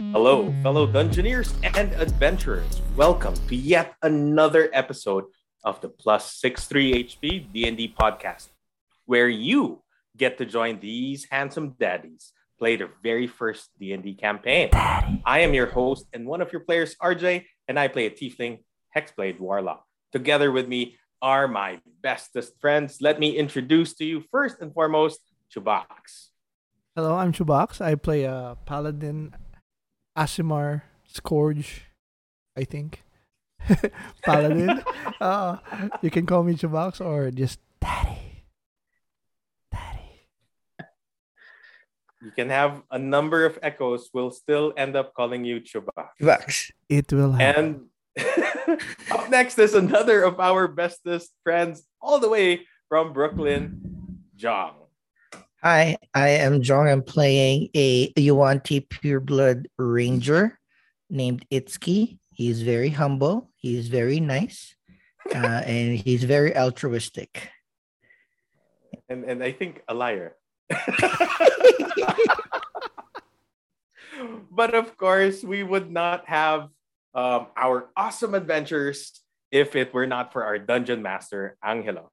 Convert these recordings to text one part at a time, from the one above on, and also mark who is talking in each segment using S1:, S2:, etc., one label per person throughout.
S1: Hello, fellow Dungeoneers and adventurers. Welcome to yet another episode of the Plus 63 HP D&D podcast, where you get to join these handsome daddies play their very first D&D campaign. I am your host and one of your players, RJ, and I play a tiefling, hexblade warlock. Together with me are my bestest friends. Let me introduce to you first and foremost, Chubax.
S2: Hello, I'm Chubax. I play a paladin, Asimar Scourge, I think. paladin. uh, you can call me Chubax or just Daddy. Daddy.
S1: You can have a number of echoes. We'll still end up calling you Chubax.
S3: Vax.
S2: It will happen.
S1: And up next is another of our bestest friends, all the way from Brooklyn, John.
S3: Hi, I am Jong. I'm playing a Yuan-Ti pureblood ranger named Itsuki. He's very humble. He's very nice, uh, and he's very altruistic.
S1: And, and I think a liar. but of course, we would not have um, our awesome adventures if it were not for our dungeon master, Angelo.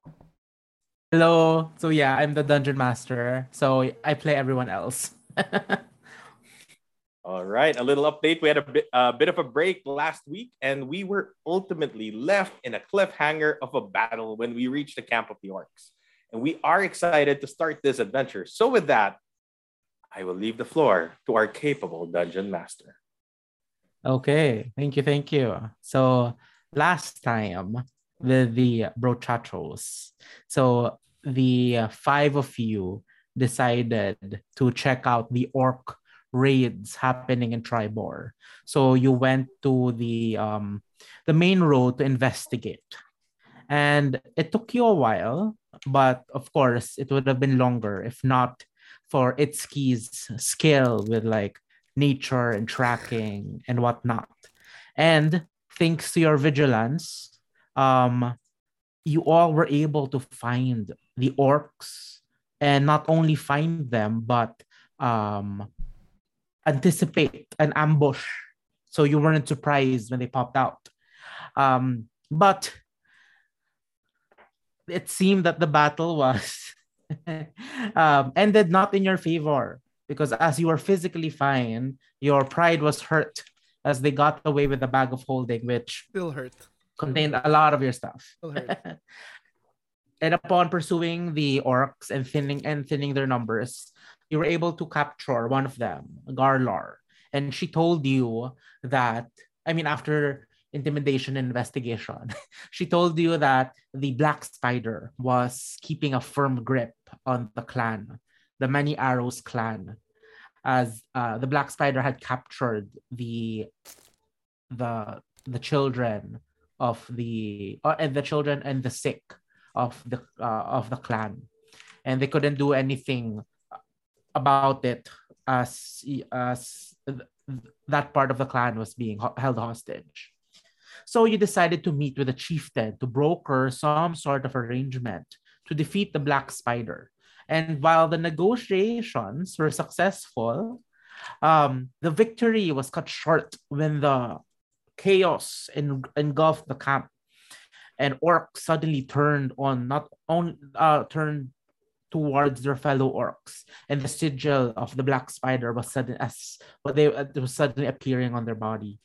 S4: Hello. So yeah, I'm the dungeon master. So I play everyone else.
S1: All right, a little update. We had a bit, a bit of a break last week, and we were ultimately left in a cliffhanger of a battle when we reached the camp of the orcs. And we are excited to start this adventure. So, with that, I will leave the floor to our capable dungeon master.
S4: okay. Thank you. Thank you. So last time with the brochachos. So the five of you decided to check out the orc raids happening in Tribor. So you went to the um the main road to investigate. And it took you a while, but of course it would have been longer if not for Itsuki's skill with like nature and tracking and whatnot. And thanks to your vigilance, um, you all were able to find the orcs and not only find them, but um, anticipate an ambush. So you weren't surprised when they popped out. Um, but it seemed that the battle was um, ended not in your favor because as you were physically fine, your pride was hurt as they got away with a bag of holding, which
S2: Still hurt.
S4: contained a lot of your stuff.
S2: Still hurt.
S4: and upon pursuing the orcs and thinning and thinning their numbers, you were able to capture one of them, Garlar. And she told you that, I mean, after intimidation and investigation, she told you that the black spider was keeping a firm grip on the clan, the Many Arrows clan, as uh, the black spider had captured the the the children of the uh, and the children and the sick of the uh, of the clan and they couldn't do anything about it as as th- that part of the clan was being ho- held hostage so you decided to meet with a chieftain to broker some sort of arrangement to defeat the black spider and while the negotiations were successful um, the victory was cut short when the chaos en- engulfed the camp and orcs suddenly turned on not on uh, turned towards their fellow orcs and the sigil of the black spider was sudden as but they it was suddenly appearing on their body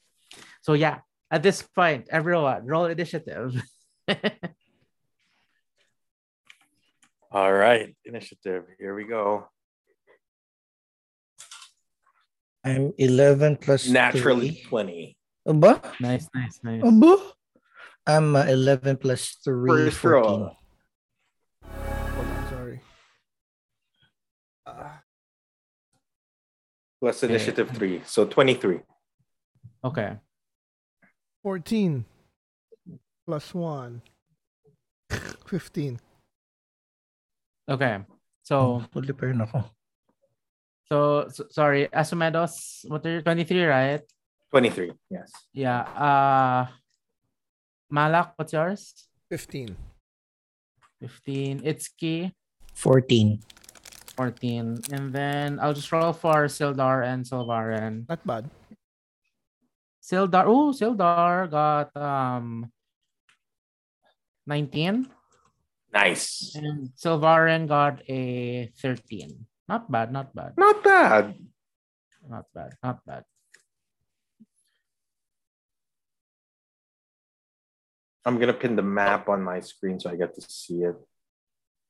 S4: so yeah at this point everyone roll initiative
S1: All right, initiative. Here we go.
S3: I'm 11 plus
S1: Naturally
S3: three.
S1: 20.
S3: Aba?
S4: nice nice nice
S3: Aba? I'm uh, 11 plus 3.
S1: First
S3: 14.
S1: roll.
S2: Hold on, sorry. Uh,
S1: Plus initiative three. So 23.
S4: okay
S2: 14 plus 1. 15.
S4: okay so
S3: Holy pair na ako.
S4: so, so sorry asumedos what are you 23 right
S1: 23. Yes.
S4: yeah uh malak what's yours
S2: 15.
S4: 15 itsuki
S3: 14.
S4: 14 and then i'll just roll for sildar and silvaren
S2: Not bad.
S4: Sildar. Oh, Sildar got um 19
S1: Nice.
S4: and Silvaren got a 13. Not bad, not bad.
S1: Not bad.
S4: Not bad, not bad.
S1: I'm gonna pin the map on my screen so I get to see it.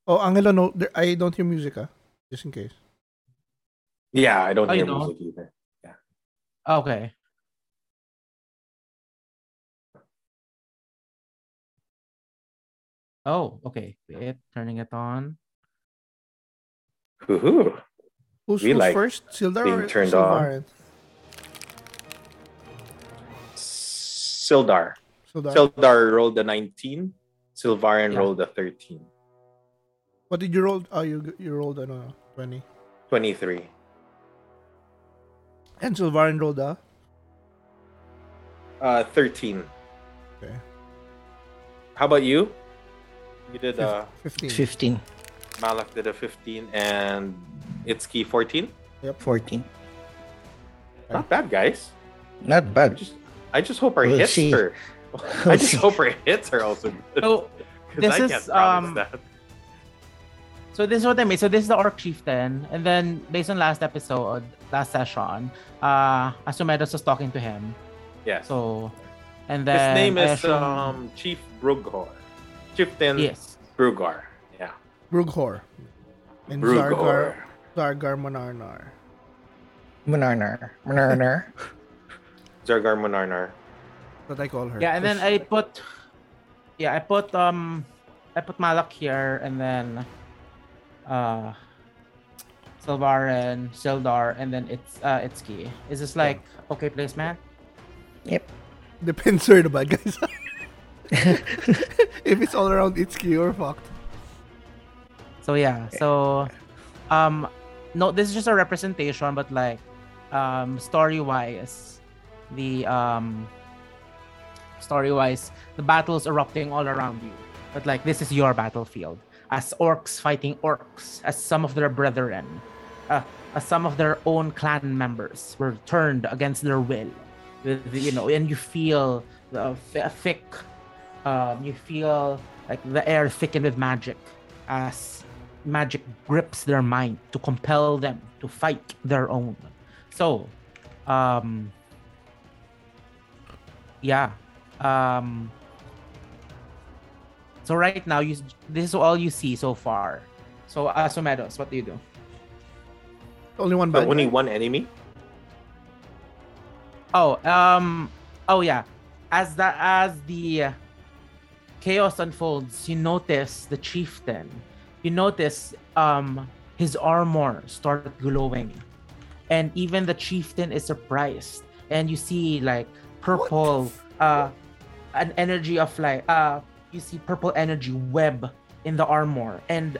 S2: Oh, Angelo, no, there, I don't hear music, ah. Just in case.
S1: Yeah, I don't
S4: Oh,
S1: hear
S4: you don't?
S1: music either.
S4: Okay. Oh, okay. Wait, turning it on.
S1: Woohoo.
S2: Who's,
S1: We
S2: who's
S1: like
S2: first? Sildar
S1: being
S2: or
S1: turned
S2: Silvarin?
S1: Sildar.
S2: Sildar.
S1: Sildar rolled a 19. Silvarian
S4: Yeah.
S1: rolled a 13.
S2: what did you roll? Oh, you you rolled I don't know, twenty.
S1: 23.
S2: And Silvarin rolled ah, a
S1: Uh, 13.
S2: Okay.
S1: How about you? You did a
S2: fifteen.
S3: 15,
S1: Malak did a 15 and Itsuki 14.
S3: 14.
S1: Not bad, guys.
S3: Not bad.
S1: Just- I just hope our
S3: We'll
S1: hits
S3: see.
S1: are. I
S3: We'll
S1: just
S3: see.
S1: hope our hits are also good.
S4: So
S1: 'cause
S4: this
S1: I
S4: is,
S1: can't promise
S4: um,
S1: that.
S4: So this is what I made. So this is the Orc Chieftain. And then based on last episode, last session, uh Asumedos was talking to him.
S1: Yeah.
S4: So and
S1: His
S4: then
S1: name
S4: I
S1: is
S4: assume-
S1: um, Chief Brugor. Chieftain
S4: Yes.
S1: Brugor. Yeah.
S2: Brughor. And
S1: Brugor.
S2: Zargar Zargar Monarnar.
S3: Manarnar. Manarnar.
S1: Zargar Monarnar.
S2: That I call her.
S4: Yeah, and then
S2: Because-
S4: I put Yeah, I put um I put Malak here and then uh Silvaren, Sildar, and then it's uh Itsuki. Is this like okay placement?
S3: yep.
S2: depends where the bad guys are. if it's all around Itsuki, you're fucked.
S4: So yeah, so um no this is just a representation but like um story wise the um story wise the battles erupting all around you. But like this is your battlefield as orcs fighting orcs as some of their brethren uh, as some of their own clan members were turned against their will with the- you know and you feel the f- thick um, you feel like the air thickened with magic as magic grips their mind to compel them to fight their own. So, um, yeah. Um, so right now, you this is all you see so far. So, Asomedos, what do you do?
S2: Only one
S1: But
S2: bad.
S1: only one enemy?
S4: Oh, um, oh yeah. As the as the chaos unfolds, you notice the chieftain. You notice um his armor start glowing, and even the chieftain is surprised. And you see like purple, uh, an energy of like uh, you see purple energy web in the armor, and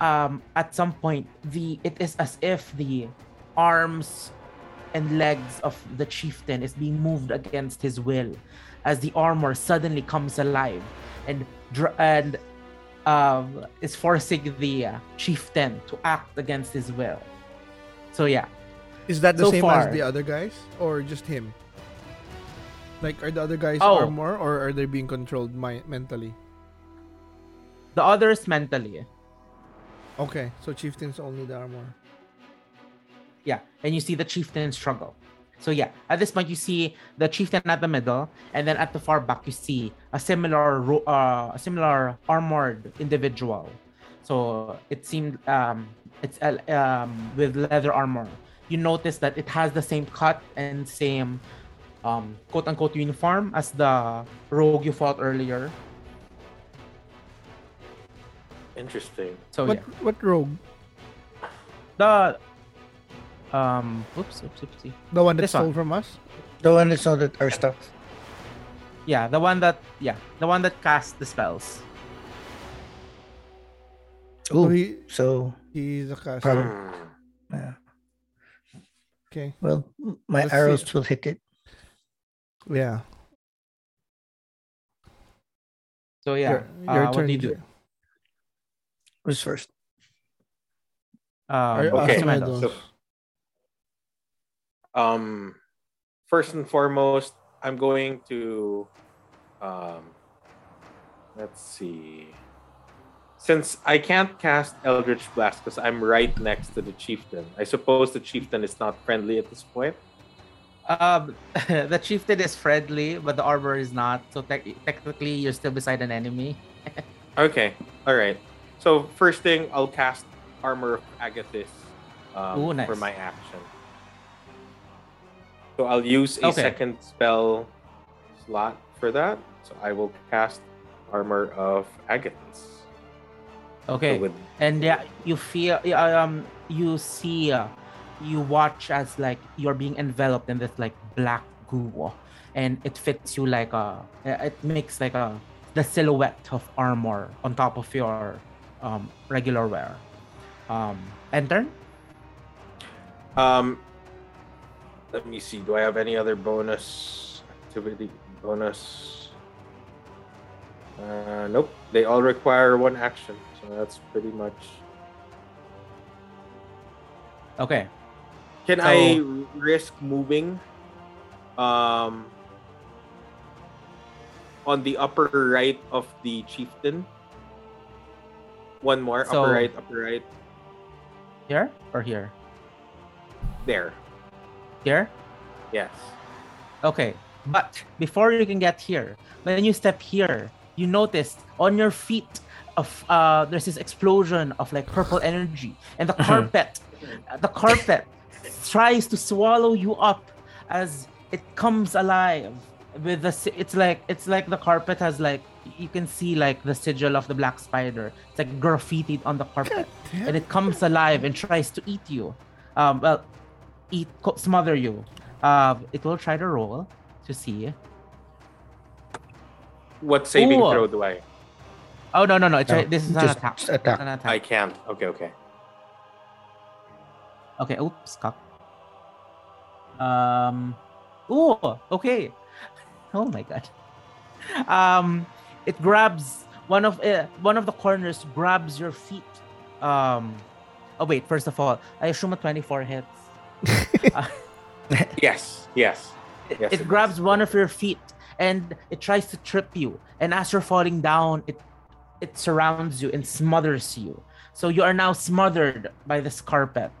S4: um, at some point the it is as if the arms and legs of the chieftain is being moved against his will as the armor suddenly comes alive and dr- and um, is forcing the uh, chieftain to act against his will. So yeah,
S2: Is that the
S4: So
S2: same
S4: far.
S2: as the other guys, or just him? Like, are the other guys
S4: Oh.
S2: armor, or are they being controlled my- mentally?
S4: the others mentally,
S2: Okay, so chieftain's only the armor.
S4: yeah, and you see the chieftain struggle. So yeah, at this point you see the chieftain at the middle, and then at the far back you see a similar ro- uh, a similar armored individual. So it seemed um, it's uh, um, with leather armor. You notice that it has the same cut and same um, quote unquote uniform as the rogue you fought earlier.
S1: Interesting.
S4: So
S2: what
S4: Oh, yeah,
S2: what rogue?
S4: the um, oops, oops, oopsie.
S2: The one that
S4: This one.
S2: stole from us?
S3: The one that's not at our stuff.
S4: Yeah, the one that yeah, the one that cast the spells.
S2: Oh,
S3: Ooh.
S2: he,
S3: So,
S2: he's a caster.
S3: Probably.
S1: Hmm.
S3: uh,
S2: Okay.
S3: well, my
S2: Let's see.
S3: arrows will hit it.
S2: Yeah.
S4: So yeah,
S2: Your, your
S4: uh,
S2: turn.
S4: what do you do?
S3: Who's first?
S4: Um,
S2: Are-
S1: Okay.
S4: Asimodos.
S1: So- Um, first and foremost, I'm going to um let's see. Since I can't cast Eldritch Blast because I'm right next to the chieftain, I suppose the chieftain is not friendly at this point.
S4: Um, the chieftain is friendly, but the armor is not. So tec- technically, you're still beside an enemy.
S1: Okay, all right. So first thing, I'll cast Armor of Agathis um,
S4: Ooh, nice.
S1: for my action. So I'll use a
S4: Okay.
S1: second spell slot for that. So I will cast Armor of Agathis.
S4: Okay.
S1: So with
S4: and yeah, you feel yeah, um you see uh, you watch as like you're being enveloped in this like black goo and it fits you like a it makes like a the silhouette of armor on top of your um regular wear um enter
S1: um, let me see. Do I have any other bonus activity? Bonus. Uh, nope. They all require one action, so that's pretty much
S4: okay
S1: Can I risk moving um on the upper right of the chieftain? One more
S4: So-
S1: upper right, upper right.
S4: here or here
S1: There.
S4: here
S1: Yes.
S4: Okay, but before you can get here, when you step here, you notice on your feet of uh, there's this explosion of like purple energy, and the carpet, the carpet tries to swallow you up as it comes alive with the. si- It's like it's like the carpet has like you can see like the sigil of the black spider. It's like graffitied on the carpet and it comes alive and tries to eat you. Um, well, eat, co- smother you. Uh, it will try to roll to see.
S1: What saving
S4: Ooh.
S1: throw do I?
S4: Oh no no no! It's
S3: No,
S4: a- this is an
S3: just-
S4: attack.
S3: just attack.
S4: It's an
S1: I
S4: attack.
S1: can't. Okay, okay.
S4: Okay. Oops. Cup. Um. Ooh. Okay. Oh my god. Um. It grabs one of uh, one of the corners. Grabs your feet. Um. Oh wait. First of all, I assume a twenty-four hits.
S1: Yes, yes. Yes,
S4: it
S1: it
S4: grabs
S1: does.
S4: one of your feet and it tries to trip you and as you're falling down it it surrounds you and smothers you so you are now smothered by this carpet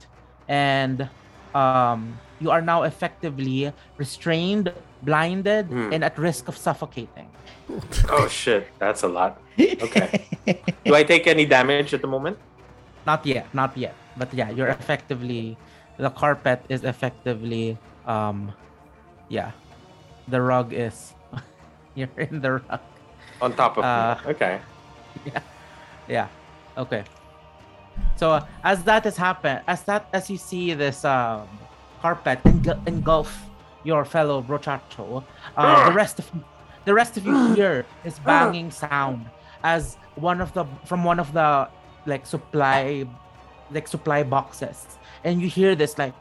S4: and um you are now effectively restrained blinded
S1: Hmm.
S4: and at risk of suffocating
S1: Oh shit, that's a lot. Okay. Do I take any damage at the moment?
S4: not yet not yet but yeah you're effectively the carpet is effectively um yeah the rug is you're in the rug
S1: On top of me.
S4: Uh,
S1: Okay.
S4: Yeah. Okay. So uh, as that has happened, as that as you see this um, carpet eng- engulf your fellow brochacho, uh, the rest of the rest of you hear this banging sound as one of the from one of the like supply like supply boxes, and you hear this like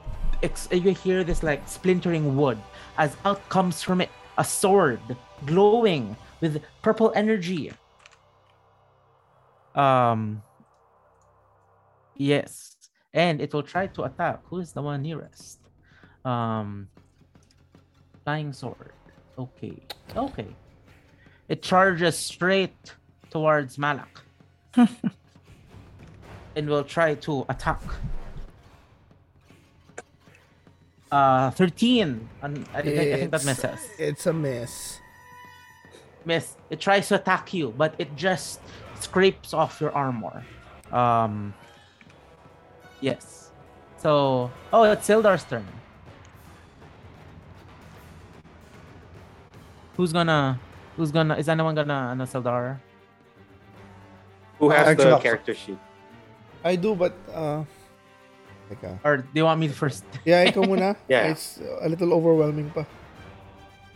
S4: ex- you hear this like splintering wood as out comes from it a sword glowing with purple energy um. Yes, and it will try to attack. Who is the one nearest? Um. Flying sword. Okay. Okay. It charges straight towards Malak. and will try to attack. Uh, thirteen. And I think, I think that
S2: It's-
S4: misses
S2: It's a miss.
S4: miss it tries to attack you but it just scrapes off your armor um yes so oh it's sildar's turn who's gonna who's gonna is anyone gonna ano, sildar
S1: Who has
S3: Actually,
S1: the
S3: also-
S1: character sheet?
S2: I do, but uh, teka.
S4: or do you want me to first
S2: Yeah, ikaw muna.
S1: Yeah.
S2: It's a little overwhelming pa.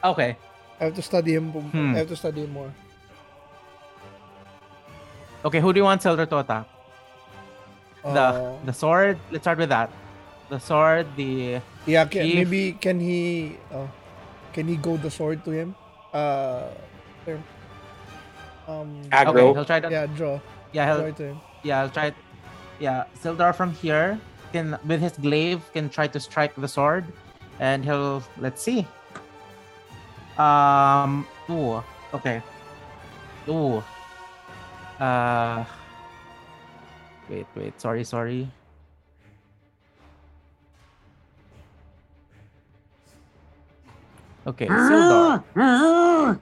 S4: okay
S2: I have to study him.
S4: Hmm.
S2: I have to study him more.
S4: okay who do you want sildar to attack the
S2: Uh,
S4: the sword let's start with that the sword the
S2: yeah, can,
S4: if-
S2: maybe can he uh, can he go the sword to him? Uh, there. Um,
S4: okay
S1: Aggro.
S4: he'll try to yeah,
S2: yeah, draw.
S4: he'll
S2: Draw it to him.
S4: Yeah, I'll try. Yeah, Sildar from here can with his glaive can try to strike the sword, and he'll let's see. Um. Ooh. Okay. Ooh. Uh. Wait. Wait. Sorry. Sorry. Okay. Sildar.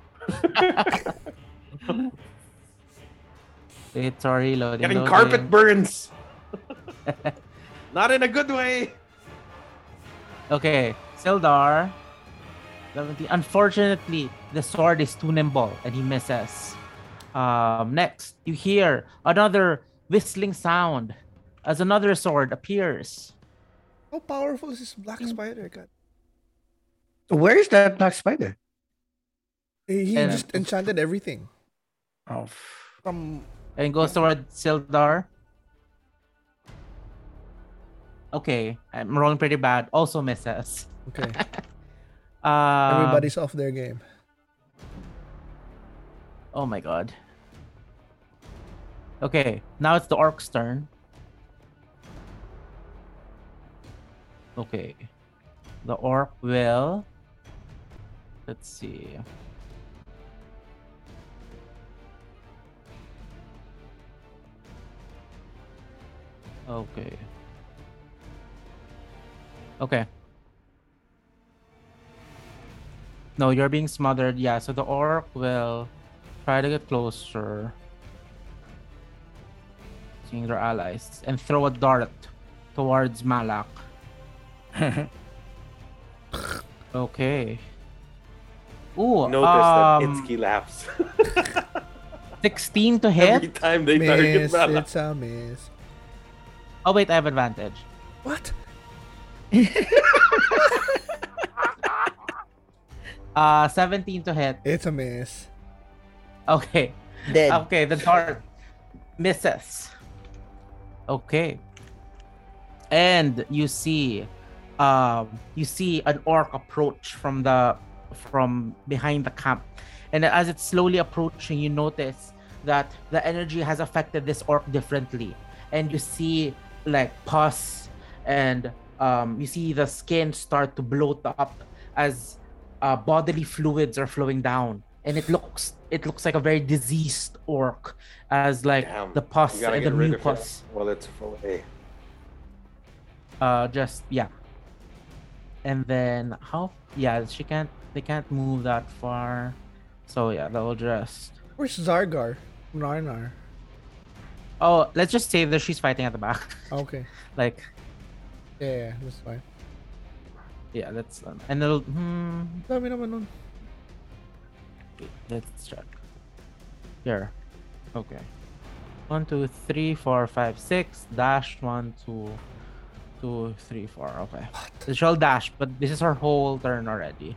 S4: Wait. Sorry. Loading.
S1: Getting
S4: loading.
S1: carpet burns. Not in a good way.
S4: Okay, Sildar. 17. Unfortunately, the sword is too nimble and he misses. Um, next, you hear another whistling sound as another sword appears.
S2: How powerful is this black
S4: Hmm.
S2: spider? God.
S3: Where is that black spider?
S2: He he
S4: And-
S2: just enchanted everything.
S3: Oh,
S2: From
S4: And goes toward Sildar. Okay, I'm rolling pretty bad. Also misses.
S2: okay,
S4: Um,
S2: everybody's off their game.
S4: Oh my god. Okay, now it's the orc's turn. Okay. The orc will. Let's see. Okay. Okay. No, you're being smothered. Yeah, so the orc will try to get closer. Seeing their allies. And throw a dart towards Malak. Okay. Ooh,
S1: Notice that
S4: um,
S1: Itsuki laughs
S4: 16 to
S1: every
S4: hit.
S1: time they target
S2: Miss,
S1: Malak.
S2: it's a miss.
S4: Oh, wait, I have advantage.
S2: What?
S4: Uh, 17 to hit.
S2: It's a miss.
S4: Okay.
S3: dead.
S4: Ah, Okay, the dart misses. Okay. And you see um you see an orc approach from the from behind the camp. And as it's slowly approaching, you notice that the energy has affected this orc differently. And you see like pus and um you see the skin start to bloat up as uh, bodily fluids are flowing down and it looks it looks like a very diseased orc as like
S1: Damn,
S4: the
S1: We
S4: pus
S1: gotta
S4: and the
S1: get rid of it
S4: mucus
S1: while it's full. Hey,
S4: uh just yeah and then how yeah she can't they can't move that far so yeah they'll just
S2: Where's Zargar? Narnar.
S4: oh let's just say that she's fighting at the back
S2: Okay.
S4: like
S2: Yeah, yeah, that's fine.
S4: yeah that's um, and it'll hmm,
S2: Dami naman nun.
S4: Wait, Let's check. Here. Okay. One, two, three, four, five, six. Dash one, two, two, three, four. Okay. It shall dash, but this is her whole turn already.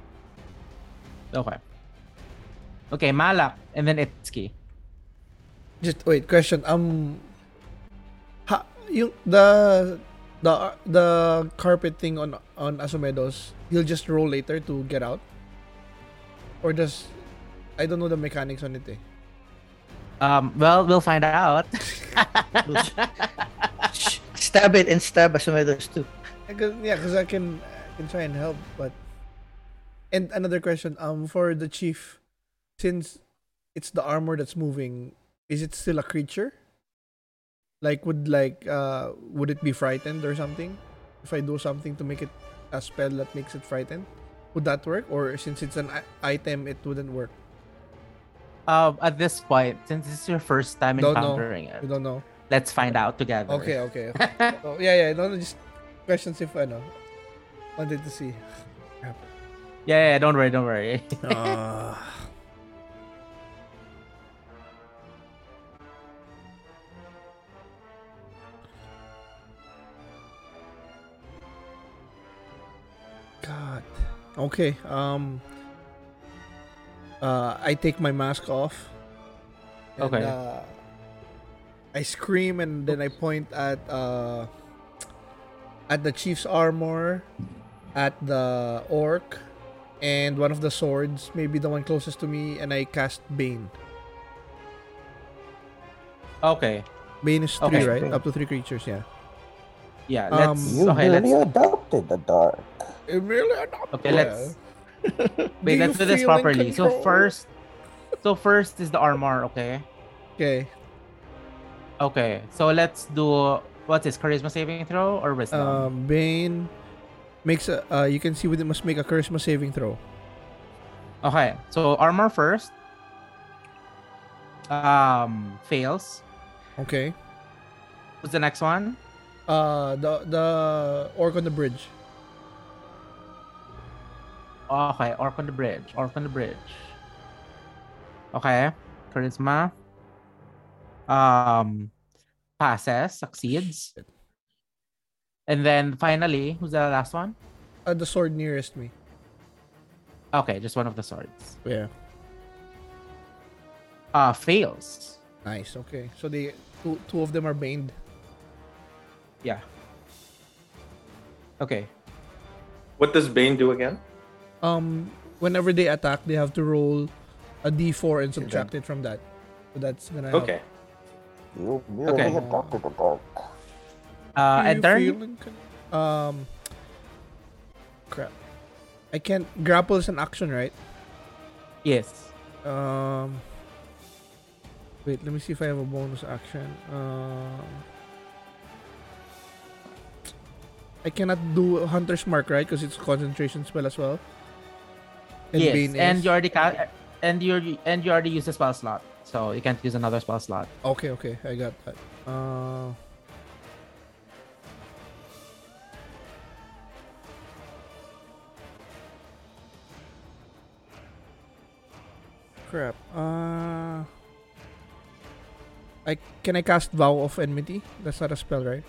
S4: Okay. Okay, Malak, and then Itsuki.
S2: Just wait, question. Um ha, yung the the the carpet thing on on Asumedos, he'll just roll later to get out. Or does I don't know the mechanics on it. Eh.
S4: Um, well, we'll find out.
S3: Sh- stab it and stab Asumedos too.
S2: I could- yeah, because I can I can try and help, but and another question. Um, for the chief, since it's the armor that's moving, is it still a creature? Like, would like uh would it be frightened or something? If I do something to make it a spell that makes it frightened, would that work? Or since it's an i- item, it wouldn't work.
S4: um, at this point, since this is your first time
S2: Don't know.
S4: encountering
S2: We
S4: it,
S2: don't know.
S4: let's find out together.
S2: Okay, okay. so, yeah, yeah. No, no, just questions if I know. Wanted to see.
S4: Yeah, yeah, don't worry, don't worry.
S2: God. Okay. Um. Uh, I take my mask off. and,
S4: Okay.
S2: Uh, I scream and then I point at uh, at the chief's armor, at the orc, and one of the swords, maybe the one closest to me, and I cast Bane.
S4: okay.
S2: Bane is three,
S4: Okay.
S2: right? Up to three creatures, yeah.
S4: Yeah,
S2: Um,
S4: let's.
S2: You
S4: okay, let's.
S5: adopted the dark.
S2: It really adopted.
S4: Okay, let's Wait,
S2: Do
S4: let's
S2: you
S4: do
S2: feel
S4: this
S2: in
S4: properly. So
S2: control?
S4: first, so first is the armor, okay?
S2: Okay.
S4: Okay. So let's do what's this? Charisma saving throw or wisdom?
S2: Um, Bane makes a. Uh, you can see with it must make a charisma saving throw.
S4: okay. So armor first. Um, fails.
S2: Okay.
S4: What's the next one?
S2: Uh, the the orc on the bridge.
S4: Okay, orc on the bridge. Orc on the bridge. Okay, charisma. Um, passes, succeeds. And then finally, who's the last one?
S2: Uh, the sword nearest me.
S4: Okay, just one of the swords.
S2: Yeah.
S4: Uh, fails.
S2: Nice. Okay. So they two two of them are baned.
S4: Yeah. Okay.
S1: What does Bane do again?
S2: Um, whenever they attack, they have to roll a d4 and subtract it from that. So that's gonna
S4: Oh.
S2: help.
S1: Okay.
S4: Okay. Uh,
S2: Do
S4: and
S2: you
S4: turn.
S2: feel in con- Um, crap. I can't grapple is an action, right?
S4: Yes.
S2: Um, wait, let me see if I have a bonus action. Um, I cannot do Hunter's Mark, right? Because it's a concentration spell as well.
S4: yes.
S2: Bane
S4: And
S2: is-
S4: you already ca- and you and you already used a spell slot, so you can't use another spell slot.
S2: Okay, okay, I got that. Uh, crap. Uh, I can I cast Vow of Enmity? That's not a spell, right?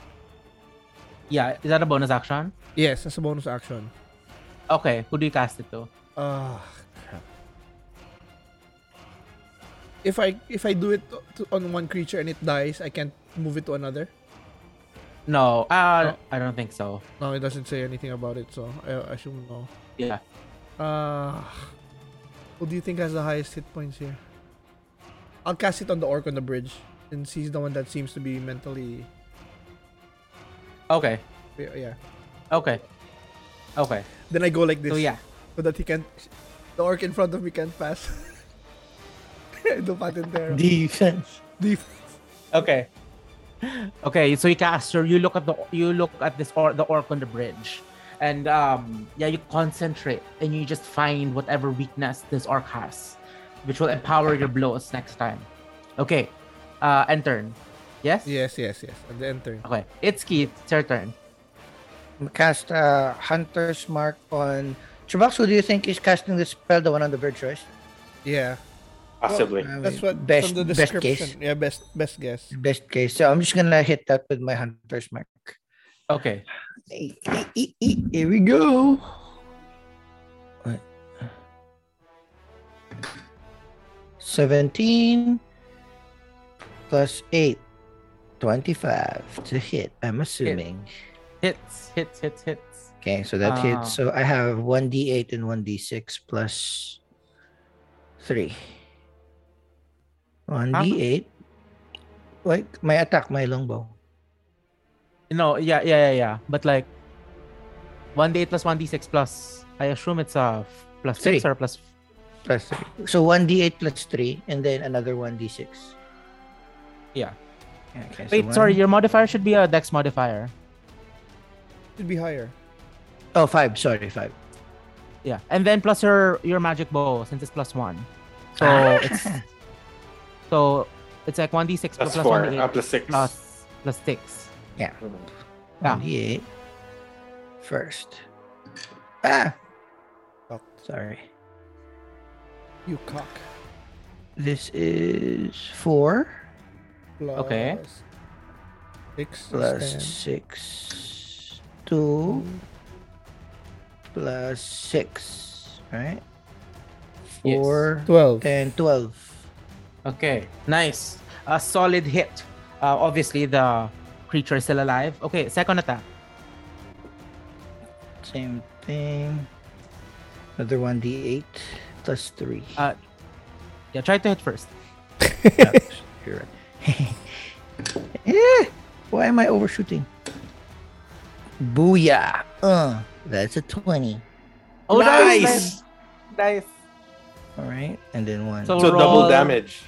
S4: Yeah. Is that a bonus action?
S2: Yes, that's a bonus action.
S4: Okay. Who do you cast it to?
S2: Ah, crap. If I if I do it to, to, on one creature and it dies, I can't move it to another.
S4: No, uh,
S2: Oh.
S4: I don't think so.
S2: No, it doesn't say anything about it, so I I assume no.
S4: Yeah.
S2: Uh, who do you think has the highest hit points here? I'll cast it on the orc on the bridge, since he's the one that seems to be mentally.
S4: Okay.
S2: Yeah.
S4: Okay. Okay.
S2: Then I go like
S3: Oh,
S2: this,
S4: So yeah.
S2: so that he can, the orc in front of me can't pass. I do patintero.
S3: Defense.
S2: Deep.
S4: Okay. Okay. So you cast your. You look at the. You look at this or the orc on the bridge, and um yeah, you concentrate and you just find whatever weakness this orc has, which will empower your blows next time. Okay. Uh, and turn. Yes.
S2: Yes, yes, yes. At the end turn.
S4: Okay. It's key. It's your turn.
S3: Cast uh, Hunter's Mark on. Chewbacca, who do you think is casting the spell? The one on the bridge, right?
S2: Yeah,
S1: Possibly.
S3: I
S2: that's
S3: mean,
S2: what
S3: best,
S2: from the
S3: best
S2: description.
S3: case.
S2: Yeah, best best guess.
S3: Best case. So I'm just gonna hit that with my Hunter's Mark.
S4: Okay.
S3: E- e- e- e- Here we go. What? Seventeen plus eight. 25 to hit, I'm assuming.
S4: Hits. Hits. Hits. Hits.
S3: Okay, so that
S4: Ah.
S3: hits. So I have 1d8 and 1d6 plus 3. 1d8. Like my attack, my longbow.
S4: No, yeah, yeah, yeah, yeah. But like, one d8 plus one d6 plus. I assume it's a f- plus
S3: Three.
S4: six or plus.
S3: Plus 3. So 1d8 plus 3, and then another 1d6.
S4: Yeah.
S3: Okay, so
S4: Wait,
S3: one-
S4: sorry. Your modifier should be a dex modifier.
S2: Should be higher.
S3: Oh, 5. Sorry, 5.
S4: Yeah, and then plus your your magic bow since it's plus one. So it's so it's like one d6
S1: Plus
S4: plus
S1: four.
S4: one
S1: Uh,
S4: d8
S1: plus six.
S4: plus plus six.
S1: Mhm.
S4: Yeah.
S3: 1d8 first. Ah!
S2: Oh.
S3: Sorry.
S2: You cock.
S3: This is 4.
S2: Plus
S4: Okay.
S2: Six is
S3: plus
S2: ten.
S3: six two plus six right
S4: Yes.
S3: four
S2: Twelve.
S3: and twelve
S4: Okay, nice. A solid hit. Uh, obviously the creature is still alive. Okay, second attack.
S3: same thing another one d8 plus three
S4: Uh, Yeah, try to hit first.
S3: Yeah, you're right. Eh, why am i overshooting booyah uh that's a 20
S4: Oh, nice.
S1: nice.
S4: Nice.
S3: All right, and then one.
S4: So-
S1: So double
S4: Roll.
S1: damage.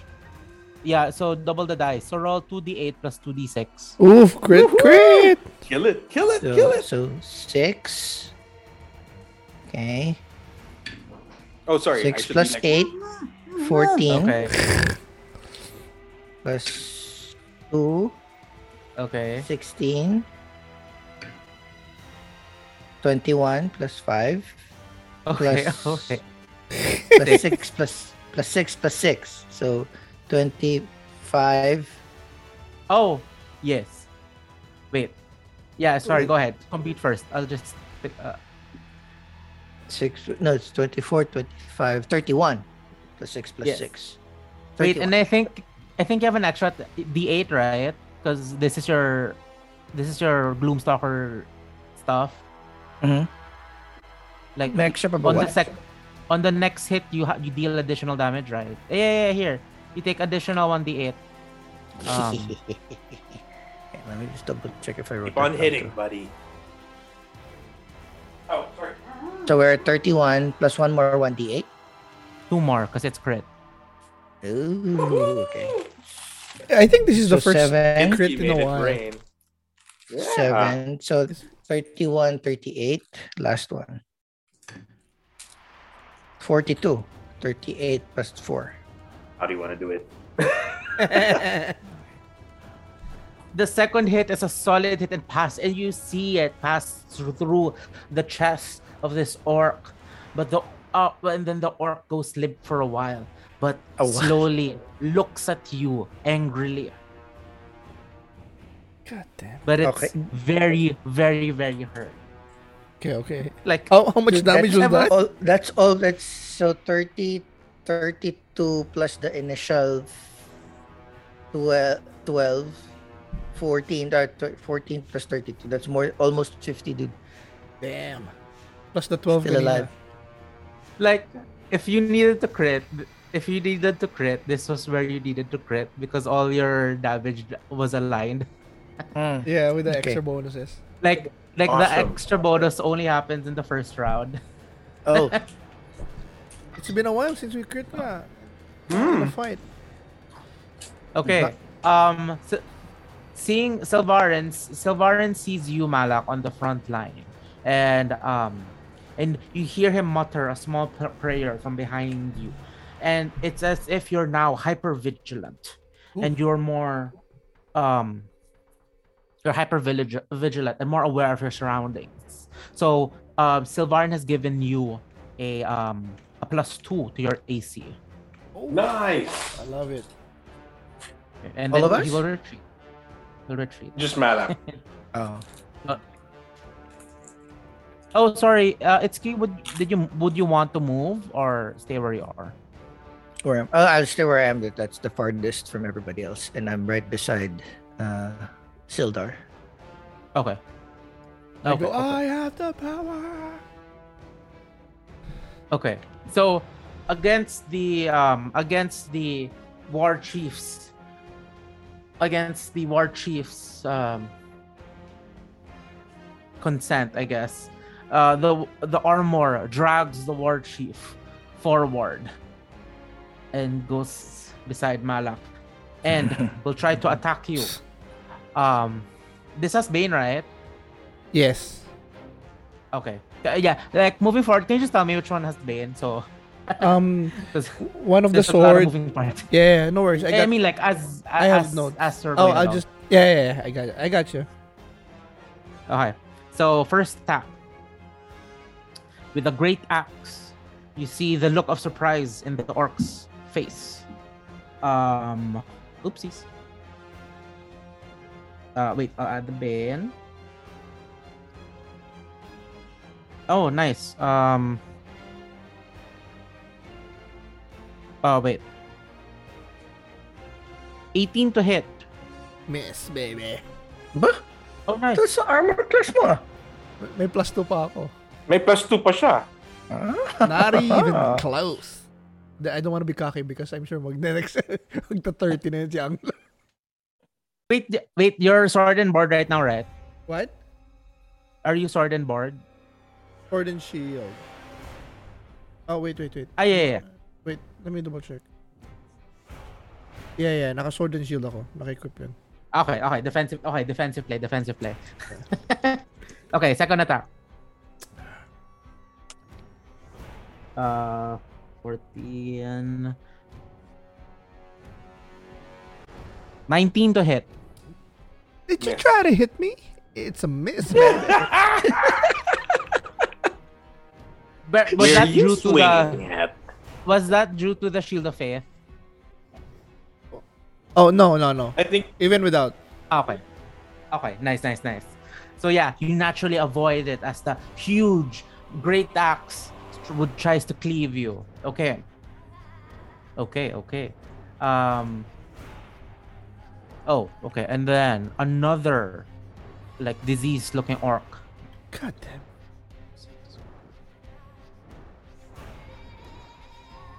S4: Yeah, so double the dice. So roll 2d8 plus 2d6.
S2: Oof, crit, crit.
S1: Kill it, kill it,
S3: So-
S1: kill it.
S3: so six. Okay.
S1: Oh, sorry. I
S3: Six
S1: should
S3: plus
S1: be next.
S3: eight. 14
S4: Okay.
S3: plus two.
S4: Okay.
S3: 16. 21 plus five.
S4: Okay.
S3: Plus-
S4: Okay.
S3: Plus six plus plus six plus six. So twenty-five.
S4: Oh, yes. Wait. Yeah, sorry. Go ahead. Compete first. I'll just. pick- Uh,
S3: Six. No, it's 24, 25, 31. Plus six plus
S4: Yes.
S3: six.
S4: wait, and
S3: 31.
S4: I think I think you have an extra t- d8, right? Because this is your this is your Gloomstalker stuff.
S3: Mhm.
S4: Like
S3: May I accept about
S4: on
S3: what?
S4: the sec on the next hit you ha- you deal additional damage right yeah yeah, yeah here you take additional 1d8 um,
S3: Okay, Let me just double check if I wrote
S1: Keep on
S3: that down
S1: hitting,
S3: too.
S1: buddy. Oh, sorry.
S3: So we're at 31 plus one more 1d8.
S4: two more because it's crit
S3: Ooh, okay.
S2: I think this is the
S3: So
S2: first
S3: seven,
S1: He
S2: crit in a
S1: made it
S2: while.
S1: rain.
S3: seven. So 31, 38. Last one. 42. 38 plus four.
S1: How do you want to do it?
S4: the second hit is a solid hit and pass and you see it pass thr- through the chest of this orc but the uh, and then the orc goes limp for a while but
S3: A while.
S4: slowly looks at you angrily
S2: God damn.
S4: but it's
S3: Okay.
S4: very very very hurt
S2: Okay, okay.
S4: like
S2: How, how much damage was
S3: that's
S2: that?
S3: All, that's all. That's so 30, 32 plus the initial 12, 12 14, uh, tw- 14 plus 32. That's more, almost 50, dude.
S2: Damn. Plus the 12
S3: Still
S2: kanina.
S3: alive.
S4: like if you needed to crit if you needed to crit this was where you needed to crit because all your damage was aligned
S2: Yeah, with the
S3: Okay.
S2: extra bonuses.
S4: like like the
S1: Awesome.
S4: extra bonus only happens in the first round
S3: Oh,
S2: It's been a while since we crit na. In a fight.
S4: okay um so seeing Silvarans Silvarin sees you Malak on the front line and um and you hear him mutter a small pr- prayer from behind you and it's as if you're now hyper vigilant and you're more um you're hyper village- vigilant and more aware of your surroundings so um Silvarin has given you a um a plus two to your AC
S1: Nice.
S2: I love it.
S4: and
S3: All
S4: then
S3: of us?
S4: he will retreat will retreat
S1: Just Malak.
S3: oh.
S4: Oh, sorry. Uh, it's key. Would did you would you want to move or stay where you are?
S3: Where am oh, I'll stay where I am. That that's the farthest from everybody else, and I'm right beside uh, Sildar.
S4: Okay.
S2: I go, "Ah, I have the power.
S4: Okay. So against the um against the war chiefs against the war chiefs um consent, I guess. Uh the the armor drags the war chief forward and goes beside Malak and will try to attack you. Um this has Bane, right?
S2: Yes.
S4: Okay. Uh, Yeah, like moving forward, can you just tell me which one has Bane? So
S2: Um,
S4: 'Cause
S2: one of the
S4: There's a lot
S2: sword.
S4: of moving parts.
S2: Yeah, yeah, no worries. I
S4: I,
S2: got.
S4: mean, like as
S2: I have
S4: as,
S2: notes.
S4: as Sir
S2: oh,
S4: Boy
S2: I'll
S4: now.
S2: just. Yeah, yeah, yeah, I got. It. I got you.
S4: okay. So first attack with a great axe. You see the look of surprise in the orc's face. Um, oopsies. Uh, wait. I'll add the bane. Oh, nice. Um. Oh wait. 18 to hit.
S2: Miss, baby.
S3: Bah,
S4: Oh nice.
S3: that's the armor class mo.
S2: May plus two pa ako.
S1: May plus two pa siya.
S2: Not even close. The- I don't want to be cocky because I'm sure mag-next magta-30 na yun si Anglo.
S4: Wait, y- wait, you're sword and board right now, right?
S2: What?
S4: Are you sword and board?
S2: Sword and shield. Oh, wait, wait, wait.
S4: Ah, yeah, yeah.
S2: Wait, let me double check. Yeah, yeah. Naka-sword and shield ako. Naka-equip yun.
S4: Okay, okay. Defensive, okay. Defensive play, defensive play. okay, second attack. Uh, 14. 19 to hit.
S2: Did you
S1: Yeah.
S2: try to hit me? It's a miss, man.
S4: But was
S1: Where
S4: that
S1: you
S4: due to the
S1: swing at?
S4: was that due to the shield of faith?
S2: oh, no, no, no.
S1: I think
S2: Even without.
S4: Okay. Okay, nice, nice, nice. So yeah, you naturally avoid it as the huge great axe tr- would tries to cleave you. Okay. Okay, okay. Um Oh, okay. And then another like disease looking orc.
S2: God damn.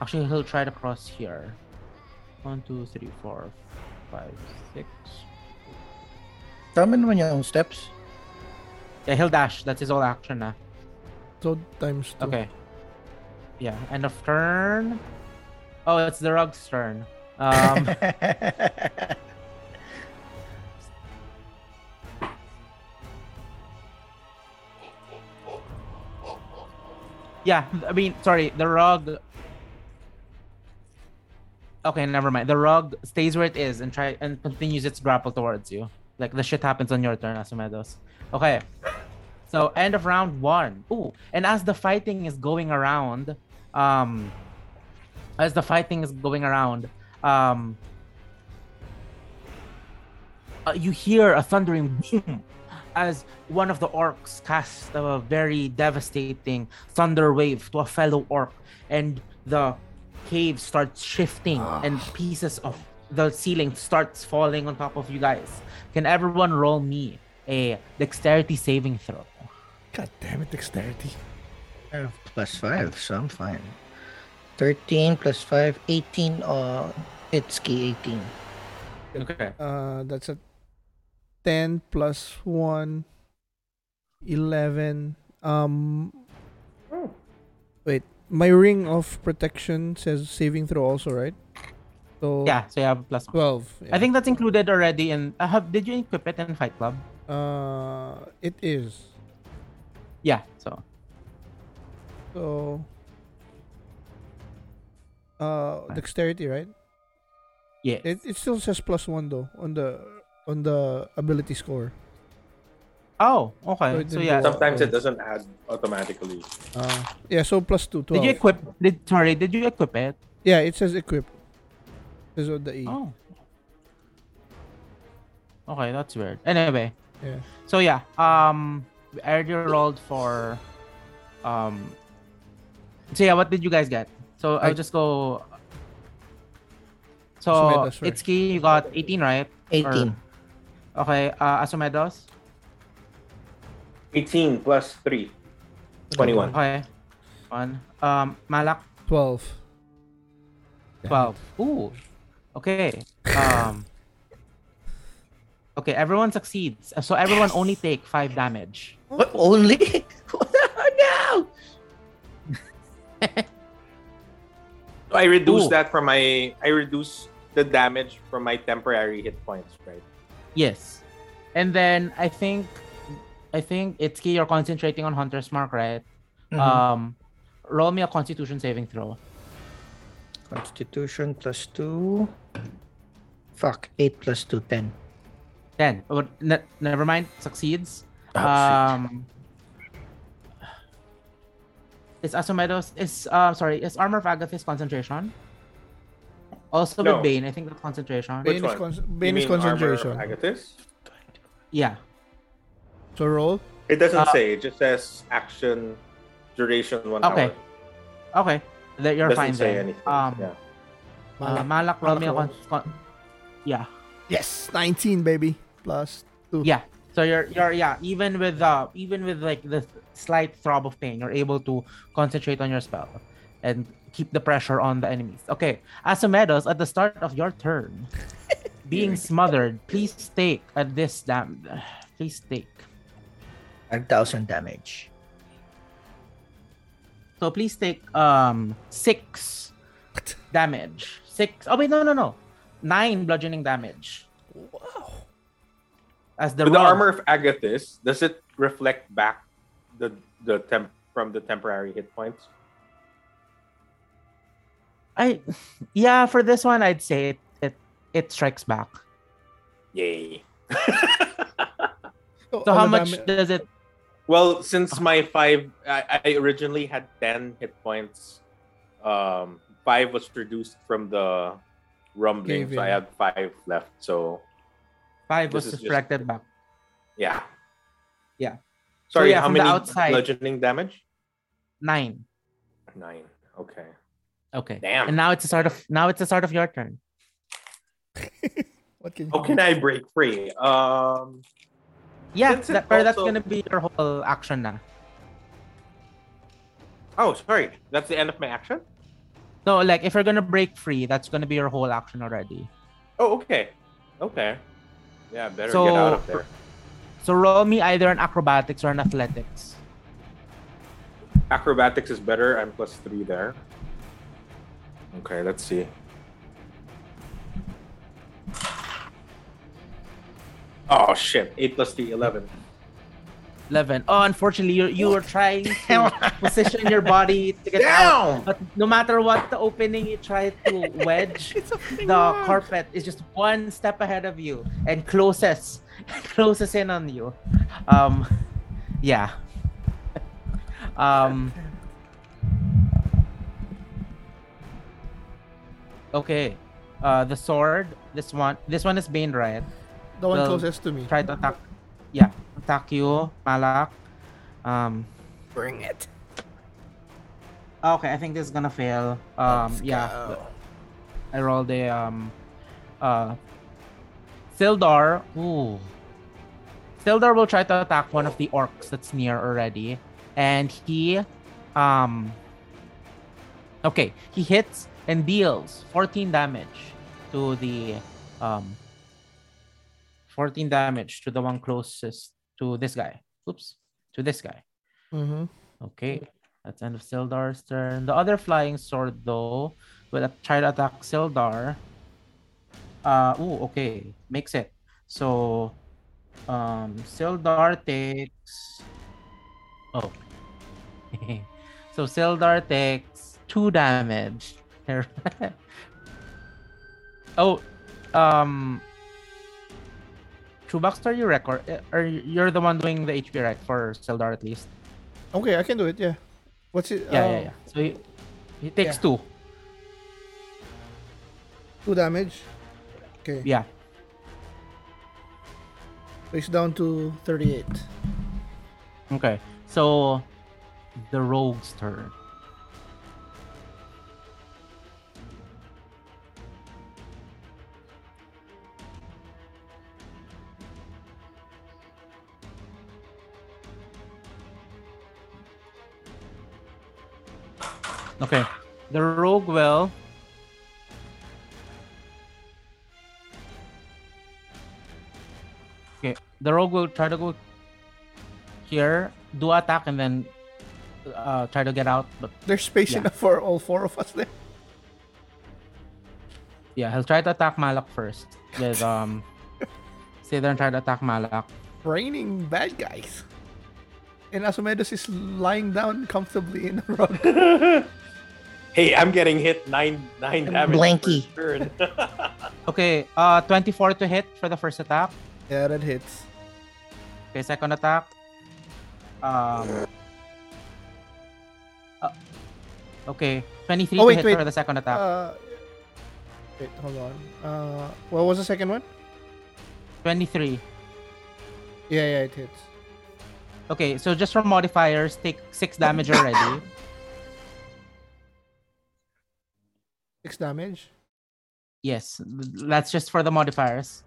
S4: Actually, he'll try to cross here. One, two, three, four, five, six.
S3: Tama naman yung steps.
S4: Yeah, he'll dash. That's his whole action ah. na.
S2: So times two.
S4: Okay. Yeah, end of turn. Oh, it's the rug's turn. Um, yeah, I mean, sorry, the rug. Okay, never mind. The rug stays where it is and try and continues its grapple towards you. Like the shit happens on your turn, Asumedos. Okay. So end of round one. Ooh, and as the fighting is going around, um, as the fighting is going around, um, uh, you hear a thundering boom as one of the orcs casts a very devastating thunder wave to a fellow orc, and the cave starts shifting,
S2: Ah.
S4: and pieces of the ceiling starts falling on top of you guys. Can everyone roll me a dexterity saving throw?
S2: God damn it, dexterity.
S3: I have plus five, so I'm fine. 13 plus 5, 18. Uh, it's key 18.
S4: Okay.
S2: Uh, that's a 10 plus 1, 11. Um,
S4: Oh.
S2: wait, my ring of protection says saving throw also, right? So
S4: Yeah, so you have a plus one.
S2: 12. yeah.
S4: I think that's included already in. Uh, have, did you equip it in Fight Club?
S2: uh, it is.
S4: Yeah, so.
S2: So, uh, dexterity, right?
S4: Yeah.
S2: It, it still says plus one though on the on the ability score.
S4: Oh,
S2: So
S4: okay.
S2: it didn't
S4: So,
S2: Oh.
S4: yeah.
S2: go up.
S1: sometimes it doesn't add automatically.
S2: Uh, yeah, so plus two,
S4: Did
S2: 12.
S4: you equip? Did, sorry, did you equip it?
S2: Yeah, it says equip. It says on the E.
S4: Oh. Okay, that's weird. Anyway,
S2: Yeah.
S4: so yeah, um, I already rolled for, um. So yeah, what did you guys get? So
S2: I-
S4: I'll just go. So
S2: Asumedas first.
S4: Itsuki, you got 18, right?
S3: 18.
S4: Or- okay, uh, Asumedos.
S1: 18 plus 3. 21.
S4: Okay, one. Um, Malak.
S2: 12.
S4: 12. Ooh. Okay. Um Okay, everyone succeeds. Uh, So everyone only take 5 damage.
S3: What? Only? no!
S1: So I reduce
S4: Ooh.
S1: that from my I reduce the damage from my temporary hit points, right?
S4: Yes. And then I think I think Itsuki you're concentrating on Hunter's Mark, right?
S3: Mhm.
S4: Um roll me a constitution saving throw.
S3: Constitution plus 2. Fuck, 8 plus 2, 10.
S4: 10. Oh, ne- never mind, succeeds.
S3: Oh, shit.
S4: um Is Asumedos is uh sorry, is Armor of Agathis concentration? Also
S1: No.
S4: with Bane, I think that's concentration.
S1: Wait.
S2: Bane
S1: Which
S2: is,
S1: one?
S2: con-
S1: You
S2: Bane is
S1: mean armor
S2: concentration.
S1: Agathis?
S4: Yeah.
S2: So roll.
S1: It doesn't
S4: Uh,
S1: say. It just says action, duration one
S4: Okay.
S1: hour.
S4: Okay. That you're
S1: doesn't
S4: fine
S1: say
S4: then.
S1: anything.
S4: Um,
S1: yeah.
S4: uh, Malak, roll me a con- con- Yeah.
S2: Yes, 19, baby. Plus two.
S4: Yeah. So you're you're yeah, even with uh even with like the slight throb of pain, you're able to concentrate on your spell and keep the pressure on the enemies. Okay. Asomedos, at the start of your turn, being smothered, please take at this damn please take
S3: 5,000 damage.
S4: So please take um six damage. Six. Oh wait, no, no, no. Nine bludgeoning damage.
S2: Wow.
S4: As the,
S1: With the
S4: rogue.
S1: armor of Agathis, does it reflect back the the temp from the temporary hit points?
S4: I yeah, for this one I'd say it it, it strikes back.
S1: Yay.
S4: So how much does it
S1: Well,
S4: Ah.
S1: since my five, I, I originally had ten hit points. Um, five was reduced from the rumbling, so I
S2: Cave-in.
S1: had five left. So
S4: five
S1: This
S4: was
S1: is just-
S4: subtracted back?
S1: yeah,
S4: Yeah.
S1: Sorry,
S4: yeah,
S1: how
S4: from the
S1: many
S4: outside.
S1: bludgeoning damage?
S4: Nine.
S1: Nine. Okay.
S4: Okay.
S1: Damn.
S4: And now it's the start of now it's the start of your turn.
S2: What can you
S1: How
S4: Oh,
S1: can I break free? Um,
S4: Yeah,
S1: Since it
S4: that, pero that's
S1: also-
S4: gonna be your whole action na.
S1: oh, sorry, that's the end of my action.
S4: No, like if you're gonna break free, that's gonna be your whole action already.
S1: Oh, okay, okay. Yeah, better
S4: So-
S1: get out of there.
S4: So roll me either an acrobatics or an athletics.
S1: Acrobatics is better. I'm plus three there. Okay, let's see. Oh shit! Eight plus three, eleven.
S4: Eleven. Oh, unfortunately, you you were trying to position your body to get out, but no matter what the opening you try to wedge,
S2: It's a freaking
S4: the
S2: rock.
S4: carpet is just one step ahead of you and closes closes in on you. Um, yeah. Um. Okay. Uh, the sword. This one. This one is Bane, right?
S2: The one
S4: Well,
S2: closest to me.
S4: try to attack. Yeah, attack you, Malak. Um.
S2: Bring it.
S4: Okay, I think this is gonna fail. Um. Yeah, I rolled a um. Uh. Sildar. Ooh. Sildar will try to attack one of the orcs that's near already, and he, um. Okay, he hits and deals 14 damage to the um. 14 damage to the one closest to this guy. Oops, to this guy.
S2: Mm-hmm.
S4: Okay, that's end of Sildar's turn. The other flying sword, though, will at- try to attack Sildar. Uh, ooh, okay, makes it. So, um, Sildar takes. Oh. so Sildar takes two damage. oh, um. Chubax, are you record? uh, Are you- you're the one doing the HP right for Sildar at least?
S2: Okay, I can do it. Yeah. What's it?
S4: Yeah,
S2: uh,
S4: yeah, yeah. So he, he takes two.
S2: Two damage. Okay.
S4: Yeah.
S2: So it's down to 38.
S4: Okay. So the rogue's turn. Okay. The rogue will Okay, the rogue will try to go here, do attack, and then uh, try to get out. But
S2: There's space
S4: Yeah.
S2: enough for all four of us there.
S4: yeah, he'll try to attack Malak first with um. Say and try to attack Malak.
S2: Raining bad guys. And Asomedus is lying down comfortably in a rock.
S1: hey, I'm getting hit nine nine damage. per
S3: Blanky.
S1: turn.
S4: Okay, uh, 24 to hit for the first attack.
S2: yeah, that hits.
S4: Okay, second attack. Um. uh, okay, 23
S2: Oh,
S4: to
S2: wait,
S4: hit
S2: wait.
S4: for the second attack.
S2: Uh, wait, hold on. Uh, what was the second one?
S4: 23.
S2: Yeah, yeah, it hits.
S4: Okay, so just from modifiers, take six damage already.
S2: Six damage.
S4: Yes, that's just for the modifiers.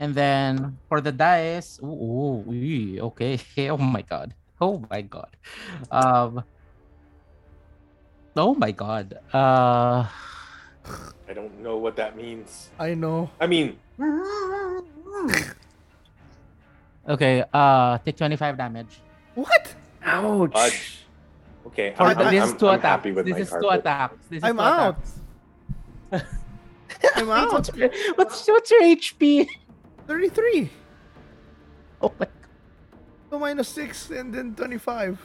S4: And then for the dice, ooh, ooh, ee, okay. Oh my god. Oh my god. Um Oh my god. Uh
S1: I don't know what that means.
S2: I know.
S1: I mean,
S4: okay, uh take 25 damage.
S2: What?
S1: ouch. Okay. I'm,
S4: Or the-
S1: I'm-
S4: this is
S1: I'm-
S4: two
S1: I'm
S4: attacks.
S1: happy with
S4: This
S1: my
S4: is
S1: card
S4: two
S1: pool.
S4: attacks. This is
S2: I'm
S4: two
S2: out.
S4: attacks.
S2: I'm out.
S4: What's your, what's, what's your HP?
S2: 33.
S4: Oh my god.
S2: So minus 6 and then 25.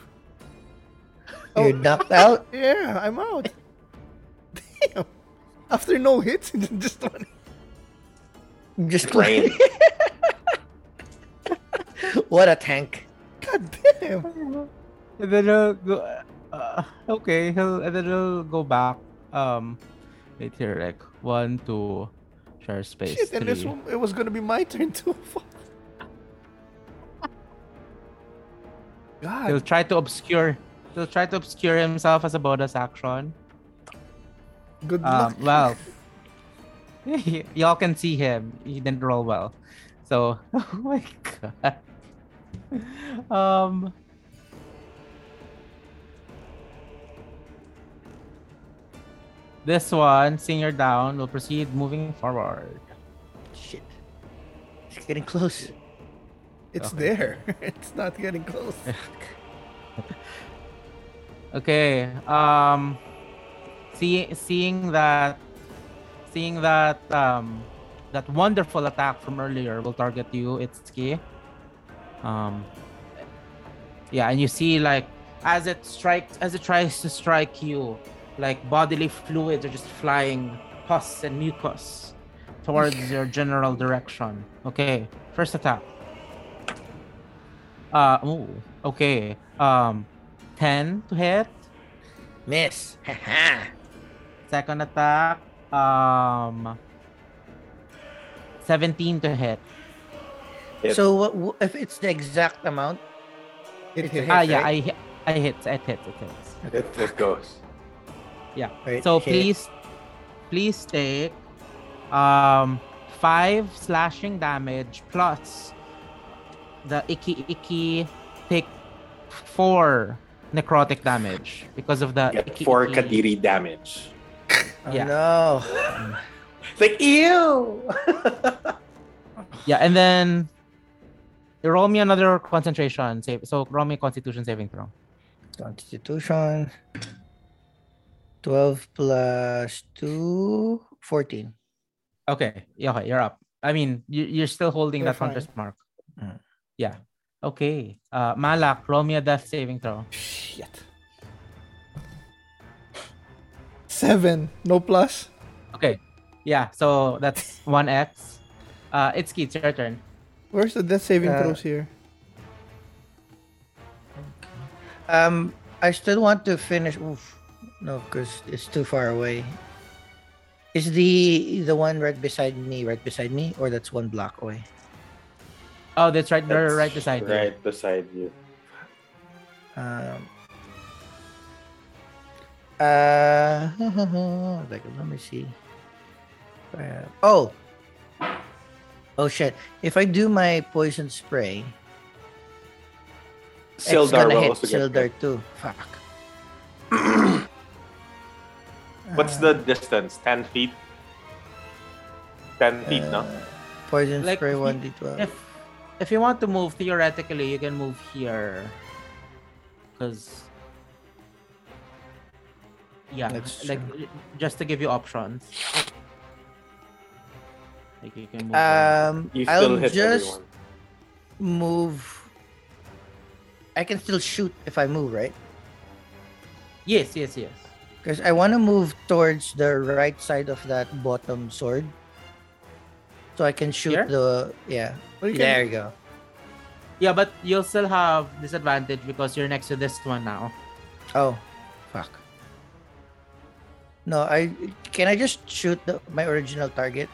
S2: Oh.
S3: You're knocked out.
S2: Yeah, I'm out. Damn. After no hits, just one.
S3: Just
S1: Brain.
S3: like what a tank.
S2: God damn.
S4: And then he'll go. Uh, okay, he'll and then he'll go back. Um, wait here, like one, two, share space.
S2: Shit, and
S4: three.
S2: this one, it was gonna be my turn too. Fuck. God.
S4: He'll try to obscure. He'll try to obscure himself as a bonus action.
S2: Good
S4: Um,
S2: luck.
S4: well, y'all can see him. He didn't roll well. So, oh my god. Um. This one, seeing you're down, will proceed moving forward.
S3: Shit. It's getting close.
S2: it's
S4: okay.
S2: there. it's not getting close.
S4: Okay. Um. See, seeing that, seeing that, um, that wonderful attack from earlier will target you. It's key. Um. Yeah, and you see like as it strikes, as it tries to strike you, like bodily fluids are just flying, pus and mucus, towards your general direction. Okay, first attack. Uh, ooh, okay. Um, 10 to hit.
S3: Miss. Haha.
S4: Second attack, um, 17 to hit.
S1: Hit.
S3: so what, wh- if it's the exact amount?
S2: It
S3: It's
S2: hit.
S3: a
S4: Ah,
S3: Hits,
S4: yeah, I,
S3: right?
S4: hit- I hit, I hit, it hits.
S1: It, it goes.
S3: Right,
S4: So
S3: hit.
S4: please, please take, um, five slashing damage plus the icky icky take four necrotic damage because of the
S1: Get
S4: icky
S1: four
S4: icky.
S1: Kadiri damage.
S3: Oh,
S4: yeah.
S3: no.
S1: It's like, ew!
S4: Yeah, and then you roll me another concentration save. So roll me Constitution saving throw.
S3: Constitution. 12 plus 2, 14.
S4: Okay, yeah, okay, you're up. I mean, you, you're still holding
S2: You're
S4: that
S2: fine.
S4: contest mark.
S3: Mm.
S4: Yeah. Okay. Uh, Malak, roll me a death saving throw.
S2: Shit. Seven. No plus.
S4: Okay. Yeah. So that's one X. Uh, it's Keith, your turn.
S2: Where's the death saving
S3: Uh,
S2: throws here?
S3: Um, I still want to finish. Oof, no, because it's too far away. Is the the one right beside me, right beside me, or that's one block away?
S4: Oh, that's right. They're right
S1: That's
S4: beside you.
S1: Right beside you.
S3: Um. Uh, like, let me see. Uh, oh. Oh shit! If I do my poison spray, it's
S1: Sildar
S3: gonna
S1: will
S3: hit
S1: also get
S3: Sildar too. Fuck.
S1: What's the distance? 10 feet? 10 feet, no?
S3: Uh, Poison
S4: Like,
S3: spray
S4: if you-
S3: one d twelve.
S4: If if you want to move, theoretically, you can move here. Cause yeah,
S3: That's
S4: like just to give you options. Like you can move.
S1: Uh,
S4: there.
S3: Um,
S1: You still
S3: I'll
S1: hit
S3: just
S1: everyone.
S3: move. I can still shoot if I move, right?
S4: yes, yes, yes.
S3: Because I want to move towards the right side of that bottom sword, so I can shoot
S4: Here?
S3: the yeah.
S2: Well, you can-
S3: there you go.
S4: Yeah, but you'll still have disadvantage because you're next to this one now.
S3: Oh, fuck. No, I can I just shoot the, my original target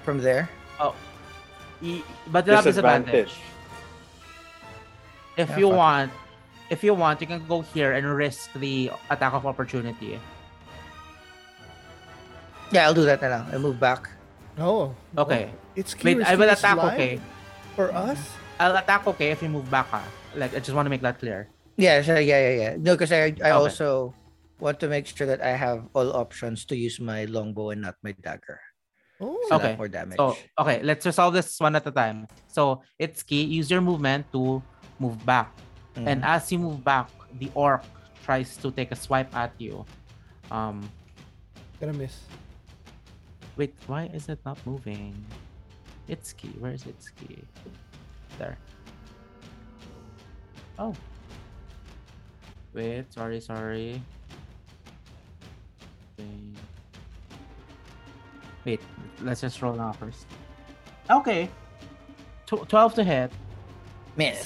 S3: from there.
S4: Y- E, But you'll have disadvantage. If
S3: Yeah,
S4: you
S3: fuck it.
S4: want, if you want, you can go here and risk the attack of opportunity.
S3: Yeah, I'll do that now. I move back.
S2: No.
S4: Okay.
S2: It's
S4: Wait, I will
S2: Kiri's
S4: attack.
S2: live
S4: Okay.
S2: For us?
S4: I'll attack okay if you move back. ah. Like I just want to make that clear.
S3: Yeah, so yeah, yeah, yeah. No, because I, I
S4: Okay.
S3: also want to make sure that I have all options to use my longbow and not my dagger.
S2: Oh.
S3: So that
S4: Okay,
S3: more damage.
S4: So okay, let's resolve this one at a time. So it's key. Use your movement to move back, and
S3: Mhm.
S4: as you move back, the orc tries to take a swipe at you. Um,
S2: Gonna miss.
S4: Wait, why is it not moving? Itsuki, where is Itsuki? There. Oh. Wait, sorry, sorry. Okay. Wait, let's just roll now first. Okay. Tw- 12 to hit.
S3: Miss.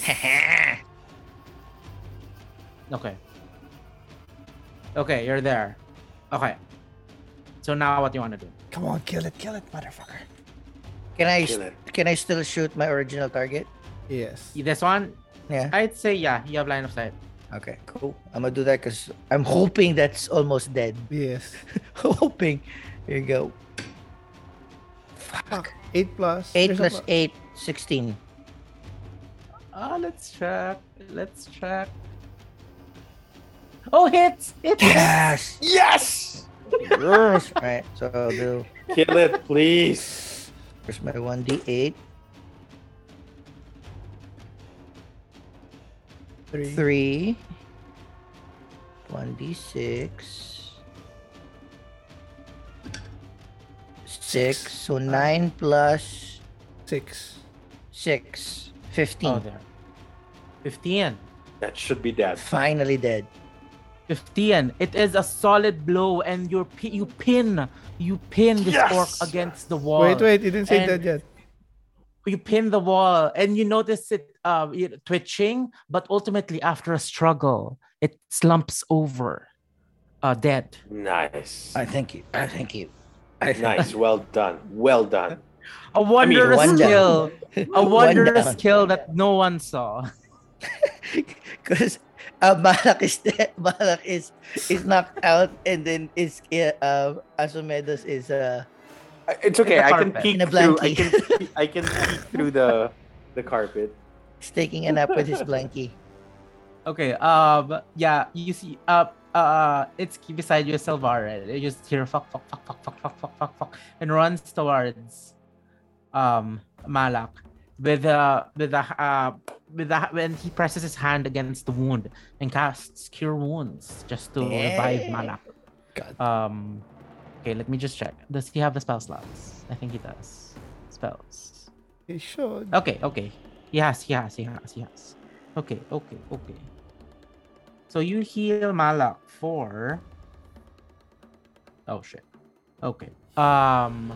S4: Okay. Okay, you're there. Okay. So now what do you want to do?
S2: Come on, kill it, kill it, motherfucker.
S3: can I
S1: Kill it.
S3: can I still shoot my original target?
S2: Yes.
S4: This one,
S3: Yeah.
S4: I'd say yeah, you have line of sight.
S3: Okay. Cool. I'm gonna do that because I'm hoping that's almost dead.
S2: Yes.
S3: hoping. Here you go. Fuck.
S2: Eight plus.
S3: Eight
S2: there's a
S3: plus
S2: pl-
S3: eight, sixteen.
S4: Ah, let's check. Let's check. Oh, hits! Hits!
S3: Yes.
S1: Yes!
S3: yes. All right. So I'll do.
S1: Kill it, please.
S3: Here's my one d eight.
S2: Three.
S3: Three. One d six. Six. So nine plus
S2: Six.
S3: six.
S4: Oh,
S3: Fifteen.
S4: there. 15.
S1: That should be dead.
S3: Finally dead.
S4: 15. It is a solid blow, and you're pi- you pin. You pin this
S1: Yes!
S4: orc against the wall.
S2: Wait, wait, you didn't say
S4: And-
S2: that yet.
S4: You pin the wall, and you notice it uh, you know, twitching, but ultimately, after a struggle, it slumps over uh, dead.
S1: Nice.
S3: I thank you. I thank you. I thank
S1: Nice. Well done. Well done.
S4: A wondrous
S3: one down.
S4: skill. A
S3: One
S4: wondrous
S3: down.
S4: skill that no one saw.
S3: Because uh, Balak is dead. Balak is is knocked out, and then is uh, uh, Asumedas is uh
S1: It's okay.
S4: In the
S1: I can
S4: carpet.
S1: peek
S3: In a
S1: through. I
S3: blankie.
S1: can. peek- I can peek through the the carpet.
S3: is taking a nap with his blankie.
S4: Okay. Um. Yeah. You see. Uh. Uh. It's key beside you, Salvare. You just hear fuck, fuck, fuck, fuck, fuck, fuck, fuck, fuck, fuck, and runs towards, um, Malak, with uh with a uh with a, when he presses his hand against the wound and casts cure wounds just to revive
S3: Eh.
S4: Malak.
S2: God.
S4: Um. Okay. Let me just check. Does he have the spell slots? I think he does. Spells.
S2: They should.
S4: Okay, okay. He has, he has, he has, he has. Okay, okay, okay. So you heal Malak for. Oh shit. Okay. Um.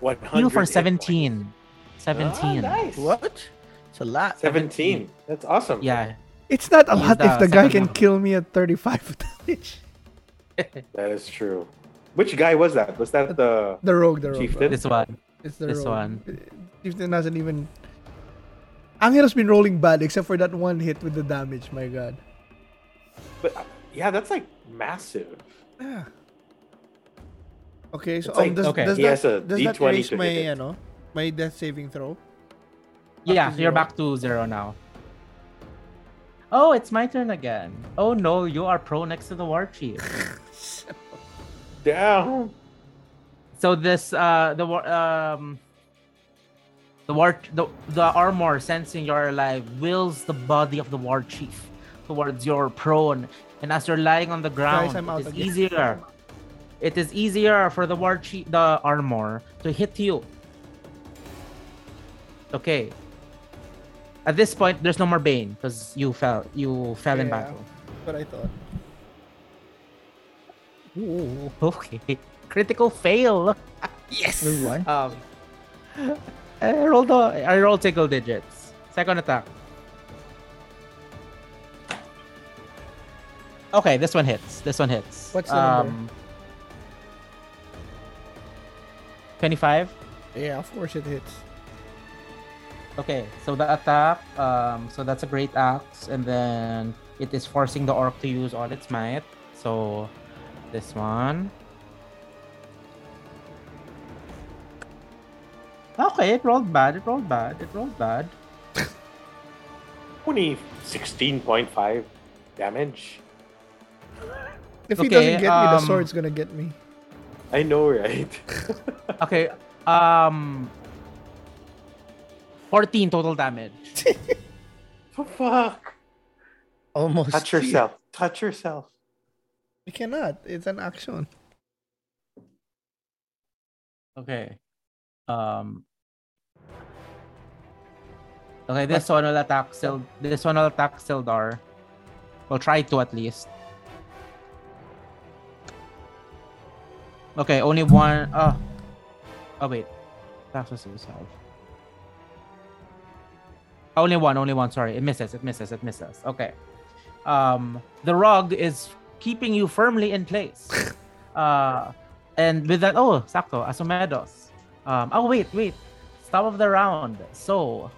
S1: One
S4: Heal
S1: hundred Ah,
S4: for 17. 17.
S1: nice.
S3: What? It's a lot.
S1: Seventeen. That's awesome.
S4: Yeah.
S2: It's not a
S4: He's
S2: lot
S4: the
S2: if the guy
S4: second
S2: can
S4: level.
S2: kill me at 35 damage.
S1: That is true. Which guy was that? Was that the?
S2: The rogue, the rogue.
S1: Chieftain?
S4: This one.
S2: It's the
S4: This
S2: rogue.
S4: one.
S2: Chieftain hasn't even. Angel's been rolling bad except for that one hit with the damage. My god.
S1: But uh, yeah, that's like massive.
S2: Yeah. Okay, so
S1: It's
S2: um,
S1: like-
S2: does,
S4: okay,
S2: does
S1: he
S2: that,
S1: has a
S2: does that
S1: D20
S2: erase
S1: to
S2: my,
S1: hit it.
S2: you know, my death saving throw?
S4: Yeah,
S2: to
S4: you're
S2: zero.
S4: back to zero now. Oh, it's my turn again. Oh no, you are pro next to the war chief.
S1: Damn.
S4: So this uh the war um the war the, the armor sensing you're alive wills the body of the war chief towards your prone and as you're lying on the ground
S2: I'm out
S4: it's
S2: again.
S4: easier it is easier for the war chief the armor to hit you okay at this point there's no more bane because you fell you fell in
S2: Yeah.
S4: battle
S2: What I thought.
S4: Ooh, okay critical fail
S3: Yes. One.
S4: Um, I rolled a, I rolled eh, single digits. Second attack. Okay, this one hits. This one hits. Um,
S2: What's the number?
S4: Twenty-five.
S2: Yeah, of course it hits.
S4: Okay, so the attack. Um, so that's a great axe, and then it is forcing the orc to use all its might. So, this one. Okay, it rolled bad. It rolled bad. It rolled bad.
S1: Only sixteen point five damage.
S2: If he
S4: Okay,
S2: doesn't get me, the
S4: um,
S2: sword's gonna get me.
S1: I know, right?
S4: Okay, um, fourteen total damage.
S1: the fuck?
S3: Almost
S1: Touch
S3: here.
S1: yourself. Touch yourself.
S2: You cannot. It's an action.
S4: Okay. Um. Okay, this one will attack Sil. This one will attack Sildar. We'll try to at least. Okay, only one. Oh. Oh wait. That's a suicide. Only one. Only one. Sorry, it misses. It misses. It misses. Okay. Um, the rug is keeping you firmly in place. Uh. And with that, oh, sakto, Asumedos. Um, oh, wait, wait. Stop of the round. So.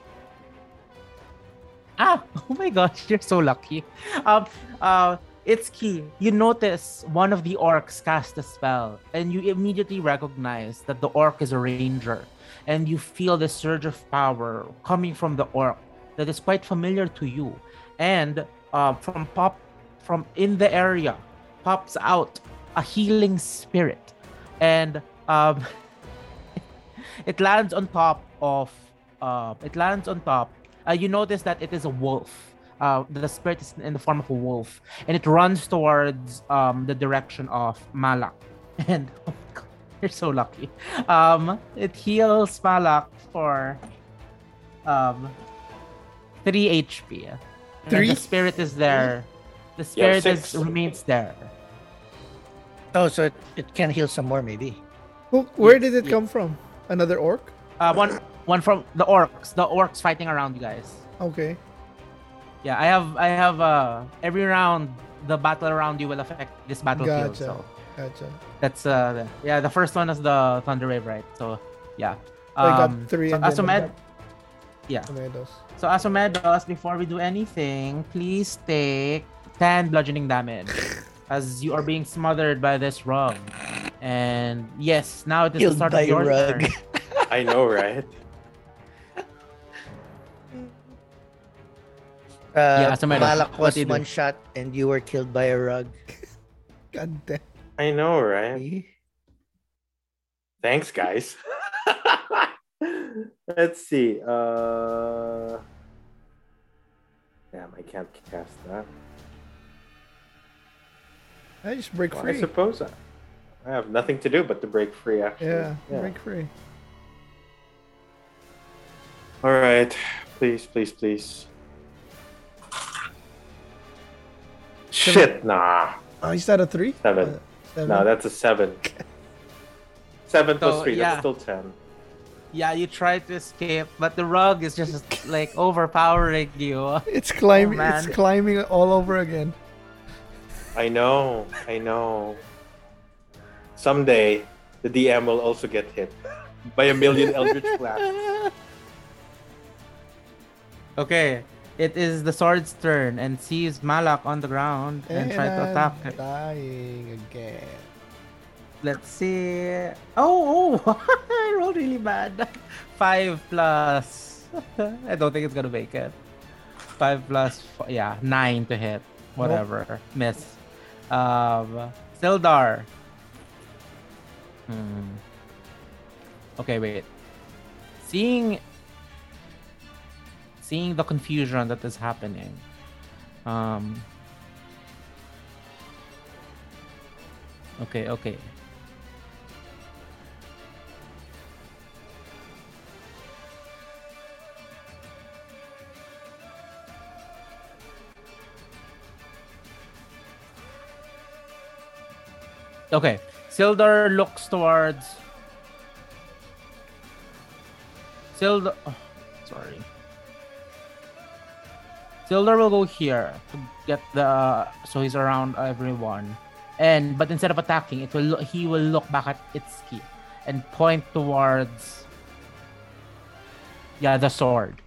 S4: Ah, oh my gosh, you're so lucky. Um, uh, Itsuki, you notice one of the orcs cast a spell, and you immediately recognize that the orc is a ranger. And you feel the surge of power coming from the orc that is quite familiar to you. And uh, from pop, from in the area, pops out a healing spirit and um, it lands on top of uh, it lands on top. Uh, you notice that it is a wolf. Uh, the spirit is in the form of a wolf, and it runs towards um, the direction of Malak. And oh my God, you're so lucky. Um, it heals Malak for um, three HP. And
S2: Three?
S4: The spirit is there. The
S1: Yeah,
S4: spirit is,
S1: six.
S4: remains there.
S3: Oh, so it, it can heal some more, maybe.
S2: Who, where did it come from? Another orc?
S4: Uh, one one from the orcs. The orcs fighting around you guys.
S2: Okay.
S4: Yeah, I have I have uh every round the battle around you will affect this battlefield.
S2: Gotcha.
S4: So
S2: Gotcha.
S4: that's uh the- yeah the first one is the thunder wave right. So yeah.
S2: I got
S4: Um,
S2: three
S4: So
S2: and then I
S4: Asumed,
S2: got
S4: yeah.
S2: tomatoes.
S4: So Asumedos, before we do anything, please take ten bludgeoning damage, as you are being smothered by this rug. And yes, now it is the
S3: Killed
S4: start
S3: by
S4: of your
S3: rug.
S4: turn.
S1: I know, right?
S3: Uh,
S4: Yeah, as a matter of-
S3: Malak
S4: what
S3: was
S4: do you do?
S3: one shot Uh, and you were killed by a rug.
S2: God damn.
S1: I know, right?
S3: See?
S1: Thanks, guys. Let's see. Uh Damn, I can't cast that.
S2: I just break
S1: Well, I
S2: free.
S1: suppose I, I have nothing to do but to break free. Actually,
S2: Yeah, break free.
S1: All right, please, please, please. Shit, nah.
S2: Oh, is that a three?
S1: Seven.
S2: Uh, seven.
S1: No, that's a seven. Seven plus
S4: So,
S1: three,
S4: yeah.
S1: that's still ten.
S4: Yeah, you try to escape, but the rug is just like overpowering you.
S2: It's climbing.
S4: Oh,
S2: it's
S4: man.
S2: climbing all over again.
S1: I know, I know. Someday, the DM will also get hit by a million Eldritch Blasts.
S4: Okay, it is the sword's turn and sees Malak on the ground and, try to
S2: I'm
S4: attack. it.
S2: Eh, Dying again.
S4: Let's see. Oh, oh, I rolled really bad. Five plus. I don't think it's gonna make it. Five plus, four, yeah, nine to hit. Whatever, miss. Um, Sildar. Hmm. Okay, wait. Seeing, seeing the confusion that is happening. Um. Okay, okay. Okay, Sildar looks towards. Sildar. Oh, sorry. Sildar will go here to get the. So he's around everyone. And but instead of attacking, it will lo- he will look back at Itsuki and point towards yeah the sword,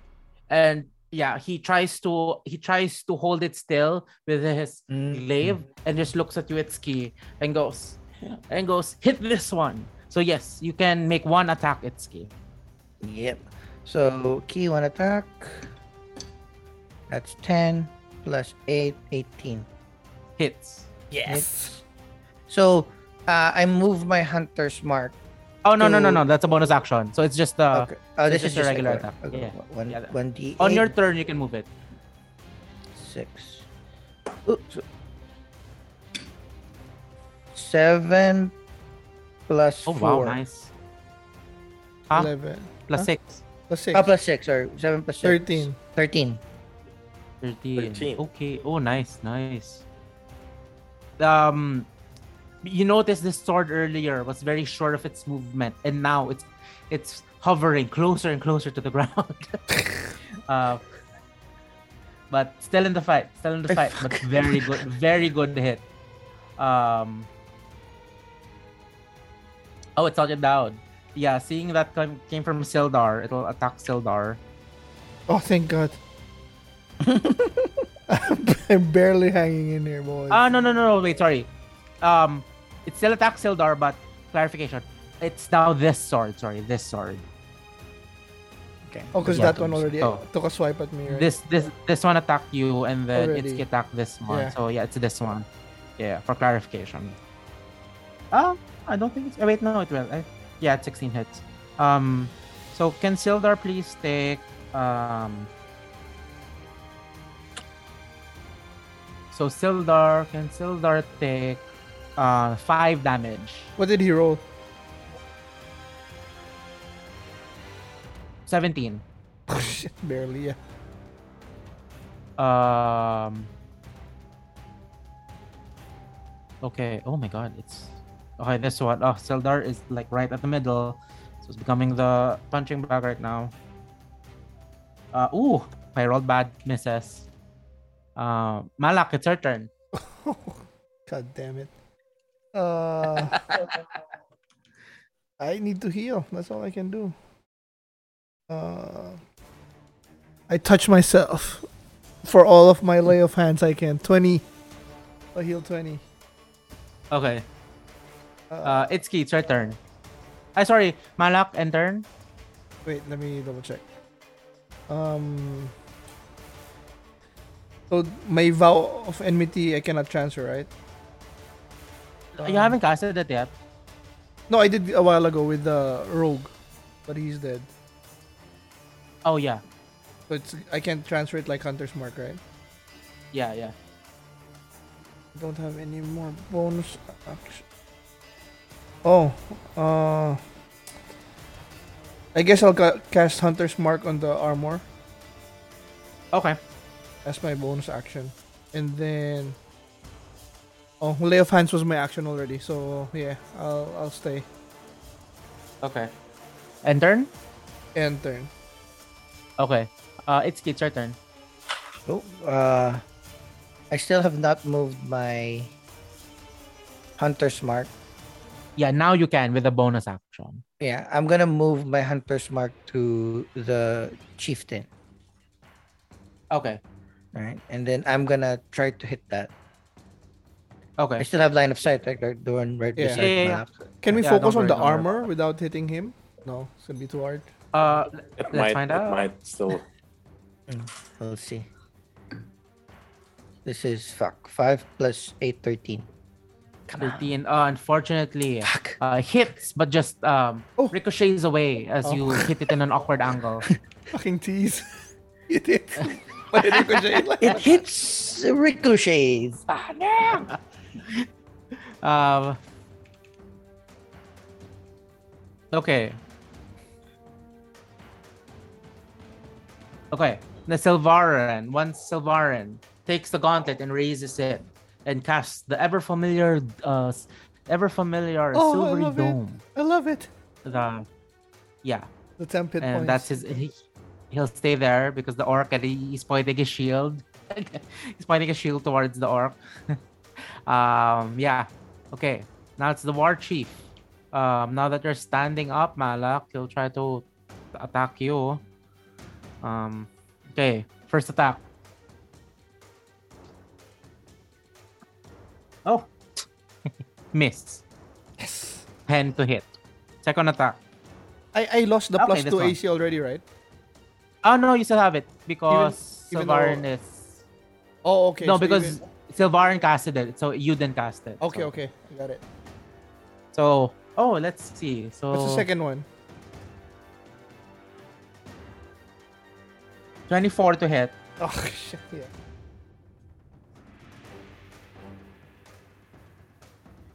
S4: and yeah he tries to he tries to hold it still with his
S3: Mm.
S4: glaive and just looks at you Itsuki and goes and goes hit this one. So yes, you can make one attack Itsuki.
S3: Yep. So key one attack. That's 10 plus 8, 18.
S4: Hits.
S3: Hits. So uh, I move my hunter's mark.
S4: Oh no no no
S3: Two.
S4: no that's a bonus action. So it's just uh
S3: okay. Oh, this
S4: it's
S3: is
S4: just a
S3: just
S4: regular
S3: regular.
S4: attack.
S3: Okay.
S4: Yeah.
S3: One,
S4: Yeah.
S3: one D.
S4: on your turn you can move it.
S3: six. Ooh, so- Seven plus
S4: Oh,
S3: four.
S4: wow. Nice. Huh?
S2: Eleven.
S4: Plus
S2: Huh?
S4: six.
S2: Plus six.
S3: Ah, plus six, sorry. Seven plus six.
S2: Thirteen.
S3: Thirteen.
S4: 13.
S1: 13.
S4: Okay. Oh, nice, nice. Um, you noticed this sword earlier was very sure of its movement, and now it's it's hovering closer and closer to the ground. uh, but still in the fight, still in the
S3: Ay,
S4: fight, but very good, very good hit. Um. Oh, it's knocked it down. Yeah, seeing that come- came from Sildar, it'll attack Sildar.
S2: Oh, thank God. I'm barely hanging in here, boys.
S4: Ah, no, no, no, no, wait, sorry. Um, it's still attack Sildar, but clarification. It's now this sword, sorry, this sword.
S3: Okay.
S2: Oh, because
S4: Yeah,
S2: that one
S4: to-
S2: already
S4: oh.
S2: took a swipe at me, right?
S4: This this this one attacked you and then
S2: Already.
S4: Itsuki attacked this one.
S2: Yeah.
S4: So yeah, it's this one. Yeah, for clarification. Ah, I don't think it's oh, wait, no, it will. I, yeah, it's 16 hits. Um so can Sildar please take um So Sildar can Sildar take uh five damage.
S2: What did he roll?
S4: 17.
S2: Oh, Shit, barely, yeah.
S4: Um. Okay. Oh my God. It's okay. This one. Oh, Sildar is like right at the middle, so it's becoming the punching bag right now. Uh. Ooh. I rolled bad. Misses. Uh, Malak, it's your turn.
S2: God damn it. Uh, I need to heal. That's all I can do. Uh, I touch myself for all of my lay of hands I can. 20. I heal 20.
S4: Okay. Uh, Itsuki, it's your turn. I sorry, Malak and turn.
S2: Wait, let me double check. Um. So my vow of enmity I cannot transfer, right?
S4: you
S2: Um,
S4: haven't casted it yet.
S2: No, I did a while ago with the rogue, but he's dead.
S4: Oh yeah,
S2: So it's I can't transfer it like Hunter's Mark, right?
S4: yeah, yeah.
S2: I don't have any more bonus action. Oh, uh, I guess I'll ca- cast Hunter's Mark on the armor.
S4: Okay.
S2: That's my bonus action. And then Oh, lay of hands was my action already, so yeah, I'll I'll stay.
S4: Okay. And turn.
S2: End turn.
S4: Okay. Uh, Itsuki, it's your turn.
S3: Oh, uh, I still have not moved my hunter's mark.
S4: Yeah, now you can with a bonus action.
S3: Yeah, I'm gonna move my hunter's mark to the chieftain.
S4: Okay.
S3: All right, and then I'm gonna try to hit that. I
S4: Okay.
S3: still have line of sight, right? Like The one right
S2: Yeah.
S3: beside
S4: Yeah, yeah,
S3: my
S4: yeah.
S3: lap.
S2: Can we
S4: Yeah,
S2: focus
S4: don't
S2: on the
S4: worry, don't worry.
S2: armor without hitting him? No, it's gonna be too hard.
S4: Uh,
S1: It
S4: Let's
S1: might,
S4: find
S1: it
S4: out.
S1: might still.
S3: We'll see. This is fuck five plus eight, 13. Come on.
S4: 13. Uh, unfortunately,
S3: Fuck.
S4: uh, hits, but just um,
S2: Oh.
S4: ricochets away as
S2: Oh.
S4: you hit it in an awkward angle.
S2: Fucking tease. it is. But it ricocheted like-
S3: It hits ricochets.
S4: ah, damn! um, okay. Okay. The Silvarin, once Silvarin takes the gauntlet and raises it and casts the ever familiar, uh, ever familiar
S2: Oh, I
S4: silvery
S2: love it.
S4: dome.
S2: I love it.
S4: The, yeah,
S2: The temp hit points.
S4: and that's his. He, he'll stay there because the orc and he- he's pointing his shield. he's pointing a shield towards the orc. um, yeah. Okay. Now it's the war chief. Um, now that you're standing up, Malak, he'll try to attack you. Um, okay. First attack. Oh, miss.
S2: yes.
S4: Ten to hit. Second attack.
S2: I, I lost the
S4: Okay,
S2: plus
S4: this
S2: two
S4: one.
S2: AC already, right?
S4: Oh no, you still have it because
S2: even
S4: Sylvarin
S2: though-
S4: is
S2: Oh, okay.
S4: no
S2: so
S4: because Oh.
S2: even-
S4: Sylvarin casted it, so you didn't cast it.
S2: Okay,
S4: so.
S2: okay. I got it.
S4: So oh, let's see. So
S2: What's the second one?
S4: twenty-four to hit.
S2: Oh, shit. Yeah.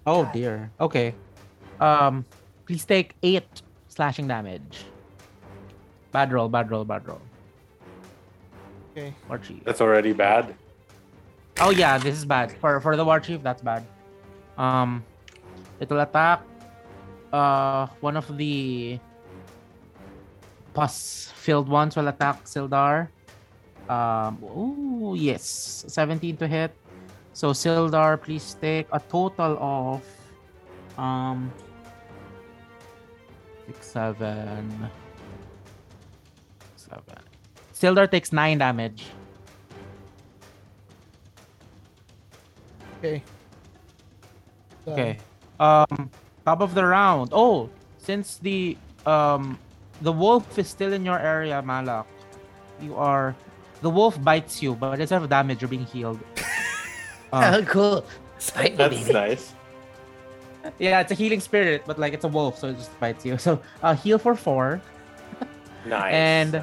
S4: Oh dear. Okay. Um, please take eight slashing damage. Bad roll, bad roll, bad roll.
S2: Okay.
S4: War chief.
S1: That's already bad.
S4: Oh yeah, this is bad. For for the war chief, that's bad. Um it'll attack uh one of the pus filled ones will attack Sildar. Um oh yes. 17 to hit. So Sildar, please take a total of um six, seven, seven. Sildar takes nine damage.
S2: Okay. Done.
S4: Okay. Um, top of the round. Oh, since the um, the wolf is still in your area, Malak, you are. The wolf bites you, but instead of damage, you're being healed. Uh,
S3: Oh, cool. Spite me,
S1: That's
S3: baby.
S1: nice.
S4: yeah, it's a healing spirit, but like it's a wolf, so it just bites you. So uh, heal for four.
S1: Nice.
S4: And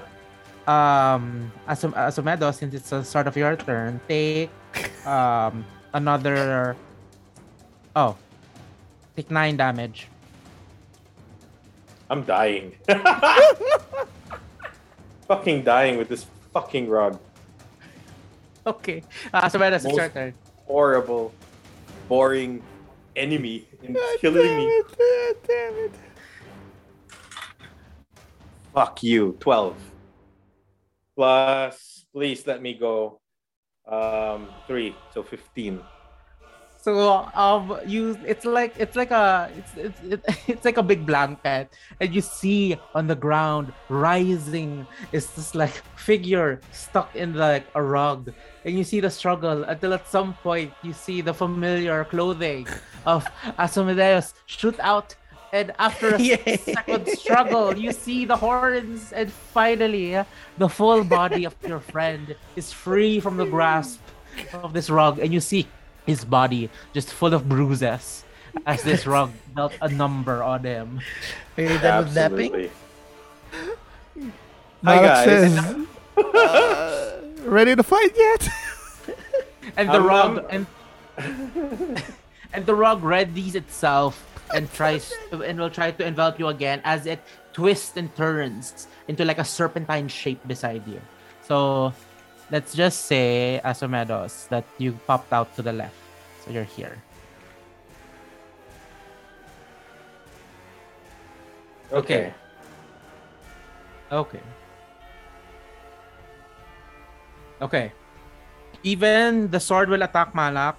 S4: um, Asum- Asumedo, since it's the start of your turn, take um another. Oh, take nine damage.
S1: I'm dying. fucking dying with this fucking rug.
S4: Okay. Uh, so Meadows, it's your
S1: Most-
S4: turn.
S1: Horrible, boring enemy and
S2: Ah,
S1: killing
S2: damn
S1: me.
S2: It, ah, damn it.
S1: Fuck you. 12. Plus, please let me go. Um, three. So 15.
S4: So um, you it's like it's like a it's it's it, it's like a big blanket, and you see on the ground rising is this like figure stuck in like a rug, and you see the struggle until at some point you see the familiar clothing of Asmodeus shoot out, and after a
S3: Yay.
S4: second struggle, you see the horns, and finally the full body of your friend is free from the grasp of this rug, and you see his body just full of bruises as this rug dealt a number on him.
S3: Are you done with napping?
S1: Absolutely. Hi,
S2: Malak
S1: guys.
S2: says, uh, ready to fight yet?
S4: And the
S1: Um,
S4: rug
S1: um,
S4: and and the rug readies itself and tries and will try to envelop you again as it twists and turns into like a serpentine shape beside you. So let's just say, Asomedos, that you popped out to the left. So you're here.
S1: Okay.
S4: Okay. Okay. Even the sword will attack Malak.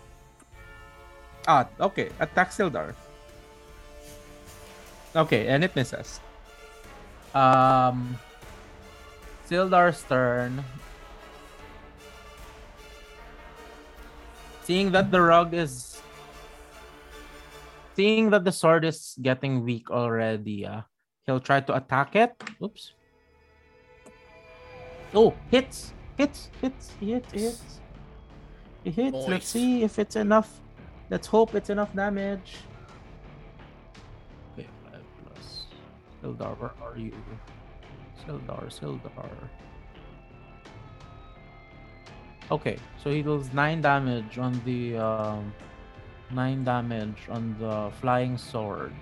S4: Ah, okay. Attack Sildar. Okay, and it misses. Um, Sildar's turn. Seeing that the rug is. Seeing that the sword is getting weak already, uh, he'll try to attack it. Oops. Oh, hits! Hits! Hits! He hits! He hits! He hits! Let's
S5: Nice.
S4: see if it's enough. Let's hope it's enough damage. Okay, five plus. Sildar, where are you? Sildar, Sildar. Okay, so he deals nine damage on the um, nine damage on the flying sword.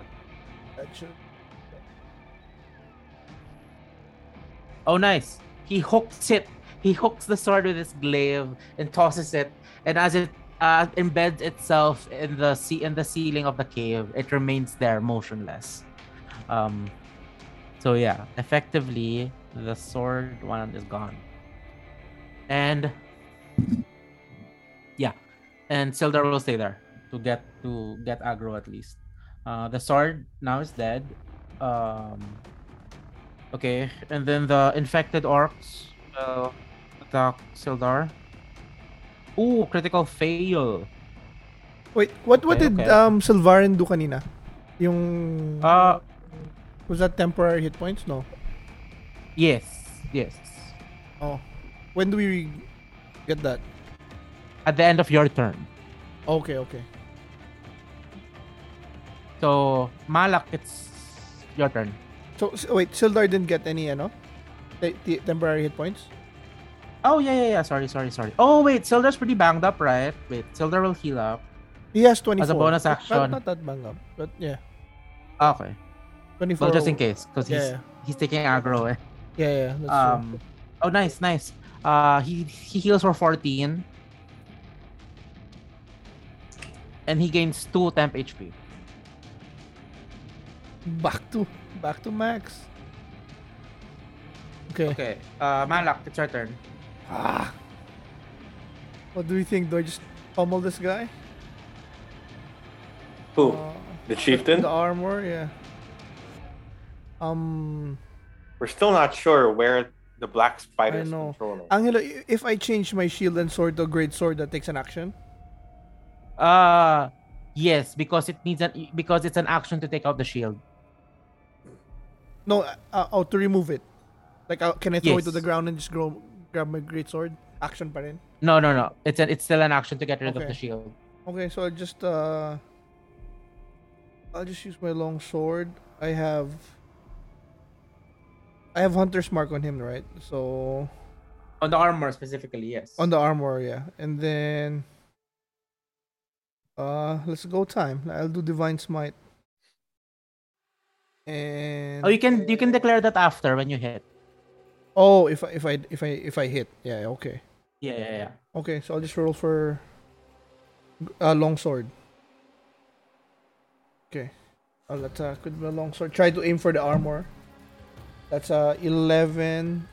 S4: Oh, nice. He hooks it. He hooks the sword with his glaive and tosses it. And as it uh, embeds itself in the sea in the ceiling of the cave, it remains there motionless. Um, so yeah, effectively the sword one is gone. And yeah, and Sildar will stay there to get to get aggro at least. Uh, the sword now is dead. Um, Okay, and then the infected orcs will attack Sildar. Ooh, critical fail.
S2: Wait, what what
S4: Okay,
S2: did
S4: okay.
S2: um Silvarin do kanina? Yung
S4: Uh,
S2: was that temporary hit points? No.
S4: yes, yes.
S2: Oh. When do we get that?
S4: At the end of your turn.
S2: Okay, okay.
S4: So, Malak, it's your turn.
S2: So s- wait, Sildar didn't get any ano? Te- te- temporary hit points?
S4: Oh, yeah, yeah, yeah. Sorry, sorry, sorry. Oh, wait, Sildar's pretty banged up, right? Wait, Sildar will heal up.
S2: He has 24.
S4: bonus
S2: Not-
S4: action.
S2: Not, that bang up. But yeah.
S4: Ah, Okay.
S2: 24.
S4: Well, just in case, because he's
S2: Yeah,
S4: he's taking aggro. Eh.
S2: yeah, yeah. yeah, that's
S4: Um. Oh, nice, nice. Uh, he he heals for fourteen, and he gains two temp HP.
S2: true. Back to, back to max. Okay.
S4: Okay. Uh, Malak, it's your turn.
S2: Ah. What do you think? Do I just pummel this guy?
S1: Who?
S2: Uh,
S1: The chieftain?
S2: The armor, yeah. Um,
S1: We're still not sure where the black spider
S2: I
S1: is
S2: know.
S1: controlling.
S2: Angelo, i- if I change my shield and sword to great sword that takes an action,
S4: Uh, yes, because it needs an because it's an action to take out the shield.
S2: no, uh, uh, oh, to remove it. Like, uh, can I throw it to
S4: Yes.
S2: the ground and just grow, grab my great sword? Action pa rin.
S4: No, no, no. It's an it's still an action to get rid of
S2: Okay.
S4: the shield.
S2: Okay, so I'll just uh I'll just use my long sword. I have I have Hunter's Mark on him, right? So
S4: On the armor specifically, yes.
S2: on the armor, yeah. And then uh let's go time. I'll do Divine Smite. And
S4: Oh, you can you can declare that after when you hit.
S2: Oh, if I if I if I if I hit. Yeah, okay.
S4: Yeah, yeah, yeah.
S2: Okay, so I'll just roll for uh, long sword. Okay, I'll attack with my long sword. Try to aim for the armor. That's uh, eleven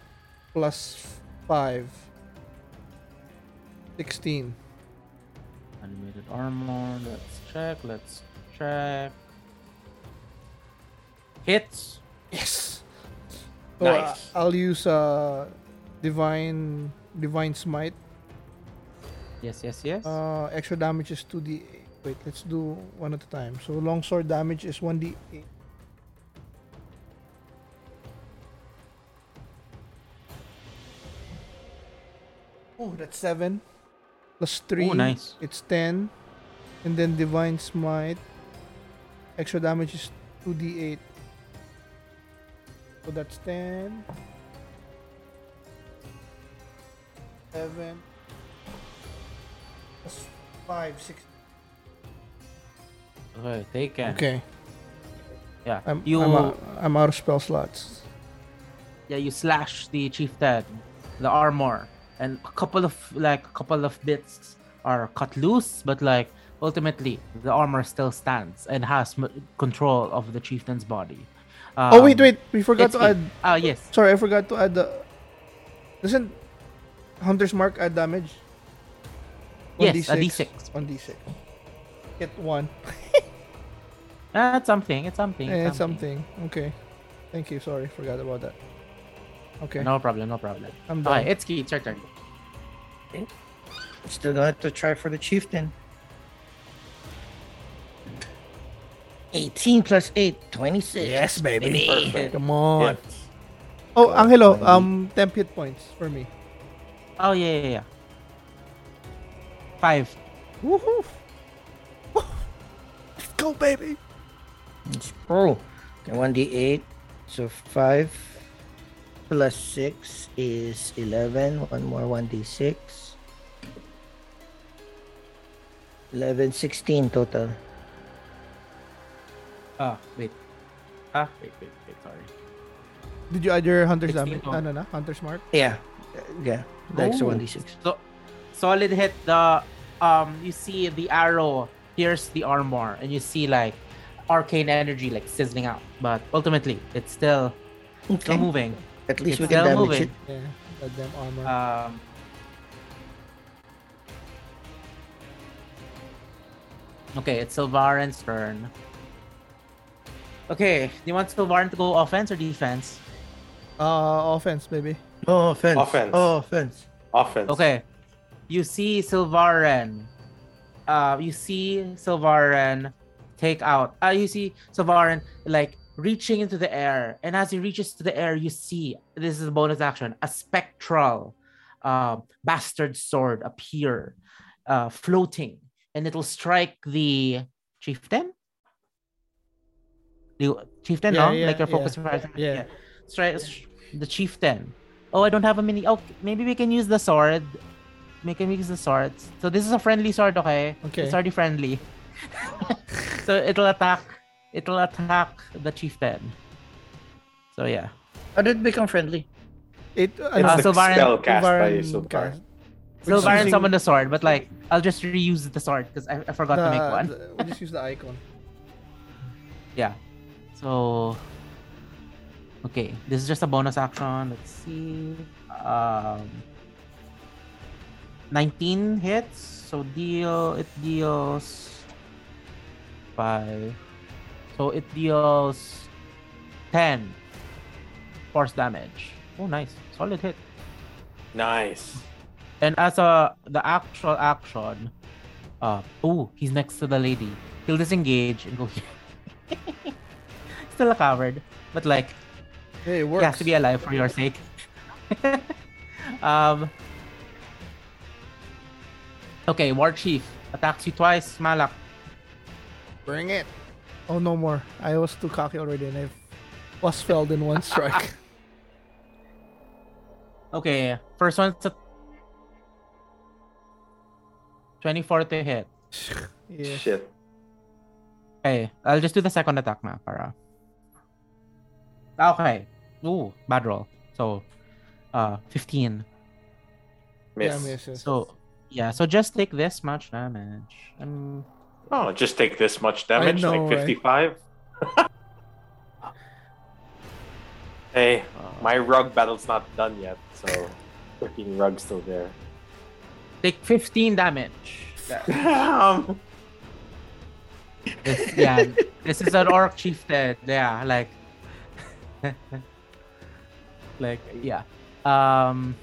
S2: plus five. 16.
S4: Animated armor. Let's check. Let's check. Hits.
S2: Yes. So, uh,
S1: Nice.
S2: I'll use uh, divine divine smite.
S4: Yes, yes, yes.
S2: Uh, extra damage is 2d8. Wait, let's do one at a time. So longsword damage is 1d8. Oh, that's 7. Plus 3.
S4: Oh, nice.
S2: It's 10. And then Divine Smite. Extra damage is 2d8. So that's 10. 7. Plus 5, 6.
S4: Okay, take it.
S2: Okay.
S4: Yeah.
S2: I'm,
S4: you
S2: I'm, out, I'm out of spell slots.
S4: yeah you slash the chieftain, the armor, and a couple of like a couple of bits are cut loose, but like ultimately the armor still stands and has m- control of the chieftain's body.
S2: oh, wait, wait. We forgot
S4: Um, It's
S2: to
S4: it.
S2: add.
S4: Ah, yes.
S2: Sorry, I forgot to add the. Doesn't Hunter's Mark add damage? On
S4: Yes, a D6.
S2: On D6. Get one.
S4: That's something. Ah, It's something.
S2: Eh, it's something. Okay. Thank you. Sorry, forgot about that. Okay.
S4: No problem. No problem.
S2: I'm done.
S4: Okay, it's key. It's your turn.
S3: Still gonna have to try for the chieftain. 18 plus 8, 26.
S2: Yes, baby.
S3: baby.
S2: Come on.
S1: Yes.
S2: Oh,
S3: God,
S2: Angelo,
S3: my
S2: um, temp hit points for me.
S4: Oh yeah, yeah, yeah. Five.
S2: Woohoo! Woo. Let's go, baby.
S3: Oh, okay, 1d8. So 5 plus 6 is 11. One more 1d6. 11, 16 total.
S4: Ah, wait. Ah, wait, wait, wait. Sorry.
S2: Did you add your Hunter's
S4: 16
S2: damage?
S4: total.
S2: Ano na? Hunter's Mark?
S3: Yeah. uh, Yeah. The extra
S4: Oh.
S3: 1d6.
S4: So solid hit the um you see the arrow pierce the armor and you see like arcane energy like sizzling out. But ultimately it's still still
S3: Okay.
S4: moving.
S3: At least we
S4: It's
S3: can
S4: still
S3: damage
S4: moving.
S3: it.
S2: Yeah. Goddamn armor.
S4: Um Okay, it's Silvaren's turn. Okay, do you want Silvaren to go offense or defense?
S2: Uh, offense, baby.
S3: Oh, offense.
S1: Offense.
S3: Oh, offense.
S1: Offense.
S4: Okay. You see Silvaren. Uh, you see Silvaren take out. Uh, you see Silvaren like reaching into the air. And as he reaches to the air, you see this is a bonus action a spectral uh, bastard sword appear uh, floating. And it'll strike the chieftain. The chieftain,
S2: Yeah,
S4: no?
S2: yeah,
S4: like you're
S2: yeah,
S4: focusing right?
S2: yeah.
S4: Strike the chieftain. Oh, I don't have a mini. Oh, maybe we can use the sword Make and mix the swords. So this is a friendly sword, okay?
S2: Okay.
S4: It's already friendly. so it'll attack. It'll attack the chieftain. So yeah.
S3: How did it become friendly?
S2: It
S1: It's
S2: uh, ano,
S4: Ah, so
S1: the
S4: Varyan-
S1: spell cast by
S2: Varyan
S1: Silvarin.
S2: cast.
S4: So
S2: Which
S4: Baron
S2: using
S4: summoned a sword, but like I'll just reuse the sword because I, I forgot to make
S2: the-
S4: one.
S2: the- we just use the icon.
S4: Yeah. So okay, this is just a bonus action. Let's see. Um 19 hits. So deal it deals 5. So it deals 10 force damage. Oh nice. Solid hit.
S1: Nice.
S4: And as a the actual action, uh oh, he's next to the lady. He'll disengage and go here. Still a coward, but like
S2: Hey, it
S4: he
S2: works.
S4: has to be alive for your sake. um. Okay, War Chief attacks you twice, Malak.
S2: Bring it. Oh, no more. I was too cocky already and I was felled in one strike.
S4: Okay, first one's a 24 to hit.
S2: yeah.
S1: Shit.
S4: Okay, I'll just do the second attack na para. Ah, Okay. Ooh, bad roll. So, uh, 15.
S1: Miss.
S2: Yeah, misses.
S4: So, yeah, so just take this much damage. Um,
S1: Oh, just take this much damage,
S2: know,
S1: like 55.
S2: right?
S1: hey, my rug battle's not done yet, so freaking rug's still there.
S4: take 15 damage.
S1: Damn.
S4: This, yeah, this is an orc chieftain. Yeah, like, like yeah. Um.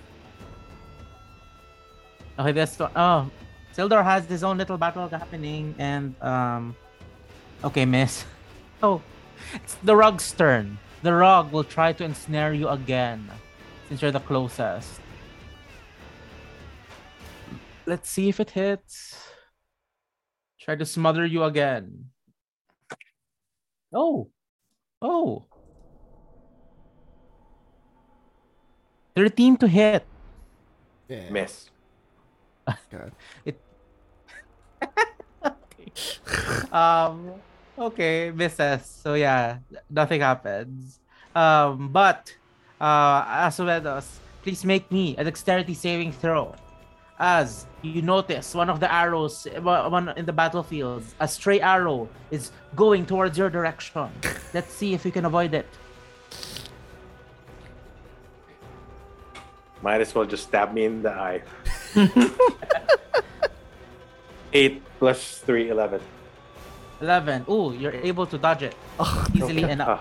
S4: Okay, this one. Oh, Sildor has his own little battle happening, and um. Okay, miss. Oh, it's the rug's turn. The rug will try to ensnare you again, since you're the closest. Let's see if it hits. Try to smother you again. Oh. Oh. 13 to hit.
S2: Yeah.
S1: Miss.
S2: God.
S4: Um okay, misses. So yeah, nothing happens. Um but uh Asuedos, please make me a dexterity saving throw. As you notice, one of the arrows, one in the battlefield, a stray arrow is going towards your direction. Let's see if you can avoid it.
S1: Might as well just stab me in the eye. 8 plus 3, 11.
S4: 11. Ooh, you're able to dodge it
S2: Oh,
S4: easily enough.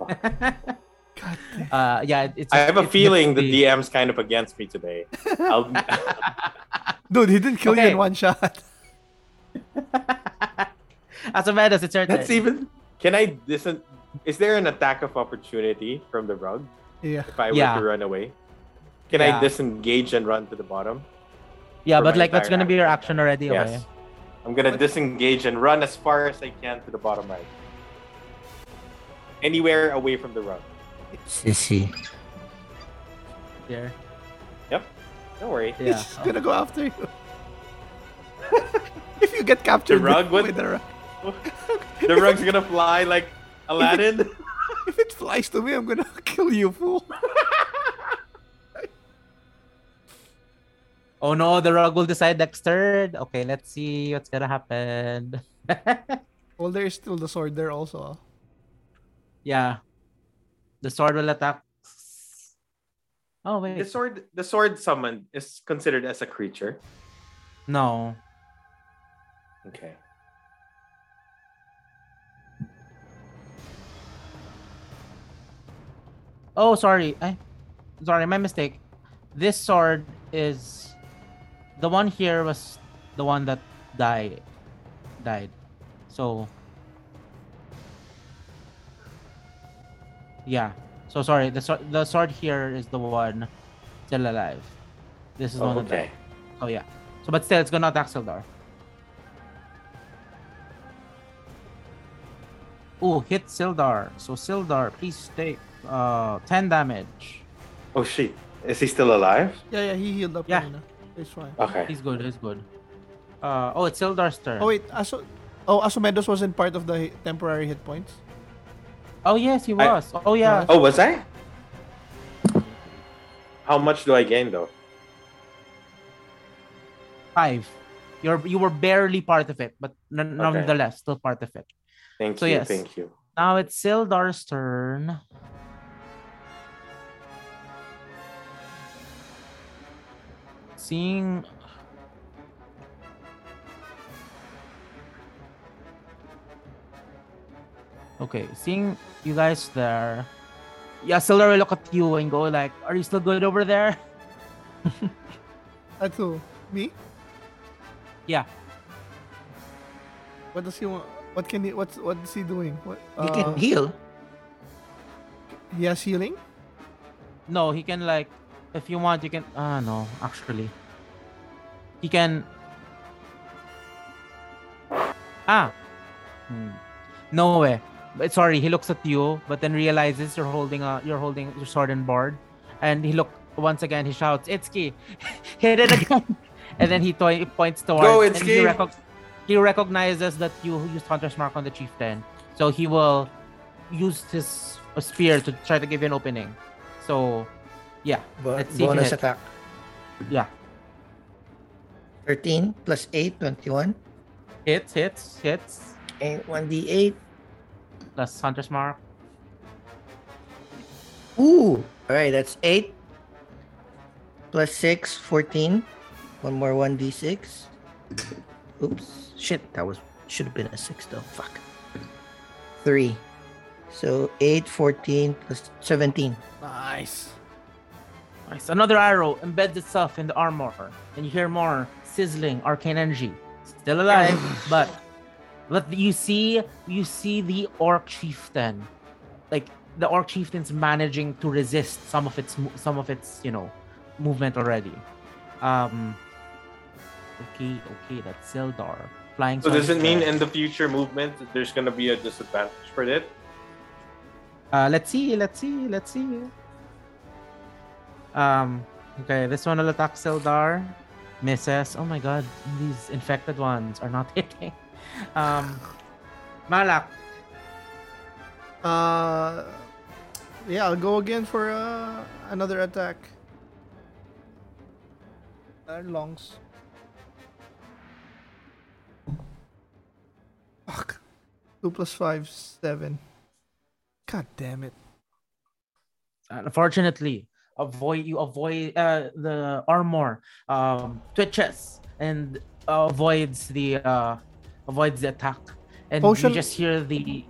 S1: Ah,
S2: God.
S4: Uh, yeah, it's.
S1: I have a
S4: it's
S1: feeling the
S4: definitely-
S1: DM's kind of against me today. I'll,
S2: Dude, he didn't kill you
S4: Okay.
S2: in one shot.
S4: As a menace, it's your turn.
S1: that's even. Can I? Isn't, is there an attack of opportunity from the rug?
S2: Yeah.
S1: if I
S4: Yeah.
S1: were to run away? Can
S4: Yeah.
S1: I disengage and run to the bottom?
S4: Yeah,
S1: for
S4: but
S1: my
S4: like that's
S1: entire
S4: gonna be your
S1: action.
S4: action already.
S1: Yes. I'm gonna disengage and run as far as I can to the bottom right. Anywhere away from the rug.
S3: Sissy.
S4: Okay. There.
S1: Don't worry.
S4: Yeah.
S2: He's just gonna go after you. if you get captured
S1: The rug would-
S2: with the rug.
S1: The rug's gonna fly like Aladdin.
S2: If it flies to me, I'm gonna kill you, fool.
S4: Oh no, the rug will decide next turn. Okay, let's see what's gonna happen.
S2: Well, there's still the sword there also. ah.
S4: yeah. The sword will attack. Oh wait.
S1: the sword the sword summoned is considered as a creature.
S4: No.
S1: Okay.
S4: Oh sorry. I sorry, my mistake. This sword is the one here was the one that died died. So Yeah. So sorry, the sword the sword here is the one still alive. This is the
S1: Oh,
S4: one that
S1: okay.
S4: died. Oh yeah. So but still it's gonna attack Sildar. Ooh, hit Sildar. So Sildar, please take uh ten damage.
S1: Oh shit. Is he still alive?
S2: Yeah, yeah, he healed up.
S4: Yeah.
S2: kanina. It's fine.
S1: Okay.
S4: He's good. He's good. Uh, oh, it's Sildar's turn.
S2: Oh wait, Aso. Oh, Asomedos wasn't part of the temporary hit points.
S4: Oh, yes, he
S1: I-
S4: was. oh yeah.
S1: Oh, was I? How much do I gain though?
S4: Five. You're you were barely part of it, but n- nonetheless still part of it.
S1: Thank
S4: So,
S1: you.
S4: yes.
S1: Thank you.
S4: Now it's Sildar's turn. Seeing. Okay, seeing you guys there. Yeah, Sildar will look at you and go like, "Are you still good over there?"
S2: That's Uh, who? Me?
S4: Yeah.
S2: What does he want? What can he? What's what's he doing? What?
S3: He
S2: uh,
S3: can heal.
S2: he has healing.
S4: No, he can like, if you want, you can. Ah, no, actually, he can. Ah, Hmm. no way. But sorry, he looks at you, but then realizes you're holding a you're holding your sword and board, and he look once again. He shouts, "Itsuki, hit it again!" and then he toy points towards.
S1: Go,
S4: and he,
S1: Itsuki!
S4: recog- he recognizes that you used Hunter's Mark on the chieftain, so he will use his spear to try to give you an opening. So, yeah,
S3: Bo-
S4: Let's see if you
S3: bonus
S4: hit.
S3: attack.
S4: Yeah.
S3: 13 plus 8, 21.
S4: hits, hits, hits.
S3: And 1d8.
S4: Plus Hunter's Mark.
S3: Ooh. All right, that's 8. Plus 6, 14. One more 1d6. Oops. Shit, that was should have been a 6 though. Fuck. 3. So 8, 14 plus 17.
S2: Nice.
S4: Nice. Another arrow embeds itself in the armor, and you hear more sizzling arcane energy. Still alive, but but you see you see the orc chieftain, like the orc chieftain's managing to resist some of its mo- some of its you know movement already. Um. Okay, okay, that's Sildar flying.
S1: So
S4: sword
S1: does it
S4: is
S1: mean
S4: there.
S1: in the future movement there's gonna be a disadvantage for it?
S4: Uh, let's see, let's see, let's see. Um, okay, this one will attack Sildar. Misses. Oh my god, these infected ones are not hitting. Um, Malak,
S2: Uh, yeah, I'll go again for uh, another attack. Uh, longs. Fuck. Two plus five, seven. God damn it.
S4: unfortunately, avoid you avoid uh, the armor um, twitches and avoids the uh, avoids the attack, and
S2: Potion-
S4: you just hear the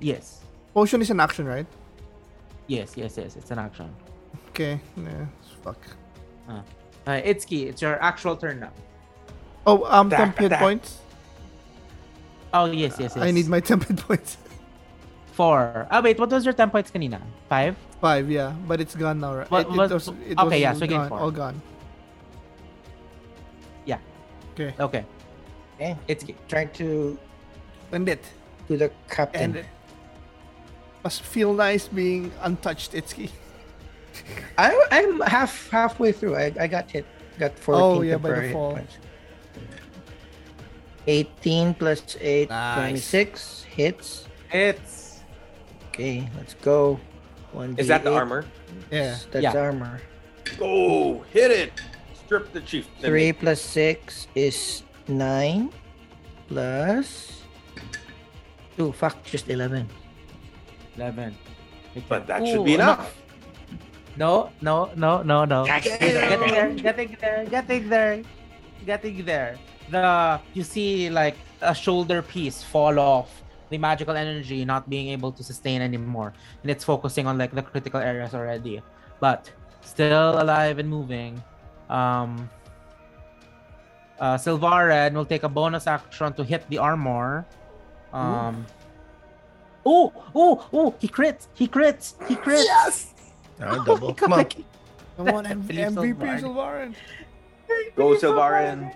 S4: yes,
S2: Potion is an action, right?
S4: yes, yes, yes. It's an action.
S2: Okay. Yeah, fuck.
S4: Uh, Itsuki, it's your actual turn now.
S2: Oh, um, temp hit points.
S4: Oh yes, yes, yes.
S2: I need my temp hit points.
S4: four. Ah wait, what was your temp points kanina? Five.
S2: Five, yeah, but it's gone now, right?
S4: What was-
S2: it
S4: okay, yeah, so again
S2: gone,
S4: four.
S2: all gone.
S4: Yeah.
S2: Okay.
S4: Okay,
S1: Eh,
S3: Okay.
S4: it's g-
S3: Trying to
S2: End it.
S3: do the captain.
S2: End it. Must feel nice being untouched, Itsuki.
S3: I, I'm half halfway through. I, I got hit. Got 14
S2: Oh, yeah, by the
S3: temporary hit
S2: fall.
S3: points. 18 plus 8,
S2: Nice.
S3: 26 hits.
S4: it's
S3: Okay, let's go. One
S1: Is that the
S3: D8.
S1: armor?
S2: Yeah.
S3: That's
S4: Yeah.
S3: armor.
S1: Go hit it. Strip the chief.
S3: Three plus six is nine. Plus two. Fuck, just eleven.
S4: eleven.
S1: But that
S4: Ooh,
S1: should be enough.
S4: No, no, no, no, no.
S1: Damn.
S4: Getting there, getting there, getting there, getting there. The you see like a shoulder piece fall off. The magical energy not being able to sustain anymore, and it's focusing on like the critical areas already. But still alive and moving. Um, uh, Silvaren will take a bonus action to hit the armor. Um, oh, oh, oh! He crits! He crits! He crits! Yes!
S3: Now double. Come on.
S2: Come on, M-
S4: Leave
S2: MVP
S4: Sylvarin.
S2: Sylvarin.
S1: Go Silvarin.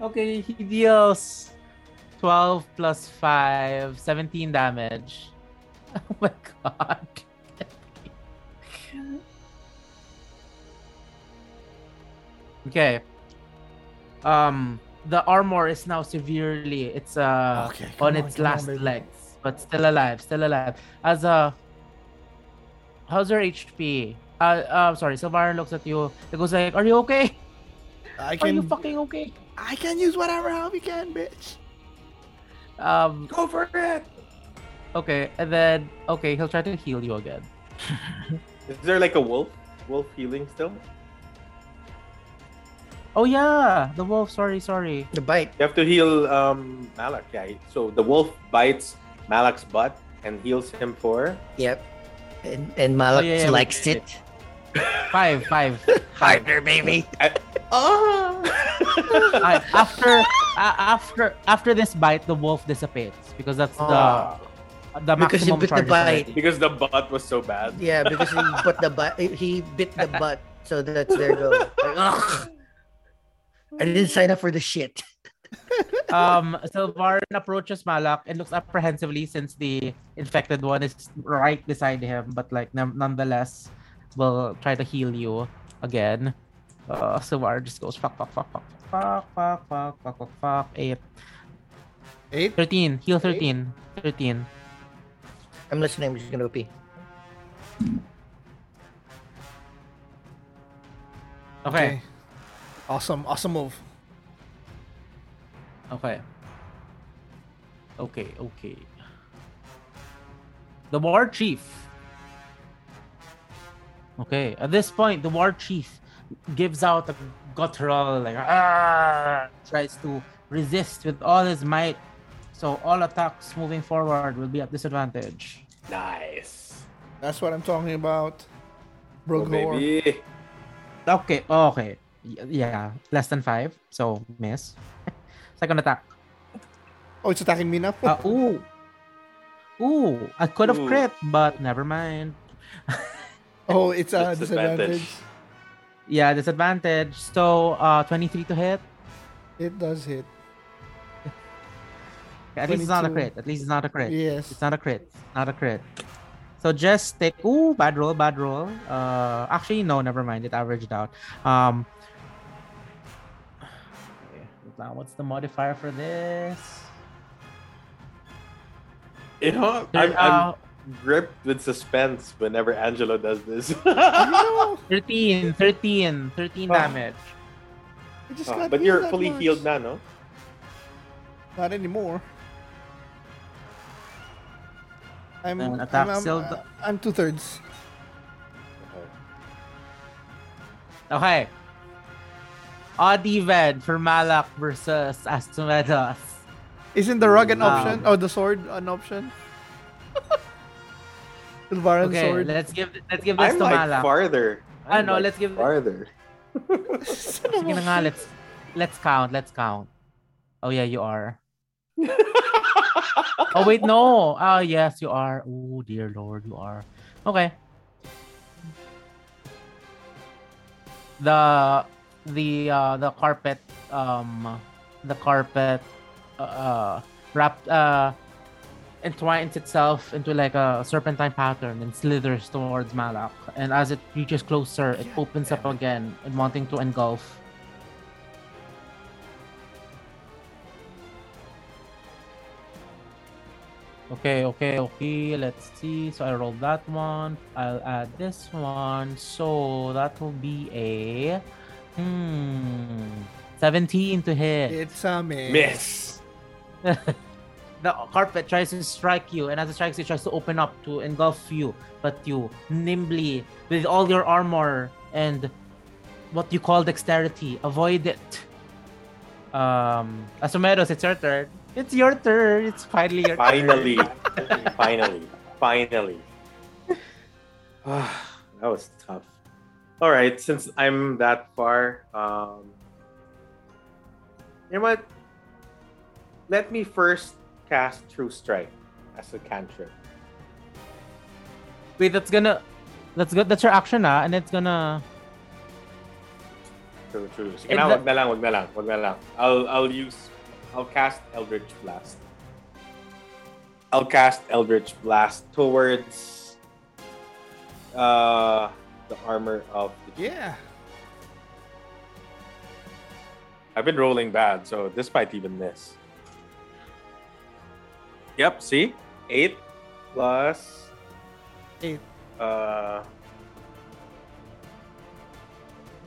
S4: Okay, he deals 12 plus 5, 17 damage. Oh my god. Okay. Um, the armor is now severely it's uh
S2: okay.
S4: on
S2: come
S4: its
S2: come
S4: last
S2: baby.
S4: legs, but still alive, still alive. As a how's your HP? Uh, uh, sorry, Sylvain looks at you. He goes like, "Are you okay?
S2: I
S4: Are you
S2: can.
S4: fucking okay?"
S2: I can use whatever help you can, bitch.
S4: Um,
S1: Go for it.
S4: okay, and then okay, he'll try to heal you again.
S1: Is there like a wolf? Wolf healing still?
S4: Oh yeah, the wolf. Sorry, sorry.
S3: The bite.
S1: You have to heal um Malak. Yeah. So the wolf bites Malak's butt and heals him for.
S3: Yep. And, and Malak
S4: yeah, yeah, we
S3: likes
S4: did
S3: it.
S4: it. Five, five.
S3: Harder, baby. Oh.
S1: Ah.
S4: I, after a after after this bite, the wolf dissipates because that's the
S1: Ah.
S4: the
S3: Because he
S4: maximum
S3: bit the
S4: charges
S3: bite.
S4: already.
S1: because the butt was so bad.
S3: Yeah, because he put the butt. He bit the butt, so that's their goal. Like, Ugh. I didn't sign up for the shit.
S4: Um, Sylvarin approaches Malak and looks apprehensively since the infected one is right beside him, but like n- nonetheless, will try to heal you again. Uh, Sylvarin just goes fuck, fuck, fuck, fuck, fuck, fuck, fuck, fuck, fuck, fuck, eight.
S2: Eight.
S4: 13, heal 13, 13.
S3: I'm listening. I'm just gonna go pee.
S4: Okay,
S2: Awesome. Awesome move.
S4: okay. Okay, okay. The war chief. Okay, at this point, the war chief gives out a guttural, like, ah, tries to resist with all his might. So all attacks moving forward will be at disadvantage.
S1: Nice.
S2: That's what I'm talking about.
S1: Oh,
S2: Bro, gore.
S1: baby.
S4: Okay, okay. Y- Yeah, less than five, so miss. Second attack.
S2: oh, it's attacking me now.
S4: Uh, ooh. Ooh, I could have
S1: Ooh.
S4: crit, but never mind.
S2: oh, it's a
S1: That's advantage.
S2: disadvantage.
S4: Yeah, disadvantage. So, uh, 23 to hit.
S2: It does hit.
S4: At least it's not a
S2: 22.
S4: crit. At least it's not a crit.
S2: Yes.
S4: It's not a crit. It's not a crit. So just take. Ooh, bad roll, bad roll. Uh, actually, no, never mind. It averaged out. Um, okay, hold on, what's the modifier for this?
S1: You know, I'm, I'm
S4: Uh,
S1: gripped with suspense whenever Angelo does this.
S2: You know,
S4: 13, 13, 13
S1: Oh.
S4: damage.
S2: I just
S1: Oh,
S2: got
S1: but
S2: hit
S1: you're
S2: that
S1: fully
S2: much.
S1: healed now, no?
S2: Not anymore. I'm,
S4: Then
S2: I'm,
S4: attack
S2: I'm,
S4: still
S2: uh, I'm two thirds.
S4: Okay. Odd event for Malak versus Astomedos.
S2: Isn't the rug an
S4: Wow.
S2: option? Or the sword an option? Silvaran
S4: Okay,
S2: sword.
S4: let's give let's give this
S1: I'm
S4: to
S1: like
S4: Malak.
S1: farther.
S4: Ah,
S1: I'm
S4: no,
S1: like
S4: let's give-
S1: farther.
S2: Son of
S4: Sige na
S2: a-
S4: nga, let's, let's count, let's count. Oh yeah, you are. Oh wait, no. Oh yes, you are. Oh dear lord, you are. Okay. The the uh the carpet um the carpet uh wrapped uh entwines itself into like a serpentine pattern and slithers towards Malak. And as it reaches closer, it opens up again and wanting to engulf. Okay, okay, okay. Let's see. So I rolled that one. I'll add this one. So that will be a hmm 17 to hit.
S2: It's a miss.
S1: Miss.
S4: The carpet tries to strike you, and as it strikes you, it tries to open up to engulf you. But you nimbly, with all your armor and what you call dexterity, avoid it. Um, Asumeros, it's your turn. It's your turn. It's finally your turn.
S1: Finally. Finally. Finally. Ah, that was tough. All right, since I'm that far, um, you know what? Let me first cast True Strike as a cantrip.
S4: Wait, that's gonna. That's good. That's your action, ah, and it's gonna.
S1: True, true. Sige
S4: And
S1: na,
S4: the-
S1: wag na lang, wag na lang, wag na lang. I'll, I'll use, I'll cast Eldritch Blast. I'll cast Eldritch Blast towards uh, the armor of the
S2: Yeah.
S1: I've been rolling bad, so this might even miss. Yep, see? Eight plus
S2: Eight.
S1: uh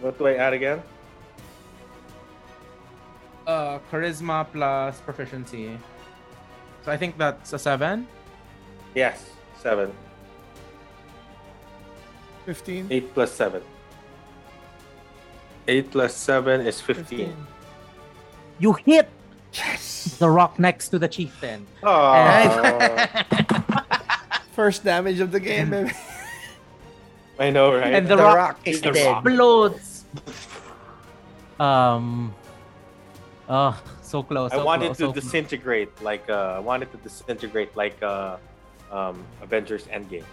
S1: what do I add again?
S4: Uh, charisma plus proficiency. So I think that's a seven.
S1: Yes, seven.
S2: 15.
S1: Eight plus seven. Eight plus seven is
S2: 15.
S1: fifteen.
S4: You hit the rock next to the chieftain.
S1: Oh,
S2: First damage of the game, baby.
S1: I know, right?
S4: And
S3: The,
S4: The
S3: rock,
S4: rock
S3: is
S1: the
S3: dead.
S1: rock.
S4: explodes. Um. Oh, so close.
S1: I
S4: so
S1: wanted
S4: close,
S1: to
S4: so close.
S1: disintegrate like uh, I wanted to disintegrate like uh, um, Avengers Endgame.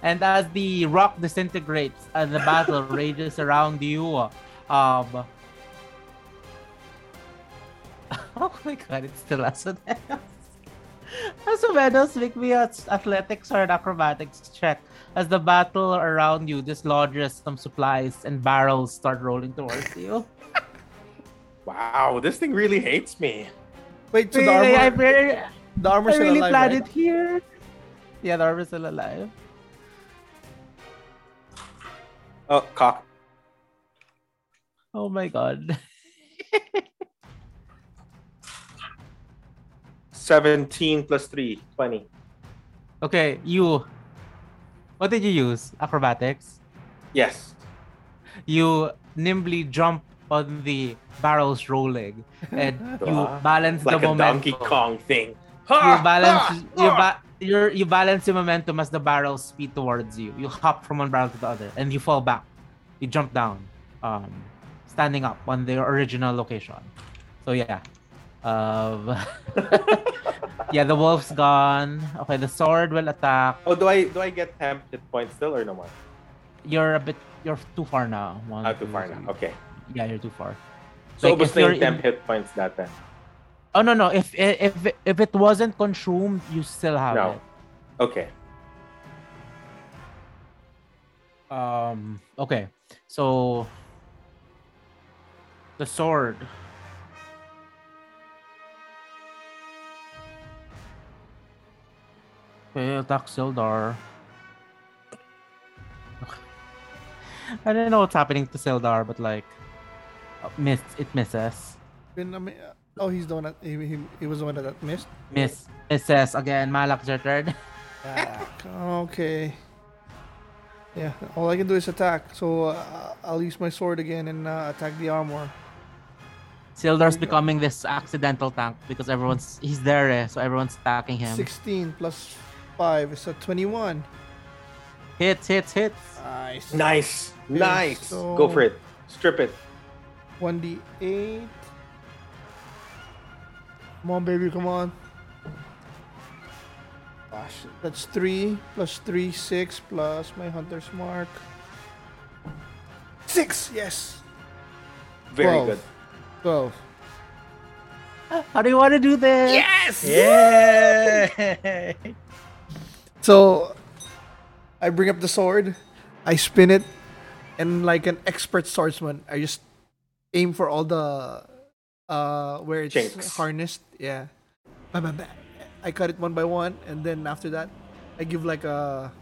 S4: And as the rock disintegrates and the battle rages around you, um. Oh my god, it's still Asomenos. Asomenos, make me an athletics or an acrobatics check as the battle around you dislodges some supplies and barrels start rolling towards you.
S1: Wow, this thing really hates me.
S2: Wait, so the
S4: Really, I
S2: armor,
S4: very-
S2: the armor's
S4: I
S2: still
S4: really
S2: alive,
S4: planned
S2: right?
S4: it here. Yeah, the armor's still alive.
S1: Oh, cock.
S4: Oh my god.
S1: Seventeen plus three, 20.
S4: Okay, you. What did you use? Acrobatics.
S1: Yes.
S4: You nimbly jump on the barrels rolling, and you
S1: Ah,
S4: balance
S1: Like
S4: the
S1: a Donkey
S4: momentum.
S1: Kong thing.
S4: You
S1: Ha!
S4: balance.
S1: Ha!
S4: You
S1: Ha!
S4: ba- you're, you balance the momentum as the barrels speed towards you. You hop from one barrel to the other, and you fall back. You jump down, um, standing up on the original location. So yeah, um, yeah. The wolf's gone. Okay, the sword will attack.
S1: Oh, do I do I get temp hit points still or no more?
S4: You're a bit. You're too far now. One,
S1: Not Ah, too
S4: two,
S1: far
S4: three.
S1: now. Okay.
S4: Yeah, you're too far.
S1: So like,
S4: Mm-hmm. Like, if you're
S1: obviously
S4: in-
S1: temp hit points that time.
S4: Oh no no. If if if it wasn't consumed, you still have
S1: No.
S4: it.
S1: Okay.
S4: Um. Okay. So the sword. Okay, attack Sildar. I don't know what's happening to Sildar, but like, uh, miss it misses.
S2: Been a mi- Oh, he's the one that he, he, he was the one that missed.
S4: Miss misses again. Malak's your turn.
S2: Attack. okay. Yeah, all I can do is attack. So uh, I'll use my sword again and uh, attack the armor.
S4: Sildar's
S2: There you go.
S4: becoming this accidental tank because everyone's he's there, eh, so everyone's attacking him.
S2: 16 plus 5 is a 21.
S4: Hits, hits, hits.
S2: Nice.
S1: Nice.
S2: Okay,
S1: Nice.
S2: so-
S1: Go for it. Strip it.
S2: 1d8. Come on, baby, come on. Gosh, that's 3 plus 3, 6 plus my hunter's mark. 6, yes.
S1: Very
S2: 12.
S1: good.
S2: 12.
S4: How do you want to do this?
S3: Yes! Yeah!
S2: So I bring up the sword, I spin it, and like an expert swordsman, I just aim for all the uh where it's
S1: Chinks.
S2: harnessed. Yeah. Ba, ba, ba. I cut it one by one and then after that I give like a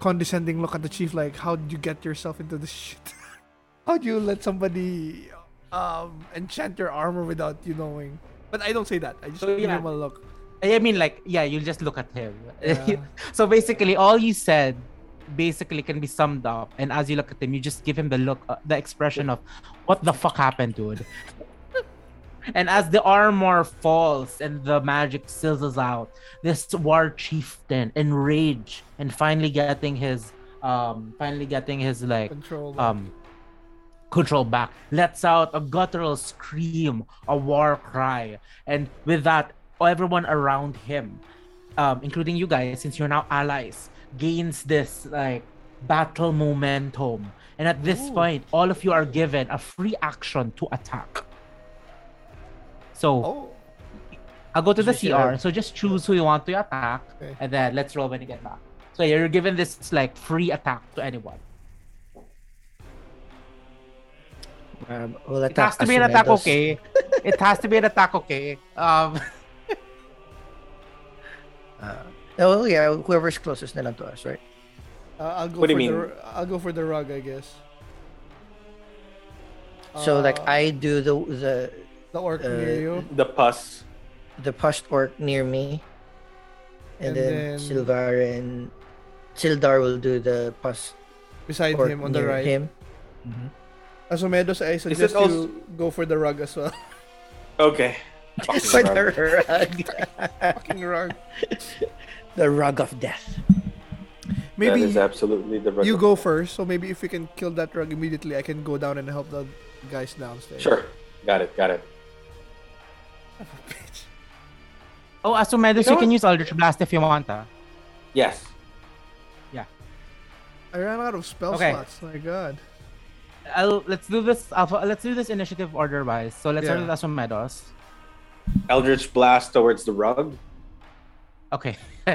S2: condescending look at the chief like how did you get yourself into this shit? How'd you let somebody um enchant your armor without you knowing? But I don't say that. I just
S4: So,
S2: give
S4: yeah.
S2: him a look.
S4: I mean, like, yeah, you'll just look at him.
S2: Yeah.
S4: so basically, all you said basically can be summed up, and as you look at him, you just give him the look, uh, the expression of, "What the fuck happened, dude?" and as the armor falls and the magic sizzles out, this war chieftain, enraged and finally getting his, um, finally getting his like
S2: Control.
S4: um control back lets out a guttural scream a war cry and with that everyone around him um including you guys since you're now allies gains this like battle momentum and at this point all of you are given a free action to attack so
S2: oh.
S4: I'll go to the
S2: Just use your
S4: CR. So just choose who you want to attack,
S2: Okay.
S4: and then let's roll when you get back. So you're given this like free attack to anyone.
S3: Um, we'll
S4: It has
S3: attack
S4: to be an attack,
S3: Archimedes.
S4: okay? It has to be an attack, okay? Um,
S3: Uh, oh yeah, whoever's closest na lang to us, right?
S2: Uh, I'll go
S1: What do
S2: for
S1: you
S2: the
S1: mean?
S2: ru- I'll go for the rug, I guess.
S3: so like
S2: Uh,
S3: I do the the
S2: the orc
S3: uh,
S2: near you.
S1: The pus.
S3: the pushed orc near me,
S2: And
S3: and, then,
S2: then-
S3: Silvar and Sildar will do the pushed
S2: beside
S3: orc
S2: him on the
S3: near
S2: right.
S3: him.
S2: Asomedos, I suggest
S1: also-
S2: you go for the rug as well.
S1: Okay.
S3: For
S1: Fucking
S3: the
S1: rug.
S3: rug,
S2: Fucking rug.
S3: the rug of death.
S1: That
S2: Maybe
S1: is absolutely the rug.
S2: you go first, so maybe if you can kill that rug immediately, I can go down and help the guys downstairs.
S1: Sure. Got it. Got it.
S2: Bitch.
S4: oh, Asumedus,
S1: You know
S4: you can
S1: what?
S4: use Eldritch Blast if you want, ah.
S1: Yes.
S2: I ran out of spell
S4: Okay.
S2: slots. My god.
S4: I'll, let's do this alpha, let's do this initiative order wise. So let's
S2: Yeah.
S4: start with Asumedus.
S1: Eldritch blast towards the rug.
S4: Okay.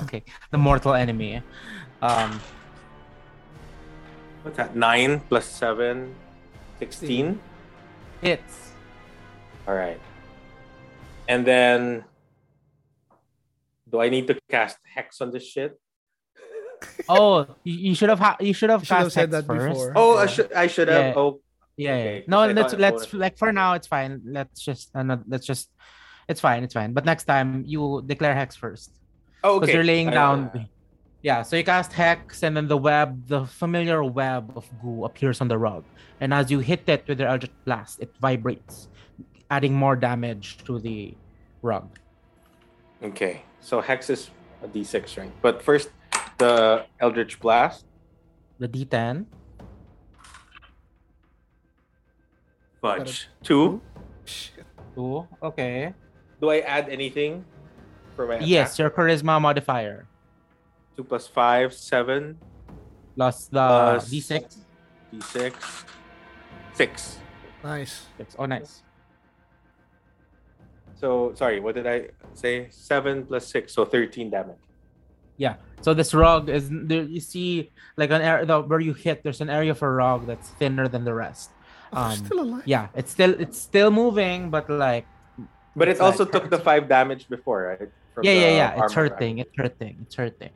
S4: okay. The mortal enemy. Um
S1: What's that? Nine plus seven. Sixteen.
S4: hits.
S1: All right. And then, do I need to cast hex on this shit?
S4: Oh, you, you should have ha- you should have
S2: You should have
S4: cast
S2: said that
S4: Hex first.
S2: before.
S1: Oh, I
S2: Yeah.
S1: should. I should have.
S4: Yeah.
S1: Oh,
S4: Yeah. yeah.
S1: Okay, because
S4: No,
S1: I
S4: let's
S1: thought it
S4: let's
S1: was-
S4: like for now it's fine. Let's just uh, no, let's just it's fine, it's fine. But next time you declare hex first.
S1: oh
S4: Because
S1: okay.
S4: you're laying
S1: I-
S4: down uh, Yeah, so you cast hex and then the web, the familiar web of goo appears on the rug. And as you hit it with your eldritch blast, it vibrates, adding more damage to the rug.
S1: Okay, so hex is a d6 right? But first, the Eldritch Blast.
S4: The D10.
S1: Fudge. Two.
S2: Shit.
S4: Two. Okay.
S1: Do I add anything for my attack?
S4: Yes, your charisma modifier
S1: Two plus five, seven,
S4: plus the
S1: Plus-
S4: d6.
S1: d6, six.
S2: Nice.
S4: Six. Oh, nice.
S1: So sorry, what did I say? Seven plus six, so thirteen damage.
S4: So this rug is there. You see, like an area the, where you hit. There's an area for rug that's thinner than the rest.
S2: I'm
S4: Um,
S2: Oh, still alive.
S4: Yeah, it's still it's still moving, but like.
S1: But it
S4: it's
S1: also
S4: like-
S1: took the five damage before, right? From
S4: yeah,
S1: the
S4: yeah, yeah. It's
S1: armor
S4: hurting. It's hurting. It's hurting.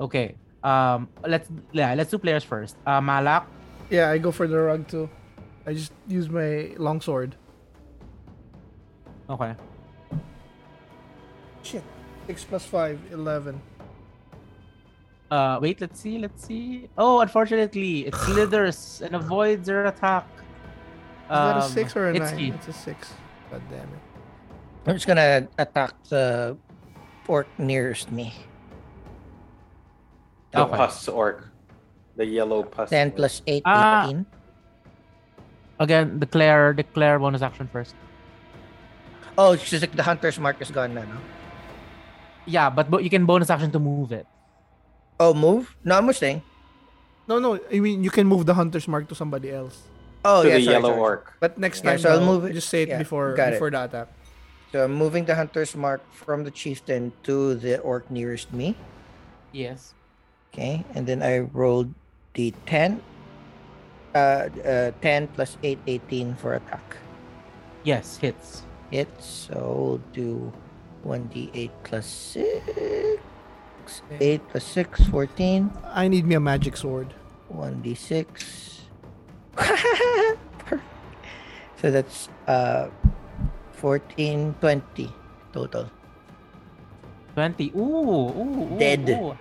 S4: Okay. Um. Let's yeah. Let's do players first. Uh, Malak.
S2: Yeah, I go for the rug too. I just use my longsword.
S4: Okay.
S2: Shit. 6 plus 5, 11.
S4: Uh, wait, let's see, let's see. Oh, unfortunately, it slithers and avoids your attack.
S2: Is that a
S4: Um,
S2: 6 or a
S4: it's
S2: 9?
S4: key.
S2: It's a 6. God damn it.
S3: I'm just gonna attack the orc nearest me.
S1: The
S4: Okay.
S1: pus orc. The yellow pus.
S3: Ten
S1: orc.
S3: plus eight,
S4: Ah.
S3: eighteen.
S4: Again, declare, declare bonus action first.
S3: Oh, it's just like the hunter's mark is gone now. No?
S4: Yeah, but, but you can bonus action to move it.
S3: Oh, move? No, I'm just saying.
S2: No, no. I mean, you can move the hunter's mark to somebody else.
S3: Oh,
S1: to
S3: yeah,
S1: the
S3: sorry,
S1: yellow
S3: sorry, sorry.
S1: orc.
S2: But next
S3: Yeah,
S2: time,
S3: so I'll
S2: though,
S3: move it-
S2: just say it
S3: yeah,
S2: before
S3: got it.
S2: before uh, the attack.
S3: So I'm moving the hunter's mark from the chieftain to the orc nearest me.
S4: Yes.
S3: Okay, and then I rolled the 10. Uh, uh, 10 plus 8, 18 for attack.
S4: Yes, hits.
S3: It so we'll do 1d8 plus 6. 8 plus 6, 14.
S2: I need me a magic sword.
S3: 1d6. Perfect. so that's uh, 14, 20 total.
S4: 20. Ooh, ooh, ooh,
S3: Dead.
S4: ooh.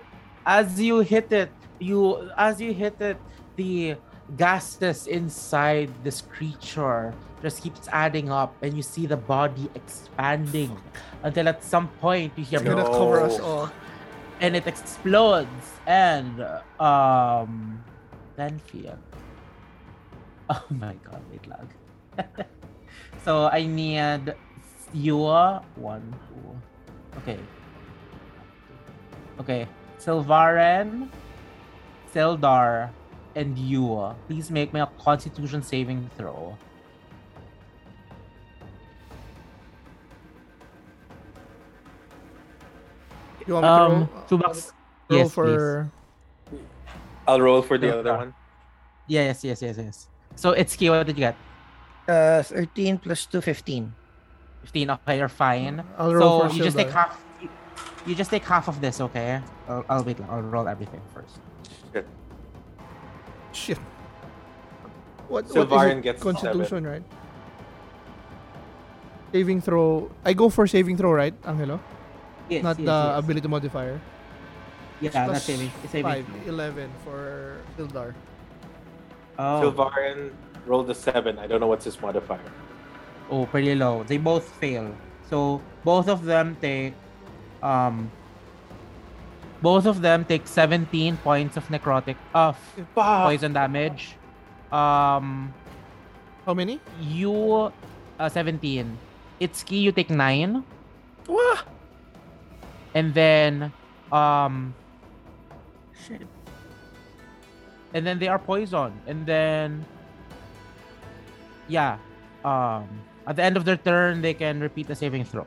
S4: As you hit it, you as you hit it, the gases inside this creature just keeps adding up and you see the body expanding until at some point you hear
S2: It's gonna cover us
S1: No.
S2: all.
S4: and it explodes and um then fear oh my god wait lag so i need you are one two okay okay silvaren sildar and you please make me a constitution saving throw
S2: You want me
S4: um
S2: to
S4: two
S2: roll,
S4: bucks
S2: roll
S4: yes please.
S2: for
S1: I'll roll for the
S4: Yeah.
S1: other one.
S4: Yes, yes, yes, yes. So it's key. What did you get?
S3: Uh, 13 plus 2, 15.
S4: 15 okay you're fine
S2: I'll roll
S4: so
S2: for
S4: you just
S2: silver.
S4: take half you, you just take half of this okay I'll, I'll wait lang. I'll roll everything first
S1: Shit.
S2: Shit. What, what is
S1: Silvarian
S2: it?
S1: gets
S2: Constitution, right? Saving throw. I go for saving throw, right, Angelo?
S4: yes,
S2: Not the ability modifier.
S4: yeah
S2: Plus
S4: that's saving, saving.
S2: five,
S4: throw.
S2: 11 for Ildar.
S4: oh.
S1: Silvarian rolled a seven. I don't know what's his modifier.
S4: Oh, pretty low. They both fail. So both of them take um both of them take 17 points of necrotic of poison damage. Um
S2: How many?
S4: you uh, 17. Itsuki you take 9
S1: Wah!
S4: and then um shit. And then they are poisoned and then yeah, um at the end of their turn they can repeat the saving throw.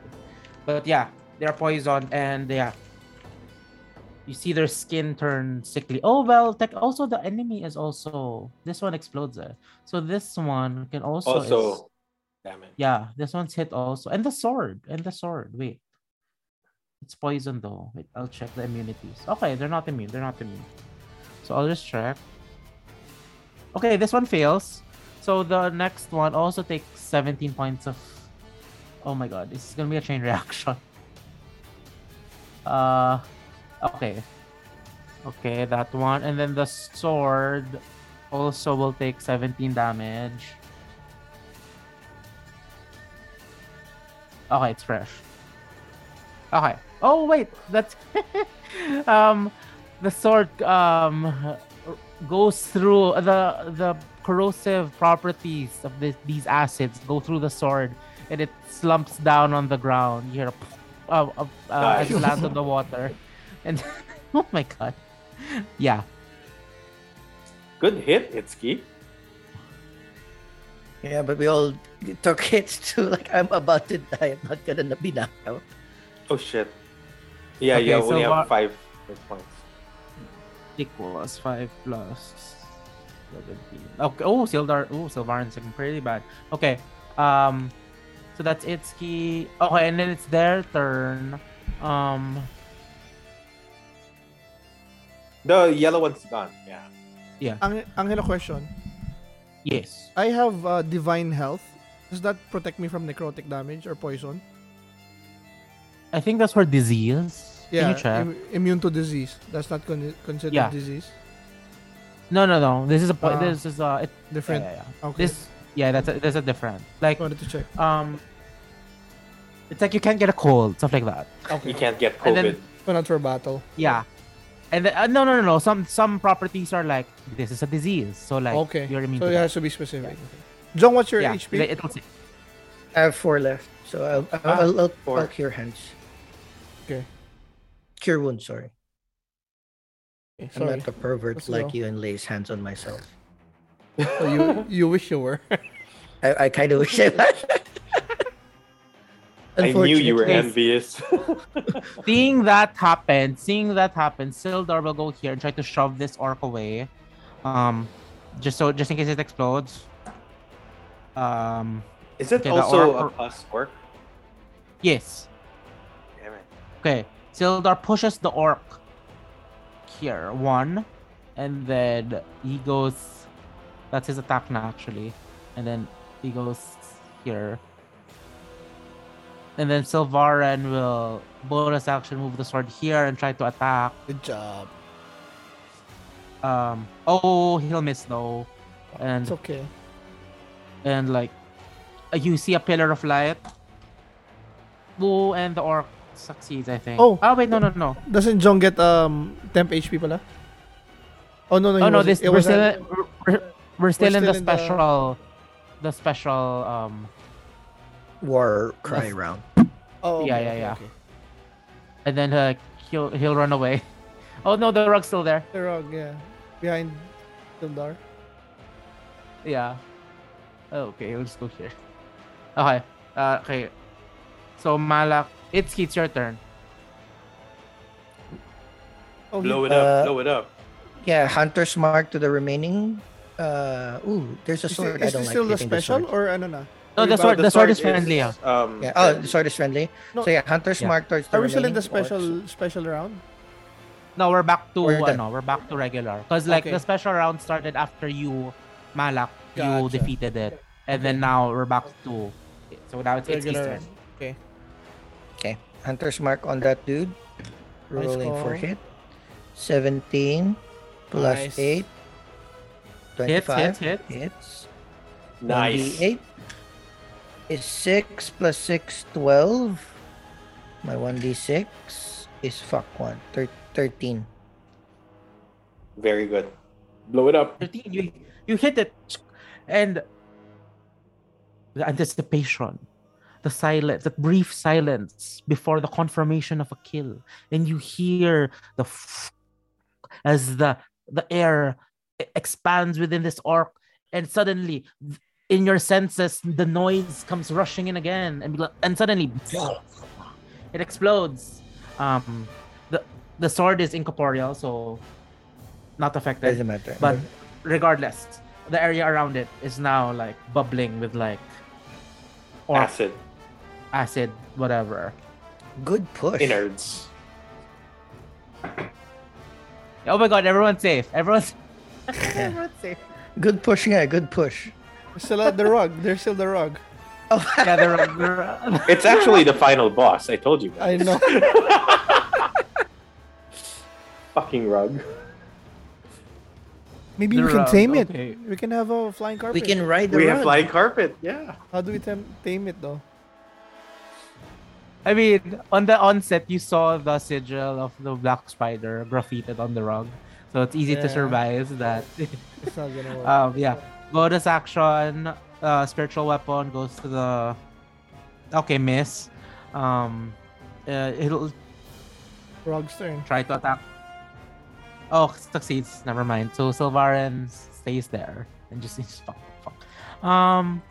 S4: But yeah, they are poisoned and yeah. You see their skin turn sickly. Oh well, tech also the enemy is also this one explodes eh. So this one can also is-
S1: Also, Oh, damn it.
S4: yeah, this one's hit also. And the sword. And the sword. Wait. It's poison though. Wait, I'll check the immunities. Okay, they're not immune. They're not immune. So I'll just check. Okay, this one fails. So the next one also takes 17 points of. Oh my god, this is gonna be a chain reaction. Uh, okay. Okay, that one. And then the sword also will take 17 damage. Okay, it's fresh. Okay. Oh wait, that's um the sword um goes through the the corrosive properties of this, these acids go through the sword and it slumps down on the ground. You hear a uh, uh, uh, as it
S1: Nice.
S4: lands on the water, and oh my god, yeah.
S1: Good hit, Itsuki.
S3: Yeah, but we all took hits too. Like, I'm about to die. I'm not gonna be knocked out.
S1: Oh shit. Yeah,
S4: Okay,
S1: yeah,
S4: so
S1: we only
S4: what-
S1: have five hit points.
S4: equals 5 plus 17. Okay. Oh, Sildar. Oh, Silvarin's looking pretty bad. Okay. Um, so that's Itsuki. Okay, and then it's their turn. Um,
S1: The yellow one's gone. Yeah.
S2: Ang Angelo question.
S4: yes.
S2: I have uh, divine health. Does that protect me from necrotic damage or poison?
S4: I think that's for disease. Can you check?
S2: im- immune to disease. That's not con- considered
S4: Yeah.
S2: disease.
S4: No, no, no. This is a point.
S2: Ah.
S4: this is a. It, yeah,
S2: Different.
S4: yeah, yeah.
S2: Okay.
S4: This. Yeah, that's a, that's a different. Like,
S2: wanted to check.
S4: um, it's like you can't get a cold, stuff like that.
S1: You can't get COVID.
S4: And then-
S2: But not for battle.
S4: Yeah. And the, uh, no, no, no, no. Some some properties are like this is a disease, so like
S2: okay.
S4: you're immune
S2: so
S4: to
S2: it
S4: that.
S2: has to be specific. John, what's your
S4: yeah.
S2: HP?
S4: it- it'll say-
S3: I have four left. So I'll, I'll, I'll, I'll,
S1: Ah, four.
S3: I'll cure hands.
S2: Okay.
S3: Cure wounds, sorry.
S2: Okay,
S3: I'm
S2: sorry.
S3: not a pervert
S2: Let's
S3: like
S2: go.
S3: you and lays hands on myself.
S2: So you you wish you were.
S3: I, I kind of wish I was.
S1: I knew you were
S3: Unfortunately,
S1: envious.
S4: seeing that happen, seeing that happen, Sildar will go here and try to shove this orc away. Um just so just in case it explodes. Um
S1: Is it
S4: Okay, the
S1: also
S4: orc-
S1: a plus orc?
S4: yes.
S1: Damn it.
S4: Okay. Sildar pushes the orc here. One. And then he goes that's his attack now actually. And then he goes here. And then Silvaran will bonus action move the sword here and try to attack.
S2: Good job.
S4: Um oh he'll miss though. And
S2: It's okay.
S4: and like uh, you see a pillar of light. Ooh, and the orc succeeds, I think.
S2: Oh.
S4: oh wait, no no no.
S2: Doesn't John get um temp HP pala? Oh no no.
S4: oh
S2: he
S4: no,
S2: wasn't-
S4: this
S2: it
S4: we're
S2: wasn't-
S4: still, we're, we're- we're still in
S2: still
S4: the
S2: in the-
S4: special, the special. Um,
S3: War cry
S4: Yes.
S3: round.
S2: Oh
S4: yeah,
S2: okay,
S4: yeah,
S2: okay,
S4: yeah.
S2: okay.
S4: and then uh, he'll he'll run away. Oh no, the rug's still there.
S2: The rug, yeah. Behind Tildar.
S4: Yeah. Oh, Okay, he'll just go here. Okay. Uh, okay. So Malak, it's it's your turn.
S2: Oh, he-
S1: Blow it
S3: Uh,
S2: Oh,
S1: up. Blow it up.
S3: Yeah, Hunter's Mark to the remaining Uh, ooh, there's a
S2: Is,
S3: sword.
S2: it,
S3: I
S2: is this
S3: don't like
S2: still the
S3: hitting the
S2: special
S3: sword.
S2: or ano na?
S4: No,
S1: Rebound,
S4: the sword, the sword is
S1: is,
S4: friendly. yeah.
S1: Um,
S3: Yeah. Oh, the sword is friendly.
S2: No.
S3: So yeah, hunter's
S4: Yeah.
S3: mark towards the
S2: Are we still in the
S3: remaining orcs.
S2: special special round?
S4: No, we're back to
S3: We're done.
S4: ano, we're back to regular. Because like
S2: Oh, Okay.
S4: the special round started after you Malak, you
S2: Gotcha.
S4: defeated it. And then now we're back to so now it's it's
S2: Regular
S4: Eastern.
S2: Okay.
S3: Okay, hunter's mark on that dude.
S2: Nice
S3: Rolling for
S2: call.
S3: hit. Seventeen plus
S2: Nice.
S3: eight.
S4: Hits,
S3: Twenty-five
S4: hits, hits.
S3: hits.
S1: nice.
S3: 1d8 is 6 plus 6, 12. My 1d6 is fuck 1, thir- 13.
S1: Very good. Blow it up.
S4: 13, you you hit it and the anticipation the silence the brief silence before the confirmation of a kill and you hear the f- as the the air e- expands within this orc and suddenly in your senses the noise comes rushing in again and be- and suddenly it explodes um the the sword is incorporeal so not affected
S3: Doesn't matter.
S4: but regardless, the area around it is now like bubbling with like or acid,
S1: Acid.
S4: whatever.
S3: good push.
S1: Innards.
S4: Oh my god, everyone's safe. Everyone's
S3: Everyone's Good push, yeah, good push.
S2: There's Still at the rug. There's still the rug.
S4: yeah, they're, they're-
S1: It's actually the final boss. I told you. guys.
S2: I know.
S1: Fucking rug.
S2: Maybe
S4: The
S2: we can
S4: rug,
S2: tame it.
S4: okay.
S2: We can have a flying carpet.
S3: We can ride the
S1: We have
S3: rug.
S1: flying carpet. Yeah.
S2: How do we tame, tame it though?
S4: I mean, on the onset you saw the sigil of the black spider graffitied on the rug. So it's easy to
S2: Yeah.
S4: surmise that
S2: It's not gonna work.
S4: um yeah. Bonus action, uh spiritual weapon goes to the Okay, miss. Um uh, it'll
S2: Rug's turn.
S4: try to attack. Oh, succeeds. Never mind. So Silvarin stays there and just, just fuck, fuck. Um.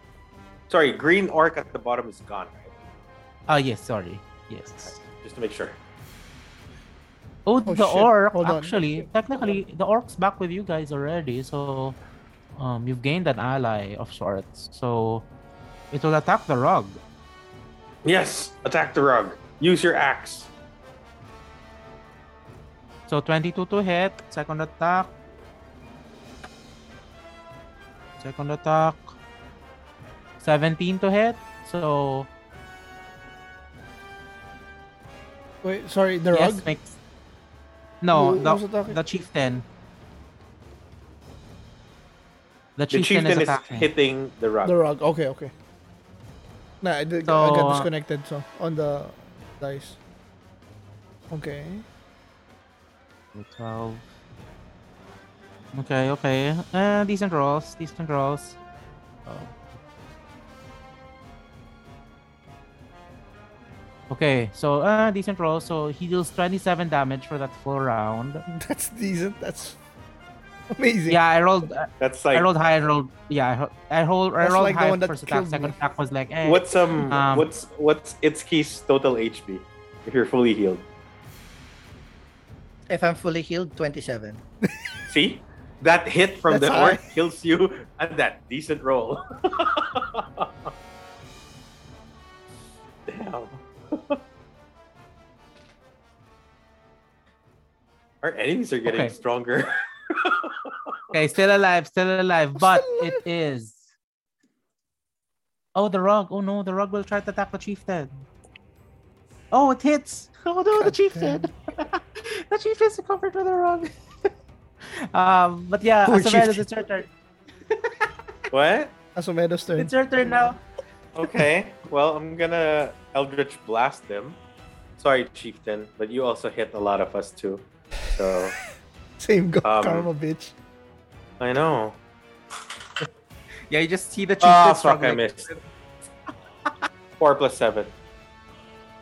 S1: Sorry, green orc at the bottom is gone, right?
S4: Oh yes. Sorry. Yes.
S1: Just to make sure.
S4: Oh,
S2: Oh,
S4: the
S2: shit.
S4: orc.
S2: Hold on.
S4: actually, technically, the orc's back with you guys already. So, um, you've gained an ally of sorts. So, it will attack the rug.
S1: Yes. Attack the rug. Use your axe.
S4: So 22 to hit. Second attack. Second attack. 17 to hit. So
S2: Wait, sorry, the
S4: yes,
S2: rug.
S4: makes. No,
S2: Who-
S4: the,
S2: who's attacking?
S4: the chieftain. The
S1: The
S4: chieftain,
S1: chieftain
S4: is
S1: is,
S4: attacking.
S1: hitting the rug.
S2: The rug. Okay, okay. Nah, I, did, I
S4: So,
S2: got
S4: uh,
S2: disconnected. So on the dice. Okay.
S4: 12. Okay, okay. Uh, decent rolls, decent rolls. Oh. Okay, so uh, decent rolls. So he deals 27 damage for that full round.
S2: That's decent. That's amazing.
S4: Yeah, I rolled. uh,
S1: That's
S4: I
S1: like
S4: rolled high. I rolled. Yeah, I, ro- I rolled. I
S2: That's
S4: rolled
S2: like the
S4: high
S2: one that
S4: first attack.
S2: killed
S4: Second
S2: me.
S4: attack was like. Eh.
S1: what's um,
S4: Um,
S1: what's what's Itsuki's total HP if you're fully healed.
S3: If I'm fully healed, 27.
S1: See? That hit from
S2: That's
S1: the
S2: high.
S1: orc kills you at that decent roll. Damn. Our enemies are getting
S4: Okay.
S1: stronger.
S4: Okay, still alive, still alive,
S2: Still
S4: but
S2: alive.
S4: it is. Oh, the rug. Oh no, the rug will try to attack the chieftain. Oh, it hits. Oh no, the
S2: God
S4: chieftain. the chieftain's covered with the rug. um, but yeah,
S3: Poor
S4: Asavedas,
S3: chieftain.
S4: it's your turn.
S1: what?
S2: Asomedo's turn.
S4: It's your turn now.
S1: Okay. Well, I'm gonna Eldritch blast them. Sorry, Chieftain, but you also hit a lot of us too. So
S2: Same go-
S1: Um,
S2: karma, bitch.
S1: I know.
S4: Yeah, you just see the
S1: Ah,
S4: chieftain.
S1: fuck! I
S4: struggling.
S1: missed. Four plus seven.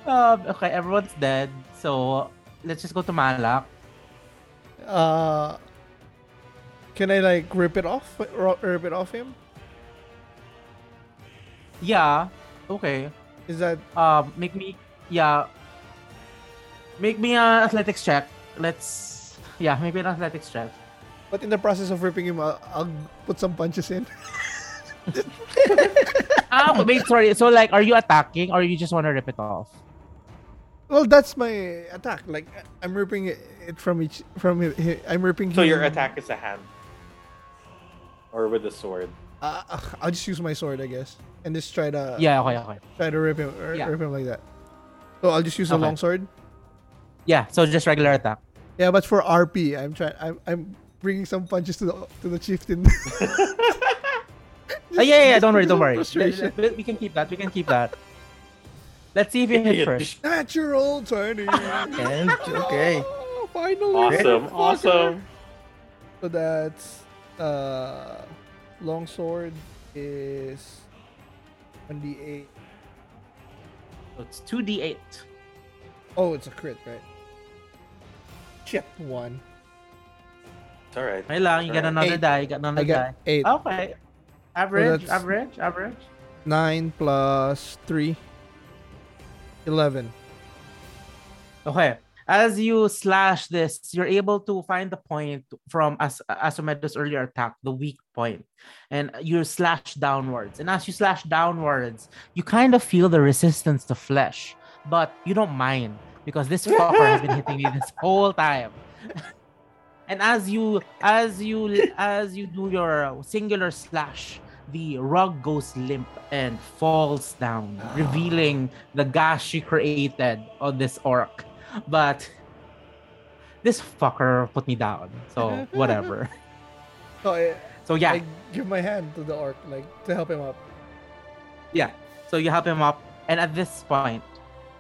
S4: Um, okay, everyone's dead. So let's just go to Malak.
S2: Uh, can I like rip it off? ro- Rip it off him?
S4: Yeah. Okay.
S2: Is that
S4: Uh, make me, yeah. Make me an athletics check. Let's, yeah, make me an athletics check.
S2: But in the process of ripping him, I'll, I'll put some punches in.
S4: Ah, wait, sorry. So like, are you attacking or you just want to rip it off?
S2: Well, that's my attack. Like I'm ripping it from each from hi- hi- I'm ripping.
S1: So
S2: him.
S4: Hmm.
S1: your attack is a hand, or with a sword.
S2: Uh, uh, I'll just use my sword, I guess, and just try to
S4: Yeah, okay, okay.
S2: try to rip him r-
S4: Yeah.
S2: rip him like that. So I'll just use a
S4: Okay.
S2: long sword.
S4: Yeah, so just regular attack.
S2: Yeah, but for RP, I'm trying. I'm, I'm bringing some punches to the to the chieftain.
S4: Ah, yeah, yeah, yeah, don't worry, don't worry.
S2: Frustration.
S4: We, we can keep that. We can keep that. Let's see if you hit first.
S2: Natural twenty.
S3: And okay.
S2: Oh, finally.
S1: Awesome,
S2: Fucker.
S1: awesome.
S2: So that's uh, long sword is one d eight.
S4: So It's 2d8.
S2: Oh, it's a crit, right? Chip one.
S1: It's all right.
S4: Okay lang, you got
S1: Alright.
S4: another
S2: Eight.
S4: die. You got another Oh.
S2: I got
S4: die.
S2: eight.
S4: Okay.
S2: that's-
S4: Average, average, average.
S2: Nine plus three. Eleven.
S4: Okay. As you slash this, you're able to find the point from As- Asomedus' earlier attack, the weak point, and you slash downwards. And as you slash downwards, you kind of feel the resistance to flesh, but you don't mind because this fucker has been hitting me this whole time. and as you as you as you do your singular slash, the rug goes limp and falls down, revealing the gash she created on this orc. But this fucker put me down. So whatever.
S2: So I,
S4: So yeah,
S2: I give my hand to the orc, like to help him up.
S4: yeah. So you help him up, and at this point,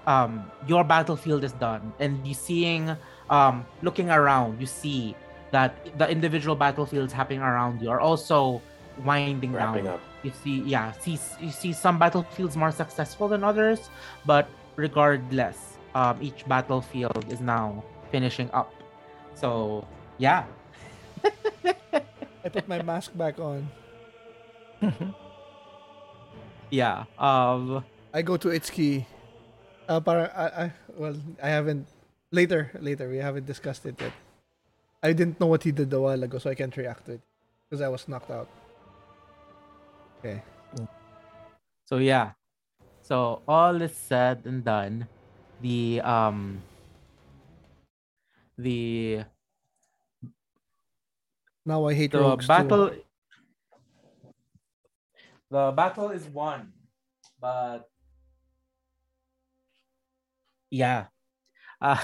S4: um, your battlefield is done, and you seeing, um, looking around, you see that the individual battlefields happening around you are also winding
S1: Wrapping
S4: down.
S1: up.
S4: you see yeah see you see some battlefields more successful than others but regardless um each battlefield is now finishing up so yeah
S2: I put my mask back on.
S4: yeah um
S2: I go to Itsuki. Uh, para, I, I, well, I haven't. Later, later, we haven't discussed it yet. I didn't know what he did a while ago, so I can't react to it because I was knocked out. Okay.
S4: so yeah so all is said and done the um the
S2: Now I hate
S4: the
S2: rogues too.
S4: battle the battle is won but yeah uh,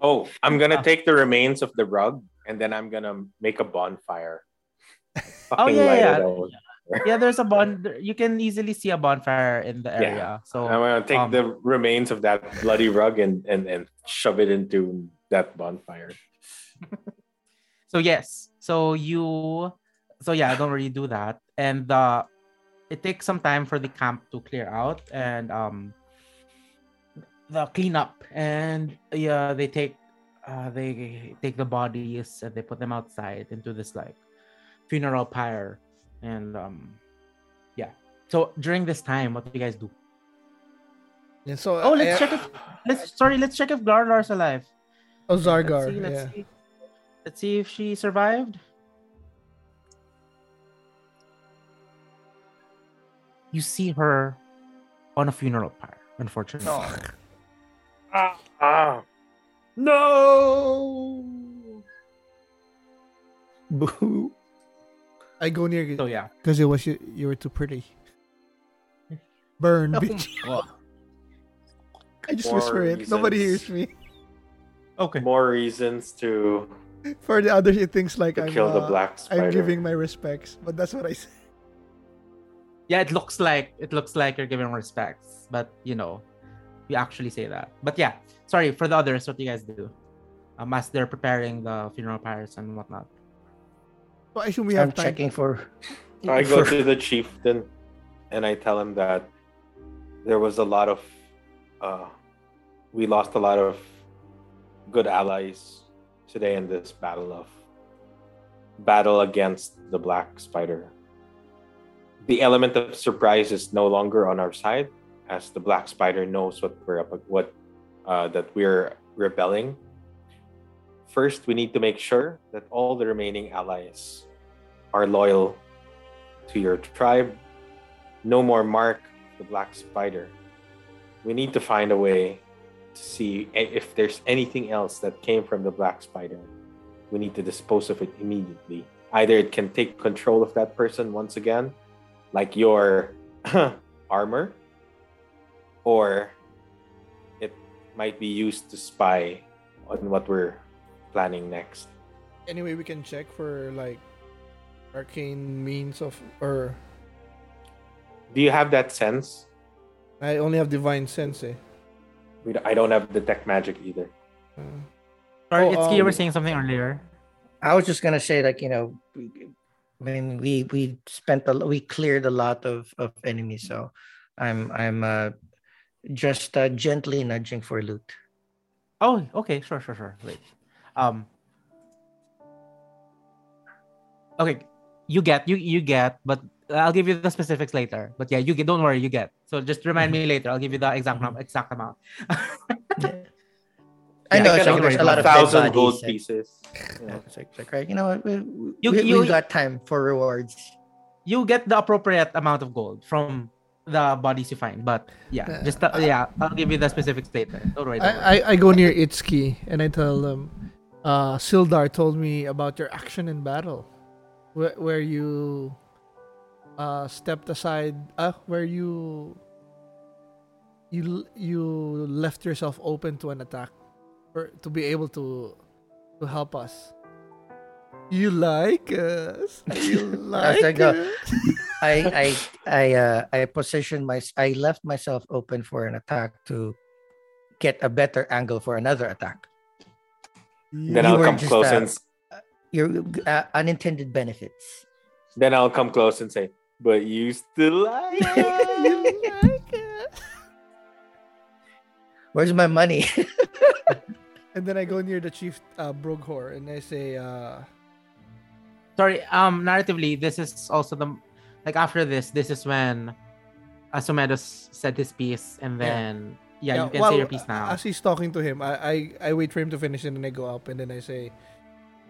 S1: Oh, I'm
S4: Ah.
S1: gonna take the remains of the rug and then I'm gonna make a bonfire. Fucking
S4: Oh, yeah,
S1: light
S4: yeah.
S1: it out.
S4: yeah, there's a bon. You can easily see a bonfire in the area. So
S1: I'm gonna take
S4: Um,
S1: the remains of that bloody rug and, and and shove it into that bonfire.
S4: so yes. So you. So yeah, don't really do that. And uh, it takes some time for the camp to clear out and um. The cleanup and yeah, they take, uh, they take the bodies and they put them outside into this like funeral pyre, and um, yeah. So during this time, what do you guys do?
S2: Yeah, so
S4: Oh, let's
S2: I,
S4: check if let's sorry, let's check if Garlar's alive.
S2: Oh, Zargar.
S4: Let's see, let's
S2: yeah.
S4: see. Let's see if she survived. You see her on a funeral pyre, unfortunately.
S1: Ah, ah. no.
S3: Boo.
S2: I go near you
S4: So yeah.
S2: because it was you. You were too pretty. Burn, bitch. I just
S1: More
S2: whisper it. Nobody
S1: reasons.
S2: hears me.
S4: Okay.
S1: More reasons to,
S2: For the other things like
S1: to
S2: I'm,
S1: kill the
S2: uh,
S1: black spider.
S2: I'm giving my respects, but that's what I say.
S4: Yeah, it looks like it looks like you're giving respects, but you know, we actually say that. But yeah, sorry for the others. What do you guys do? Um, as they're preparing the funeral pyres and whatnot.
S2: So I assume we have
S3: I'm
S2: time.
S3: checking for.
S1: I go
S3: for-
S1: to the chieftain and I tell him that there was a lot of uh, we lost a lot of good allies today in this battle of battle against the black spider. The element of surprise is no longer on our side, as the black spider knows what we're up what uh, that we're rebelling. First, we need to make sure that all the remaining allies are loyal to your tribe. No more Mark the Black Spider. We need to find a way to see i- if there's anything else that came from the Black Spider. We need to dispose of it immediately. Either it can take control of that person once again, like your armor, or it might be used to spy on what we're planning next.
S2: Anyway, we can check for like arcane means of or
S1: Do you have that sense?
S2: I only have divine sense. Eh.
S1: We d- I don't have detect magic either.
S2: Uh,
S4: Sorry,
S2: Oh,
S4: it's you were
S2: um,
S4: saying something earlier.
S3: I was just gonna say, like you know, I mean, we we spent a lo- we cleared a lot of of enemies, so I'm I'm uh, just uh, gently nudging for loot.
S4: Oh, okay, sure, sure, sure. Wait. Um Okay, you get, you you get, but I'll give you the specifics later. But yeah, you get don't worry, you get. So just remind me later. I'll give you the exact num- exact amount.
S3: I
S4: Yeah,
S3: know
S4: I
S3: it's
S4: can
S3: like there's a
S4: agree.
S3: lot of dead
S1: thousand gold
S3: bodies, eh?
S1: pieces. You
S3: Yeah,
S1: know.
S3: It's like, it's like, right, you know what? We,
S4: You-
S3: we,
S4: you-
S3: we got time for rewards.
S4: You get the appropriate amount of gold from the bodies you find. But yeah,
S2: Uh,
S4: just uh, yeah, I'll give you the specifics later. Don't worry. Don't worry.
S2: I, I I go near Itsuki and I tell them, uh, Sildar told me about your action in battle, where where you uh stepped aside, uh, where you you l- you left yourself open to an attack, or to be able to to help us. You like us? You
S3: As I
S2: like
S3: go-
S2: us?
S3: I I I uh, I positioned my I left myself open for an attack to get a better angle for another attack.
S1: Then
S3: You
S1: I'll
S3: were
S1: come
S3: just
S1: close
S3: a-
S1: and s-
S3: Your uh, unintended benefits.
S1: then I'll come close and say, "But you still lie."
S2: you like us?
S3: Where's my money?
S2: And then I go near the chief uh, Brughor and I say, uh,
S4: sorry um narratively this is also the like after this this is when Asomedos said his piece and then yeah, you can say your piece now
S2: As he's talking to him, I, I I wait for him to finish and then I go up and then I say,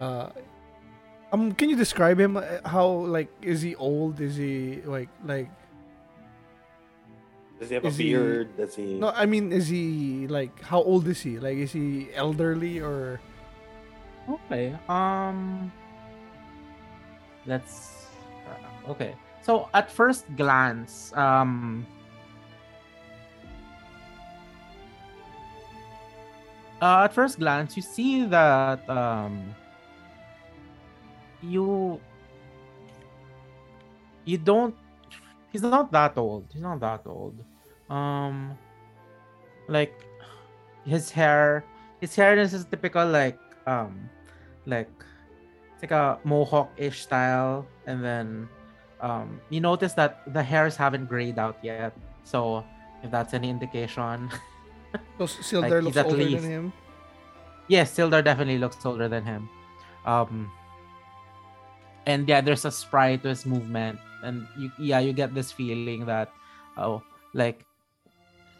S2: uh, um, can you describe him? Uh, How like is he old? Is he like like
S1: Does he have a
S2: Is he-
S1: beard? Does he?
S2: no? I mean, is he like how old is he? Like is he elderly or
S4: okay um that's uh, okay so at first glance um uh, at first glance you see that um you you don't he's not that old he's not that old um like his hair his hair is his typical like um like it's like a mohawk-ish style and then um you notice that the hairs haven't grayed out yet so if that's any indication
S2: so Sildar
S4: Like,
S2: looks
S4: he's at
S2: older
S4: least-
S2: than him?
S4: yeah, Sildar definitely looks older than him. Um, and yeah, there's a spry to his movement, and you, yeah, you get this feeling that, oh, like,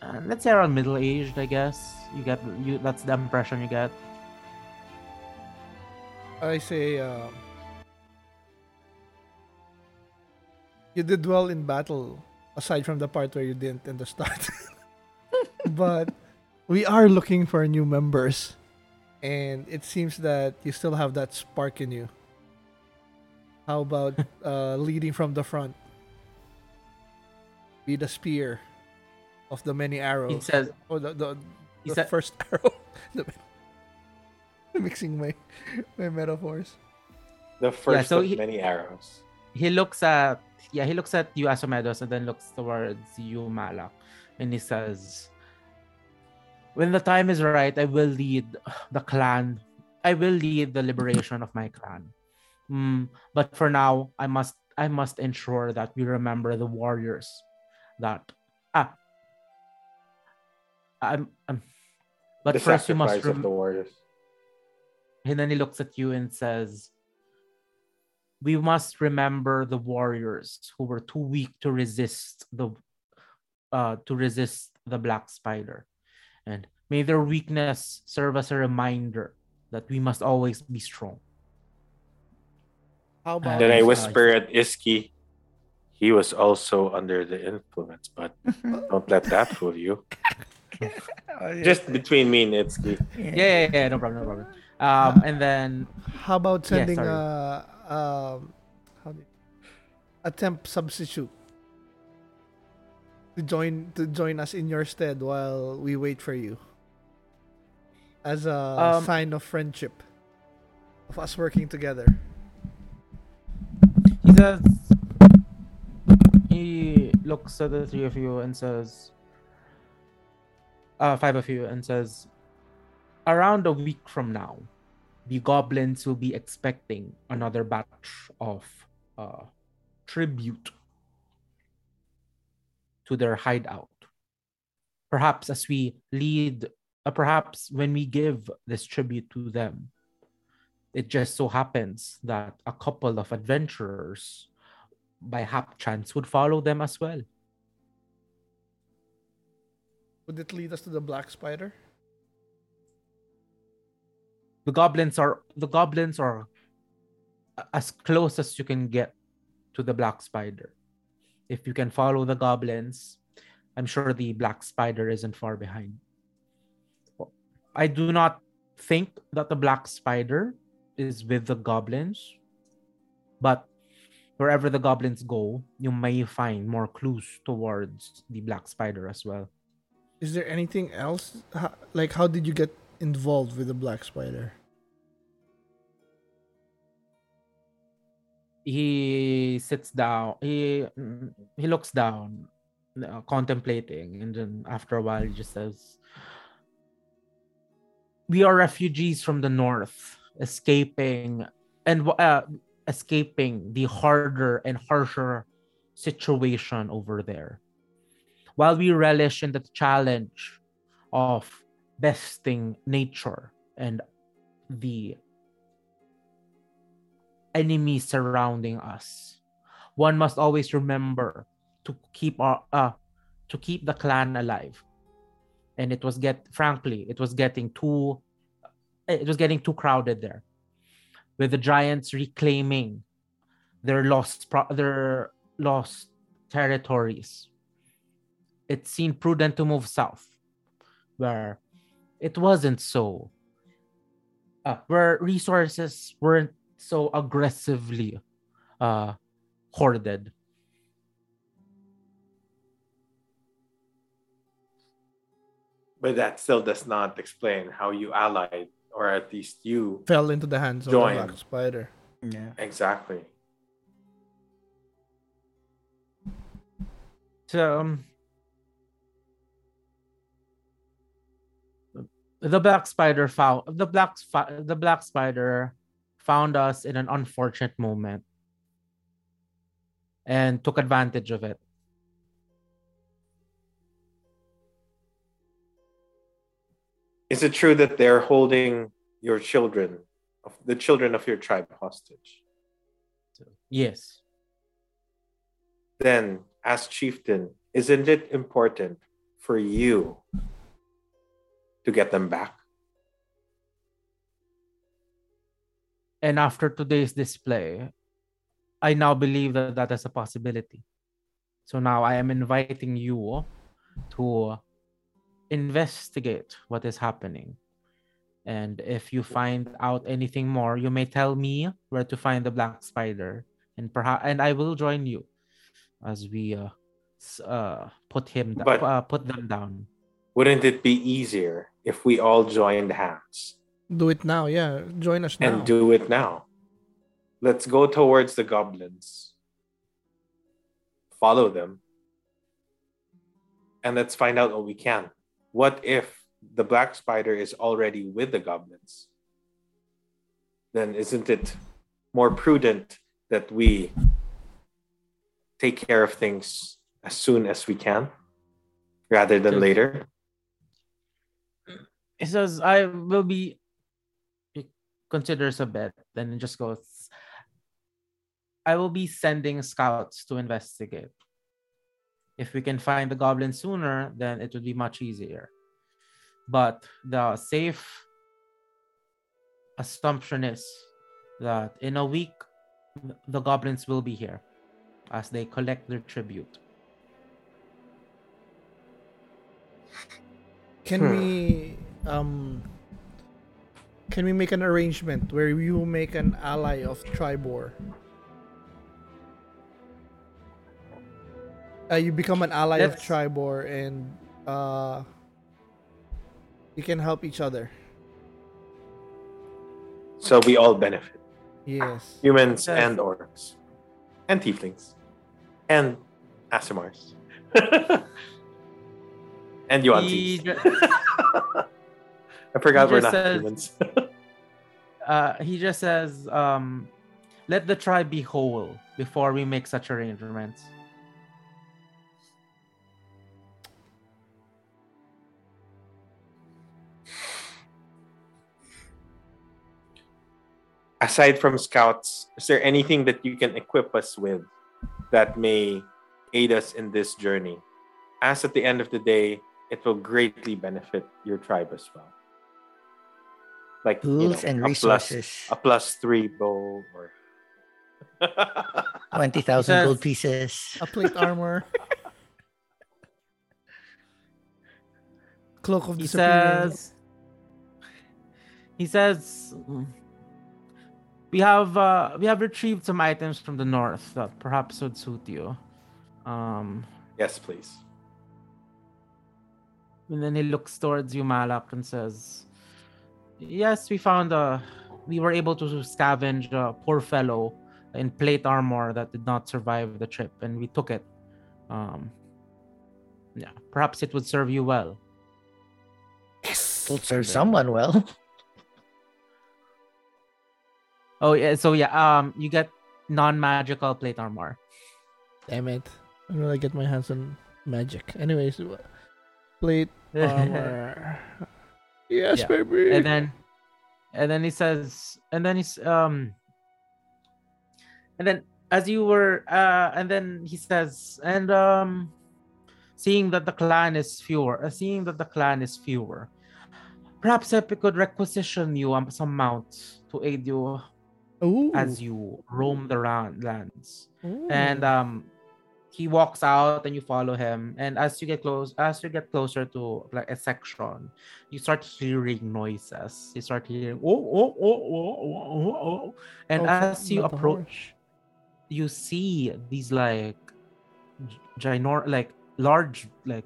S4: uh, let's say around middle aged, I guess. You get you. That's the impression you get.
S2: I say, um, you did well in battle, aside from the part where you didn't in the start. but we are looking for new members, and it seems that you still have that spark in you. How about uh, leading from the front? Be the spear of the many
S4: He
S2: arrows.
S4: says.
S2: Oh, the, the,
S4: He
S2: the
S4: said-
S2: first arrow. The- mixing my my metaphors.
S1: The first
S4: so
S1: of
S4: he-
S1: many arrows.
S4: He looks at yeah. He looks at you, Asomedos, and then looks towards you, Malak, and he says, "When the time is right, I will lead the clan. I will lead the liberation of my clan." Mm, but for now, I must I must ensure that we remember the warriors that ah I'm, I'm but
S1: the
S4: first you must
S1: sacrifice of
S4: rem-
S1: the warriors.
S4: and then he looks at you and says, We must remember the warriors who were too weak to resist the uh, to resist the black spider. And may their weakness serve as a reminder that we must always be strong.
S2: How about
S1: Then I
S4: Nice,
S1: whisper at Iski, he was also under the influence, but don't let that fool you.
S3: Oh,
S1: Just between me and Iski.
S4: Yeah, yeah, yeah, no problem, no problem. Um, and then
S2: how about
S4: Yeah,
S2: sending
S4: sorry.
S2: uh um how do you, attempt substitute to join to join us in your stead while we wait for you as a
S4: Um,
S2: sign of friendship of us working together.
S4: he says, he looks at the three of you and says, uh, five of you, and says, around a week from now, the goblins will be expecting another batch of uh, tribute to their hideout. Perhaps as we lead, uh, perhaps when we give this tribute to them, it just so happens that a couple of adventurers by hap chance would follow them as well.
S2: Would it lead us to the black spider?
S4: The goblins are the goblins are a- as close as you can get to the black spider. If you can follow the goblins, I'm sure the black spider isn't far behind. I do not think that the black spider is with the goblins, but wherever the goblins go, you may find more clues towards the black spider as well.
S2: Is there anything else? How, like how did you get involved with the black spider?
S4: he sits down he mm, he looks down uh, contemplating and then after a while he just says we are refugees from the north escaping and uh, escaping the harder and harsher situation over there while we relish in the challenge of besting nature and the enemies surrounding us. One must always remember to keep our uh, to keep the clan alive. And it was get frankly, it was getting too it was getting too crowded there. With the giants reclaiming their lost pro- their lost territories. It seemed prudent to move south where it wasn't so uh, where resources weren't so aggressively uh hoarded.
S1: But that still does not explain how you allied, or at least you.
S2: Fell into the hands of
S1: Join.
S2: the black spider.
S3: yeah.
S1: Exactly.
S4: So, um, the black spider found the black spi- the black spider found us in an unfortunate moment and took advantage of it.
S1: Is it true that they're holding your children, of the children of your tribe, hostage?
S4: Yes.
S1: Then, as chieftain, isn't it important for you to get them back?
S4: And after today's display, I now believe that that is a possibility. So now I am inviting you to investigate what is happening. And if you find out anything more, you may tell me where to find the black spider, and perhaps and I will join you as we uh, s- uh put him da-
S1: But-
S4: uh, put them down.
S1: Wouldn't it be easier if we all joined hands
S2: Do it now, yeah. Join us now.
S1: and do it now? Let's go towards the goblins, follow them, and let's find out what we can. What if the black spider is already with the goblins? Then isn't it more prudent that we take care of things as soon as we can rather than
S4: Just-
S1: later?
S4: He says, I will be. He considers a bet and just goes, I will be sending scouts to investigate. If we can find the goblin sooner, then it would be much easier. But the safe assumption is that in a week, the goblins will be here as they collect their tribute.
S2: Can
S1: Hmm.
S2: we um can we make an arrangement where you make an ally of Tribor? Uh, you become an ally of
S4: Let's-
S2: Tribor and uh you can help each other.
S1: So we all benefit.
S2: Yes.
S1: Humans
S4: Yes.
S1: and orcs. And tieflings. And Asimars. and
S4: He
S1: Yuantis.
S4: ju-
S1: I forgot
S4: he
S1: we're not
S4: just says-
S1: humans.
S4: uh, he just says, um, "Let the tribe be whole before we make such arrangements."
S1: aside from scouts, is there anything that you can equip us with that may aid us in this journey? As at the end of the day, it will greatly benefit your tribe as well. Like you
S3: Tools
S1: know,
S3: and
S1: a plus-
S3: resources.
S1: a plus three bow or
S3: 20,000
S4: Because-
S3: gold pieces.
S2: A plate armor. Cloak of
S4: He
S2: disappearance.
S4: says, "He says we have uh, we have retrieved some items from the north that perhaps would suit you." Um,
S1: yes, please.
S4: And then he looks towards you, Malak, and says, Yes, we found a. We were able to scavenge a poor fellow in plate armor that did not survive the trip, and we took it. Um, yeah, perhaps it would serve you well.
S3: Will serve someone well.
S4: Oh, yeah, so yeah, um, you get non magical plate armor.
S2: Damn it. I'm gonna get my hands on magic. Anyways, uh, plate
S4: and
S2: armor. yes,
S4: Yeah.
S2: baby.
S4: then, and then he says, and then he's, um, and then as you were uh and then he says and um seeing that the clan is fewer uh, seeing that the clan is fewer perhaps epic could requisition you um, some mounts to aid you
S2: Ooh.
S4: as you roam the round lands
S2: Ooh.
S4: and um he walks out and you follow him and as you get close as you get closer to like a section you start hearing noises you start hearing oh oh oh oh oh oh, oh. and
S2: Oh, fuck,
S4: as you
S2: not the
S4: approach
S2: horse.
S4: you see these like gi- ginor like large like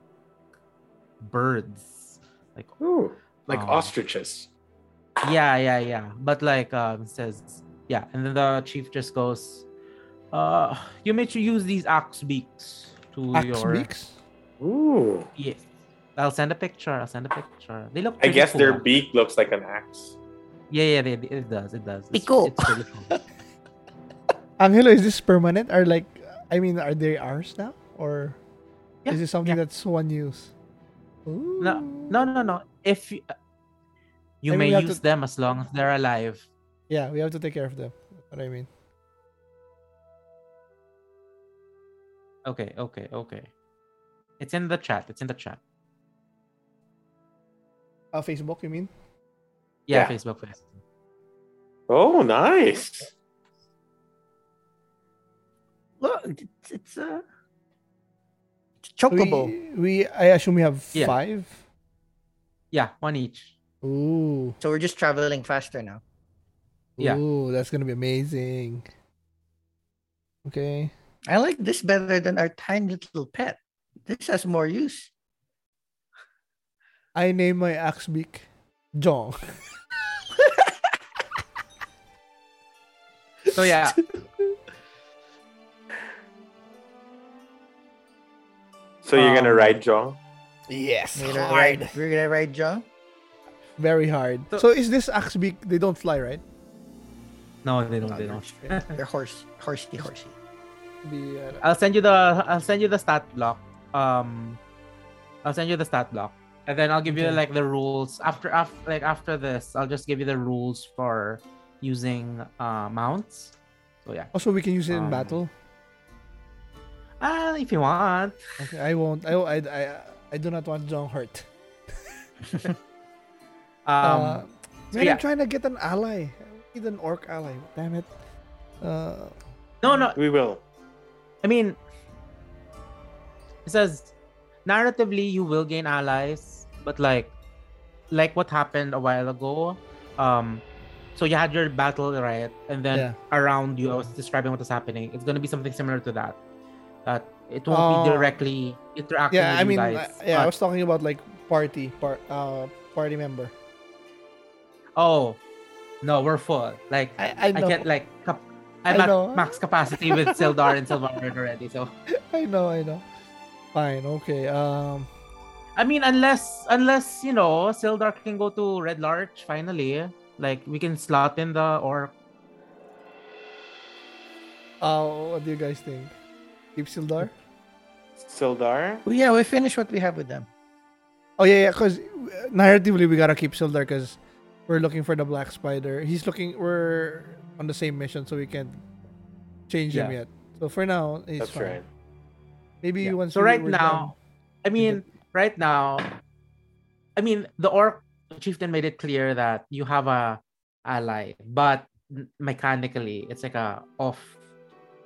S4: birds like
S1: Ooh, like
S4: Aw.
S1: ostriches.
S4: yeah yeah yeah but like um says yeah and then the chief just goes uh you may to use these axe beaks to
S2: Axe
S4: your
S2: beaks?
S1: Ooh.
S4: yes i'll send a picture i'll send a picture they look
S1: I
S4: pretty
S1: guess their
S4: cool.
S1: beak looks like an axe.
S4: yeah yeah they, they- it does it does
S3: Be cool.
S4: really cool.
S2: Angelo, is this permanent? Or like, I mean, are they ours now? Or
S4: Yeah,
S2: is it something that's one use? Ooh.
S4: no no no if you, you
S2: I mean, we
S4: may
S2: have
S4: use
S2: to-
S4: them as long as they're alive
S2: Yeah, we have to take care of them. That's What I mean.
S4: Okay, okay, okay. It's in the chat. It's in the chat.
S2: Uh, Facebook, you mean?
S4: Yeah,
S1: Yeah.
S4: Facebook, Facebook.
S1: Oh, nice.
S3: Look, it's, it's a it's a
S2: We,
S3: chocobo.
S2: we, I assume we have
S4: Yeah.
S2: five.
S4: Yeah, one each.
S2: Ooh.
S3: So we're just traveling faster now.
S4: Yeah.
S2: Ooh, that's gonna be amazing. Okay.
S3: I like this better than our tiny little pet. This has more use.
S2: I name my axe beak Jong.
S4: So yeah.
S1: So you're gonna
S4: Um,
S1: ride John?
S2: Yes.
S3: We're gonna ride, we're gonna ride John.
S2: Very hard. So,
S4: So-
S2: is this axe beak they don't fly, right?
S4: No, they
S3: Oh,
S4: don't. They don't.
S3: They're horse, horsey, horsey.
S2: The, uh,
S4: I'll send you the. I'll send you the stat block. Um, I'll send you the stat block, and then I'll give you
S2: Okay.
S4: like the rules after. After like after this, I'll just give you the rules for using uh mounts. So yeah.
S2: also we can use it in
S4: Um,
S2: battle.
S4: Ah, if you want.
S2: Okay, I won't. I I I, I do not want Jong hurt.
S4: Um,
S2: uh, Man,
S4: yeah.
S2: I'm trying to get an ally. I need an orc ally. Damn it. Uh,
S4: No, no.
S1: We will.
S4: I mean, it says narratively you will gain allies, but like, like what happened a while ago. Um, so you had your battle right, and then
S2: Yeah.
S4: around you, I was describing what was happening. It's gonna be something similar to that. That it won't
S2: Oh.
S4: be directly interacting
S2: yeah, I
S4: with you
S2: mean,
S4: guys.
S2: I- yeah, I
S4: but-
S2: was talking about like party, par- uh, party member.
S4: oh, no, we're full. Like
S2: I, I
S4: I
S2: know.
S4: can't like. Cap- I'm
S2: I
S4: at
S2: know.
S4: max capacity with Sildar and Sylvanard already, so.
S2: I know, I know. Fine, okay. Um,
S4: I mean, unless unless you know, Sildar can go to Red Larch finally. Like we can slot in the or
S2: uh, what do you guys think? Keep Sildar?
S1: Sildar.
S3: Well, yeah, we finished what we have with them.
S2: Oh yeah, yeah. Because narratively, we gotta keep Sildar because we're looking for the Black Spider. He's looking. We're on the same mission, so we can't change him
S4: Yeah.
S2: yet. So for now, he's
S1: That's
S2: fine.
S1: right.
S2: Maybe
S4: Yeah.
S2: once.
S4: So
S2: we-
S4: right
S2: we're
S4: now, I mean, right now, I mean, the orc chieftain made it clear that you have a ally, but n- mechanically, it's like a off,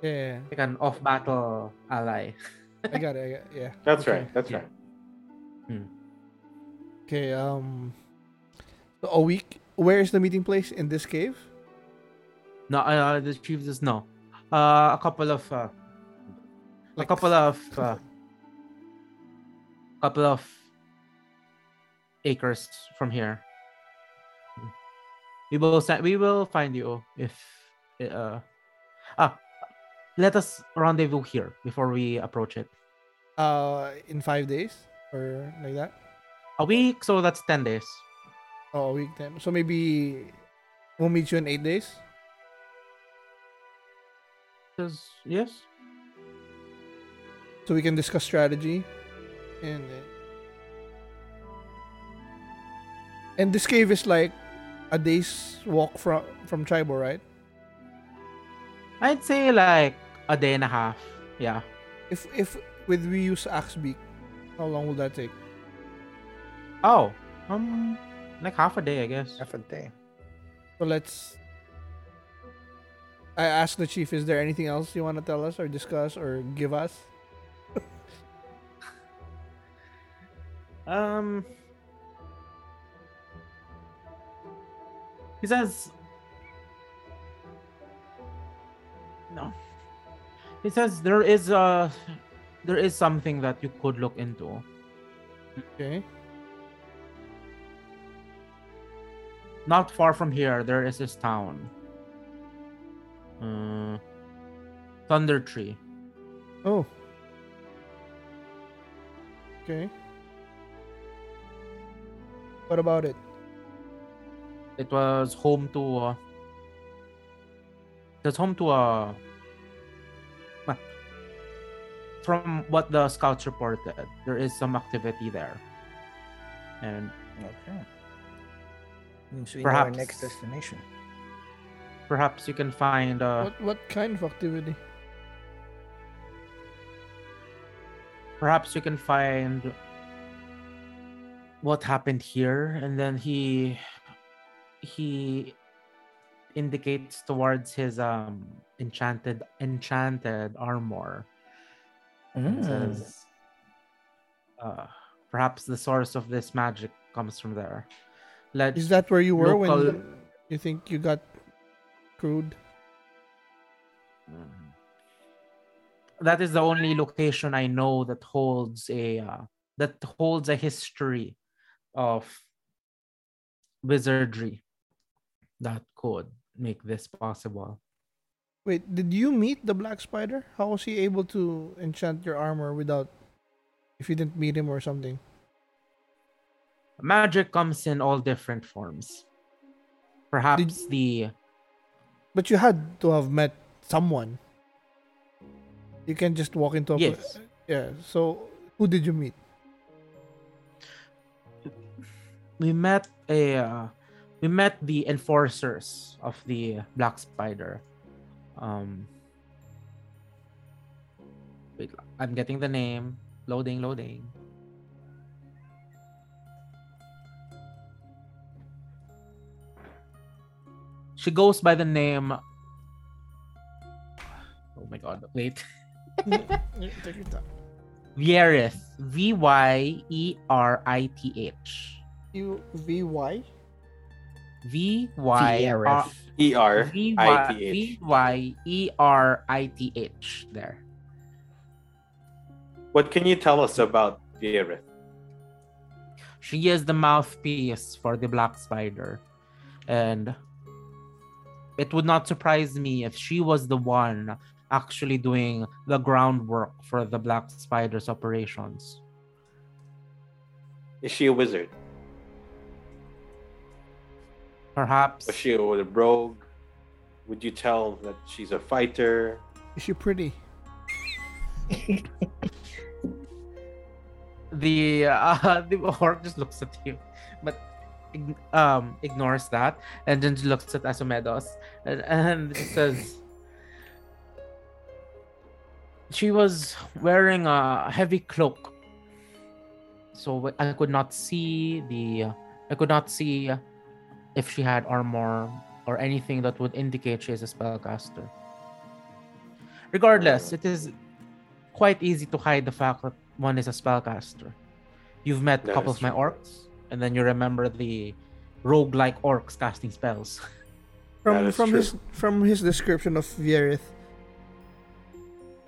S2: done. yeah, yeah,
S4: like an off battle ally.
S2: yeah. I got it. I got it. Yeah.
S1: That's
S2: Okay.
S1: right. That's
S4: Yeah.
S1: right.
S2: Okay. Um. So a week. Where is the meeting place in this cave?
S4: No, uh, the chief says no. Uh, a couple of, uh, a
S2: Like-
S4: couple of, uh, couple of acres from here. We will send, we will find you if uh ah let us rendezvous here before we approach it.
S2: Uh, in five days or like that.
S4: A week, so that's ten days.
S2: Oh, a week then. So maybe we'll meet you in eight days.
S4: Says, Yes.
S2: so we can discuss strategy and uh, and this cave is like a day's walk from from Chibo, right?
S4: I'd say like a day and a half. Yeah.
S2: If if with we use axe beak, how long will that take?
S4: Oh. Um like half a day I guess.
S3: Half a day.
S2: So let's. I asked the chief, is there anything else you want to tell us or discuss or give us?
S4: Um, he says, "No." He says there is a, there is something that you could look into.
S2: Okay.
S4: Not far from here, there is this town. Uh, Thunder Tree.
S2: Oh. Okay. What about it?
S4: It was home to. Uh, it was home to a. Uh, from what the scouts reported, there is some activity there, and
S3: Okay. Means Hmm, we
S4: Perhaps.
S3: know our next destination.
S4: perhaps you can find. Uh,
S2: What what kind of activity?
S4: perhaps you can find what happened here, and then he he indicates towards his um enchanted enchanted armor
S3: Mm.
S2: Hmm.
S4: and says, uh, perhaps the source of this magic comes from there. Let
S2: Is that where you were
S4: Local-
S2: when you think you got screwed?
S4: Mhm. That is the only location I know that holds a uh, that holds a history of wizardry that could make this possible.
S2: Wait, did you meet the black spider? How was he able to enchant your armor without if you didn't meet him or something?
S4: Magic comes in all different forms. Perhaps the
S2: But you had to have met someone. You can just walk into a pla-
S4: Yes.
S2: Yeah. So who did you meet?
S4: we met a uh, we met the enforcers of the black spider um wait i'm getting the name loading loading She goes by the name. Oh my god, wait.
S2: Take your time.
S4: Vierith. V Y E R I T H.
S2: U V Y.
S4: V Y R
S3: VRF.
S1: E R
S4: V
S1: I
S4: Y
S1: T H.
S4: V Y E R I T H. There.
S1: What can you tell us about Vierith?
S4: She is the mouthpiece for the black spider. And it would not surprise me if she was the one actually doing the groundwork for the black spider's operations.
S1: Is she a wizard?
S4: Perhaps
S1: Was she a rogue? Would you tell that she's a fighter?
S2: Is she pretty?
S4: the uh, the orc just looks at you, but ign- um ignores that and then looks at Asomedos and, and says, "She was wearing a heavy cloak, so I could not see the I could not see if she had armor or anything that would indicate she is a spellcaster. Regardless, it is quite easy to hide the fact that one is a spellcaster. You've met a
S1: That
S4: couple
S1: is
S4: of my
S1: true.
S4: orcs, and then you remember the roguelike orcs casting spells.
S1: That
S2: From
S1: is
S2: from
S1: true.
S2: his from his description of Vierith,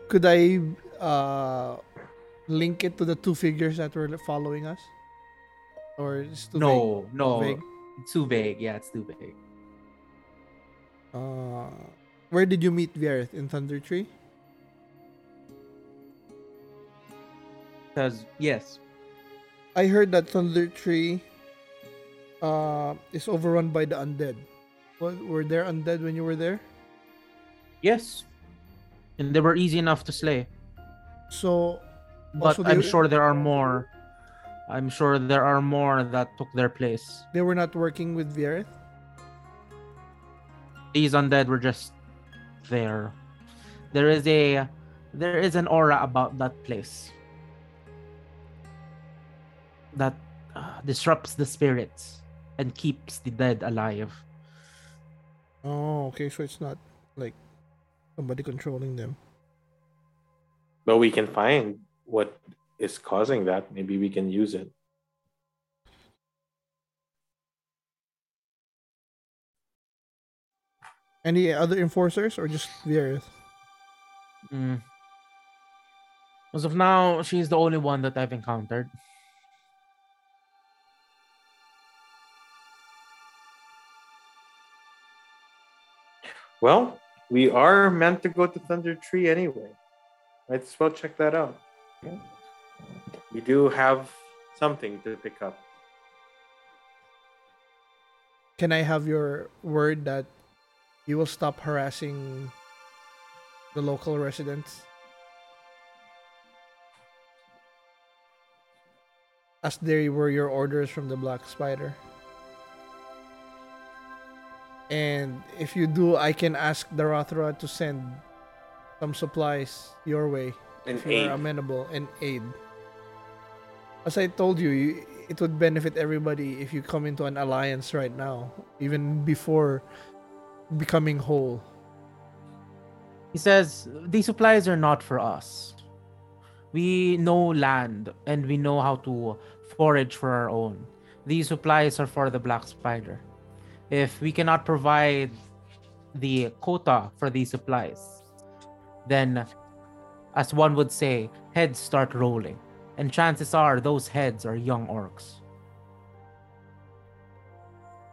S2: could I uh, link it to the two figures that were following us? Or is too vague?
S4: no, no.
S2: Vague?
S4: Too vague. Yeah, it's too vague.
S2: Uh, where did you meet Vierith in Thunder Tree?
S4: Because, yes,
S2: I heard that Thunder Tree uh, is overrun by the undead. What, were there undead when you were there?
S4: yes. And they were easy enough to slay.
S2: So,
S4: But
S2: Also, they-
S4: I'm sure there are more. I'm sure there are more that took their place.
S2: they were not working with Vierith?
S4: these undead were just there. There is a there is an aura about that place that uh, disrupts the spirits and keeps the dead alive.
S2: Oh, okay. So it's not like somebody controlling them.
S1: But we can find what is causing that. Maybe we can use it.
S2: Any other enforcers or just Vierith?
S4: Mm. As of now, she's the only one that I've encountered.
S1: Well, we are meant to go to Thunder Tree anyway. Might as well check that out. We do have something to pick up.
S2: Can I have your word that you will stop harassing the local residents? As they were your orders from the Black Spider. And if you do, I can ask the Rothra to send some supplies your way.
S1: An
S2: if um,
S1: aid.
S2: you're amenable and aid. As I told you, you, it would benefit everybody if you come into an alliance right now, even before becoming whole.
S4: He says these supplies are not for us. We know land and we know how to forage for our own. These supplies are for the black spider. If we cannot provide the quota for these supplies, then, as one would say, heads start rolling. And chances are those heads are young orcs.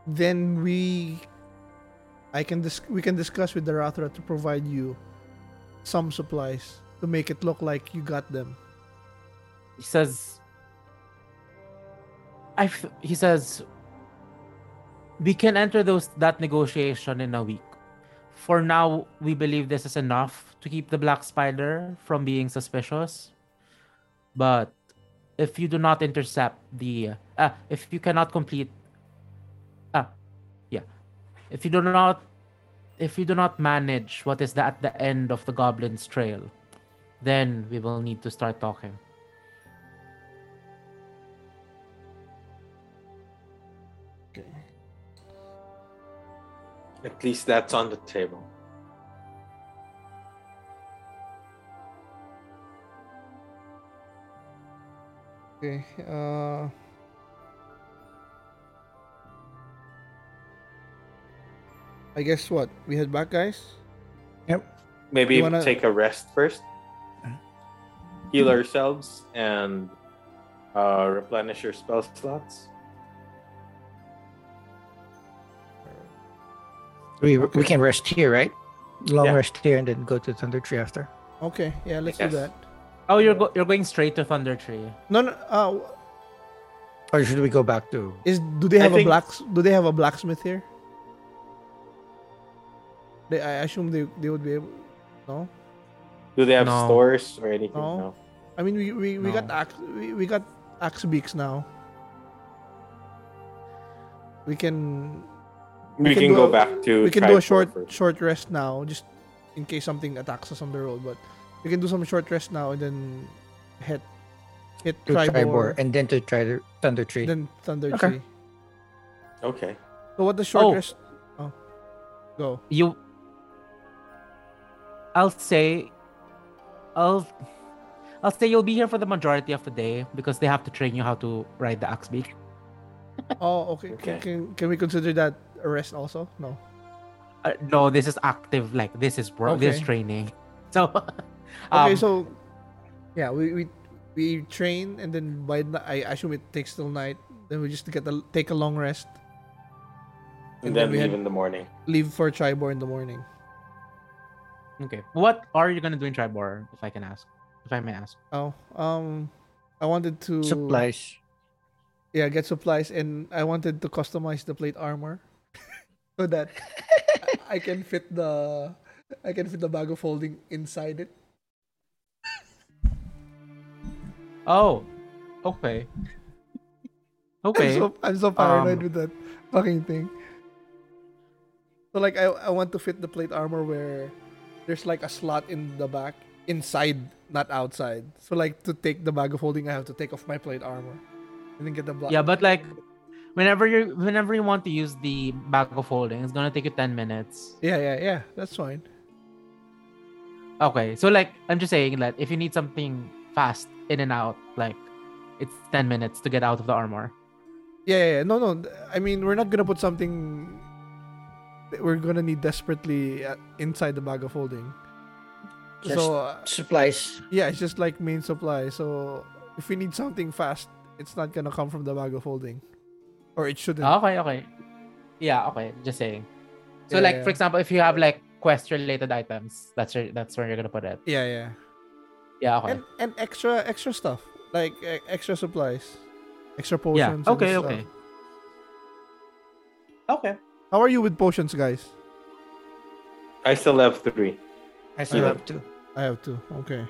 S2: Then we, I can dis- we can discuss with the Rathra to provide you some supplies to make it look like you got them.
S4: he says i f- he says we can enter those that negotiation in a week for now we believe this is enough to keep the black spider from being suspicious but if you do not intercept the uh, if you cannot complete ah yeah if you do not if you do not manage what is at the end of the goblin's trail then we will need to start talking
S1: At least that's on the table.
S2: Okay. Uh, I guess what we head back, guys.
S1: Maybe
S2: You wanna- Uh-huh.
S1: take a rest first, heal ourselves, and uh, replenish your spell slots.
S3: We, we can rest here, right? Long
S1: Yeah.
S3: rest here and then go to Thunder Tree after.
S2: Okay. Yeah. Let's
S1: Yes.
S2: do that.
S4: Oh, you're go- you're going straight to Thunder Tree.
S2: No. No. Uh,
S3: Or should we go back to
S2: Is do they
S1: I
S2: have a
S1: think-
S2: black? Do they have a blacksmith here? They, I assume they, they would be able. No,
S1: Do they have
S4: No.
S1: stores or anything?
S2: No.
S1: No.
S2: I mean we we, we got
S4: No.
S2: axe we, we got axe beaks now. We can
S1: We,
S2: can
S1: can,
S2: do
S1: go
S2: a-
S1: back to.
S2: we can do a
S1: Triforce
S2: short
S1: first.
S2: short rest now, just in case something attacks us on the road. But we can do some short rest now and then hit hit
S3: to Tribor
S2: Tribor,
S3: and then to try the Thunder Tree?
S2: then Thunder
S3: Okay.
S2: Tree.
S1: Okay.
S2: So what the short
S4: Oh.
S2: rest? Oh, go.
S4: You. I'll say. I'll. I'll say you'll be here for the majority of the day because they have to train you how to ride the axe beak.
S2: Oh, okay.
S1: Okay.
S2: Can, can, can we consider that a rest also? No.
S4: Uh, no, this is active. Like this is work. This is
S2: Okay.
S4: training. So.
S2: Okay,
S4: um,
S2: so yeah, we, we we train and then by ni- I assume it takes till night. Then we just get a, take a long rest,
S1: And then
S2: And then we
S1: leave
S2: had-
S1: in the morning.
S2: leave for Tribor in the morning.
S4: okay. What are you gonna do in Tribor, if I can ask? If I may ask.
S2: Oh, um, I wanted to
S3: Supplies.
S2: Yeah, get supplies, and I wanted to customize the plate armor so that I can fit the I can fit the bag of holding inside it.
S4: Oh. Okay. Okay.
S2: I'm so, I'm so paranoid
S4: Um,
S2: with that fucking thing. So like I, I want to fit the plate armor where there's like a slot in the back inside, not outside. So like to take the bag of holding, I have to take off my plate armor and then get the black.
S4: Yeah, but like whenever you whenever you want to use the bag of holding, it's gonna take you ten minutes.
S2: yeah, yeah, yeah. That's fine.
S4: Okay, so like I'm just saying that if you need something fast in and out, like it's ten minutes to get out of the armor.
S2: Yeah, yeah, yeah. No, no. I mean, we're not gonna put something that we're gonna need desperately uh, inside the bag of holding.
S3: Just
S2: so uh,
S3: supplies.
S2: yeah, it's just like main supply. So if we need something fast, it's not gonna come from the bag of holding, or it shouldn't.
S4: Okay, okay. Yeah, okay. Just saying. So
S2: Yeah,
S4: like
S2: yeah.
S4: for example, if you have like quest related items, that's your, that's where you're gonna put it.
S2: Yeah, yeah.
S4: Yeah, okay.
S2: And and extra extra stuff like e- extra supplies, extra
S4: Yeah.
S2: potions. and
S4: Okay,
S2: stuff.
S4: okay. Okay.
S2: How are you with potions, guys?
S1: I still have three.
S3: I still
S1: Yeah.
S3: have two.
S2: I have two. Okay.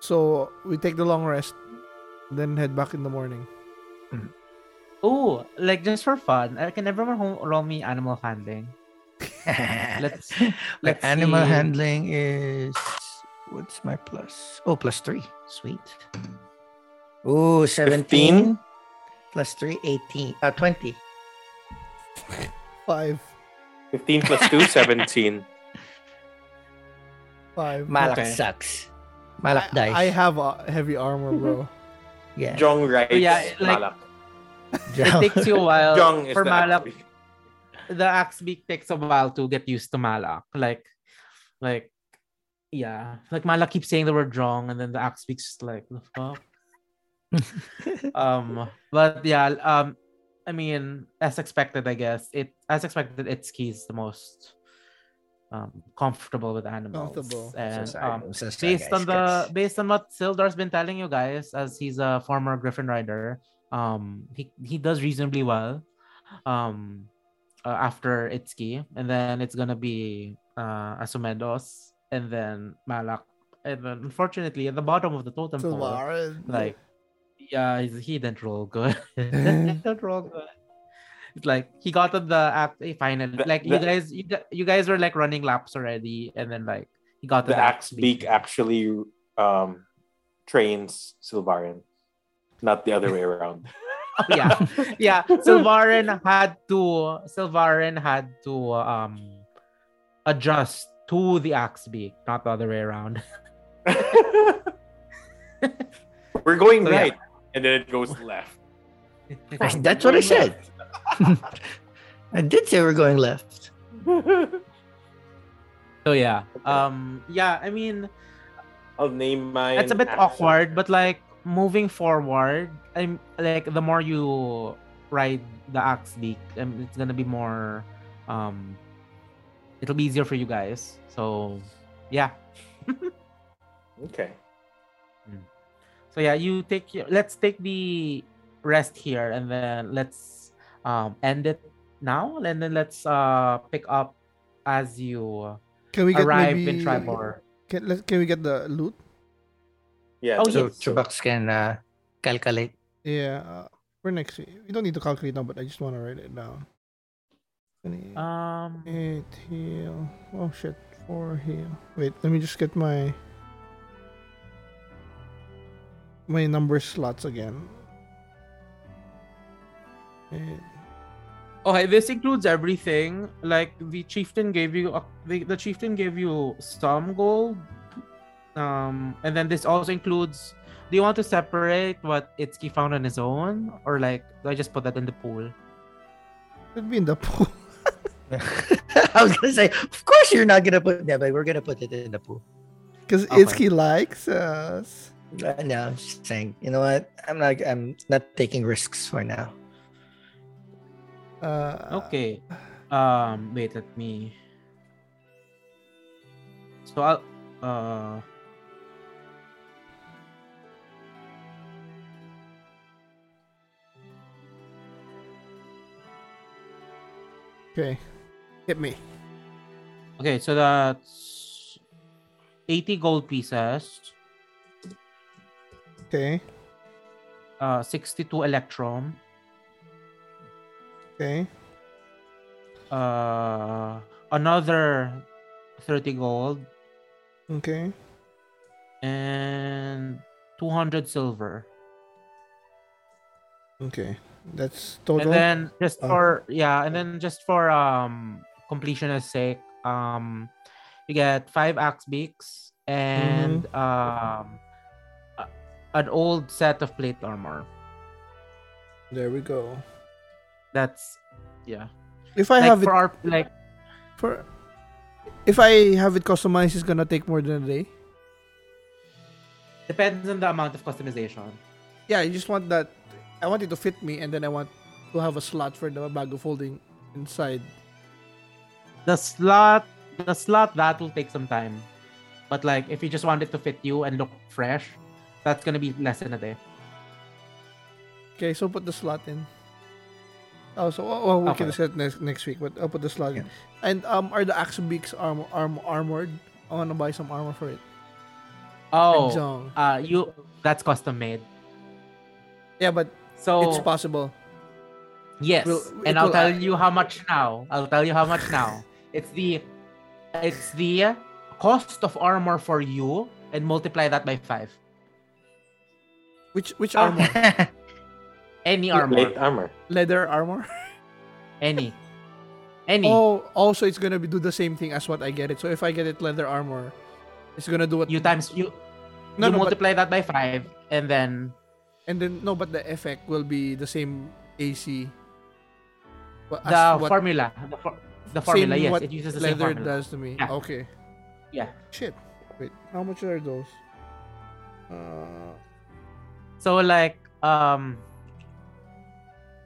S2: So we take the long rest, then head back in the morning.
S4: Ooh, like just for fun, uh, can everyone ho- roll me animal handling? Let's
S3: like
S4: let's
S3: animal
S4: see.
S3: handling is what's my plus? Oh, plus three. Sweet. Oh, 17
S1: 15?
S3: plus 3, 18. Uh, 20.
S2: Five,
S1: 15 plus 2, 17.
S2: five.
S3: Malak
S4: Okay.
S3: sucks. Malak dies.
S2: I, I have a heavy armor, bro.
S3: yeah.
S1: Jong writes
S4: Yeah, like-
S1: Malak.
S4: It takes you a while.
S1: Jong is
S4: for
S1: the
S4: Malak, the axe beak takes a while to get used to Malak. Like, like, yeah. Like Malak keeps saying the word wrong, and then the axe beak's just like the fuck. um, but yeah. Um, I mean, as expected, I guess it. As expected, it's keys the most um comfortable with animals.
S2: Comfortable.
S4: And
S3: So sorry.
S4: um,
S3: I'm so sorry,
S4: based on
S3: guys.
S4: the based on what Sildar's been telling you guys, as he's a former Griffin rider, um, he he does reasonably well, um, uh, after Itsuki, and then it's gonna be uh Asumendos, and then Malak, and then unfortunately at the bottom of the totem pole, like yeah, he's, he didn't roll good. He didn't roll good. It's like he got on the act eh, finally.
S1: The-
S4: like you
S1: the-
S4: guys, you, gu- you guys were like running laps already, and then like he got to
S1: The axe
S4: beak.
S1: beak actually um, trains Silvarian, not the other way around.
S4: yeah, yeah. Silvaren had to Silvaren had to um adjust to the axe beak, not the other way around.
S1: We're going
S4: So, Oh, yeah.
S1: right, and then it goes left.
S3: That's what I said. I did say we're going left.
S4: So yeah, um, yeah. I mean,
S1: I'll name mine.
S4: it's a bit
S1: after.
S4: awkward, but like moving forward, I'm like the more you ride the axe beak, um, it's gonna be more. Um, it'll be easier for you guys. So, yeah.
S1: Okay.
S4: So yeah, you take your, let's take the rest here and then let's um end it now and then let's uh pick up as you
S2: Can we get
S4: arrive
S2: maybe,
S4: in Tribor.
S2: Can, let, can we get the loot?
S1: Yeah.
S4: Oh,
S3: So
S4: yes.
S3: Trubax can uh, calculate.
S2: Yeah, uh, for next week. We don't need to calculate now, but I just want to write it down. 28
S4: Um
S2: heal. Oh shit, four heal. Wait, let me just get my my number slots again. Eight.
S4: Okay, this includes everything. Like the chieftain gave you a, the, the chieftain gave you some gold. Um and then this also includes do you want to separate what Itsuki found on his own? Or like do I just put that in the pool?
S2: Should be in the pool.
S3: I was gonna say, of course you're not gonna put that, but we're gonna put it in the pool.
S2: Because
S4: Okay.
S2: Itsuki likes us.
S3: Uh, no, I'm just saying. You know what? I'm not. I'm not taking risks for now.
S2: Uh,
S4: Okay. Um wait, let me So I'll uh
S2: Okay. Hit me.
S4: okay, so that's 80 gold pieces,
S2: Okay.
S4: uh 62 electrum,
S2: Okay.
S4: uh another 30 gold
S2: Okay.
S4: and 200 silver.
S2: Okay. That's total.
S4: And then just
S2: Uh.
S4: for yeah, and then just for um completionist sake, um you get five axe beaks and
S2: Mm-hmm.
S4: um a- an old set of plate armor.
S2: there we go.
S4: That's yeah.
S2: If I
S4: like
S2: have it
S4: for our like
S2: for if I have it customized, it's gonna take more than a day.
S4: depends on the amount of customization.
S2: Yeah, I just want that. I want it to fit me, and then I want to have a slot for the bago folding inside.
S4: The slot the slot that will take some time. But like if you just want it to fit you and look fresh, that's gonna be less than a day.
S2: Okay, so put the slot in. Oh, so oh, oh, we can
S4: Okay.
S2: discuss next next week, but I'll put the slot in. And um, are the axe beaks arm arm armored? I wanna buy some armor for it.
S4: Oh,
S2: Zong.
S4: uh, you that's custom made.
S2: Yeah, but
S4: So
S2: it's possible.
S4: Yes,
S2: Will- it
S4: and
S2: will-
S4: I'll tell you how much now. I'll tell you how much now. It's the, it's the cost of armor for you, and multiply that by five.
S2: Which which
S4: Ah.
S2: armor?
S4: Any
S1: Plate
S4: armor,
S1: armor.
S2: Leather armor.
S4: any, any.
S2: Oh, also it's gonna be do the same thing as what I get it. So if I get it leather armor, it's gonna do what
S4: You times you,
S2: No, no,
S4: you
S2: but-
S4: multiply that by five, and then
S2: And then no, but the effect will be the same AC. Well, as
S4: the
S2: what-
S4: formula, the, for,
S2: same
S4: the formula. Yes,
S2: what
S4: it uses the same
S2: leather
S4: formula.
S2: does to me.
S4: Yeah.
S2: Okay.
S4: Yeah.
S2: Shit. Wait, how much are those? Uh,
S4: So like um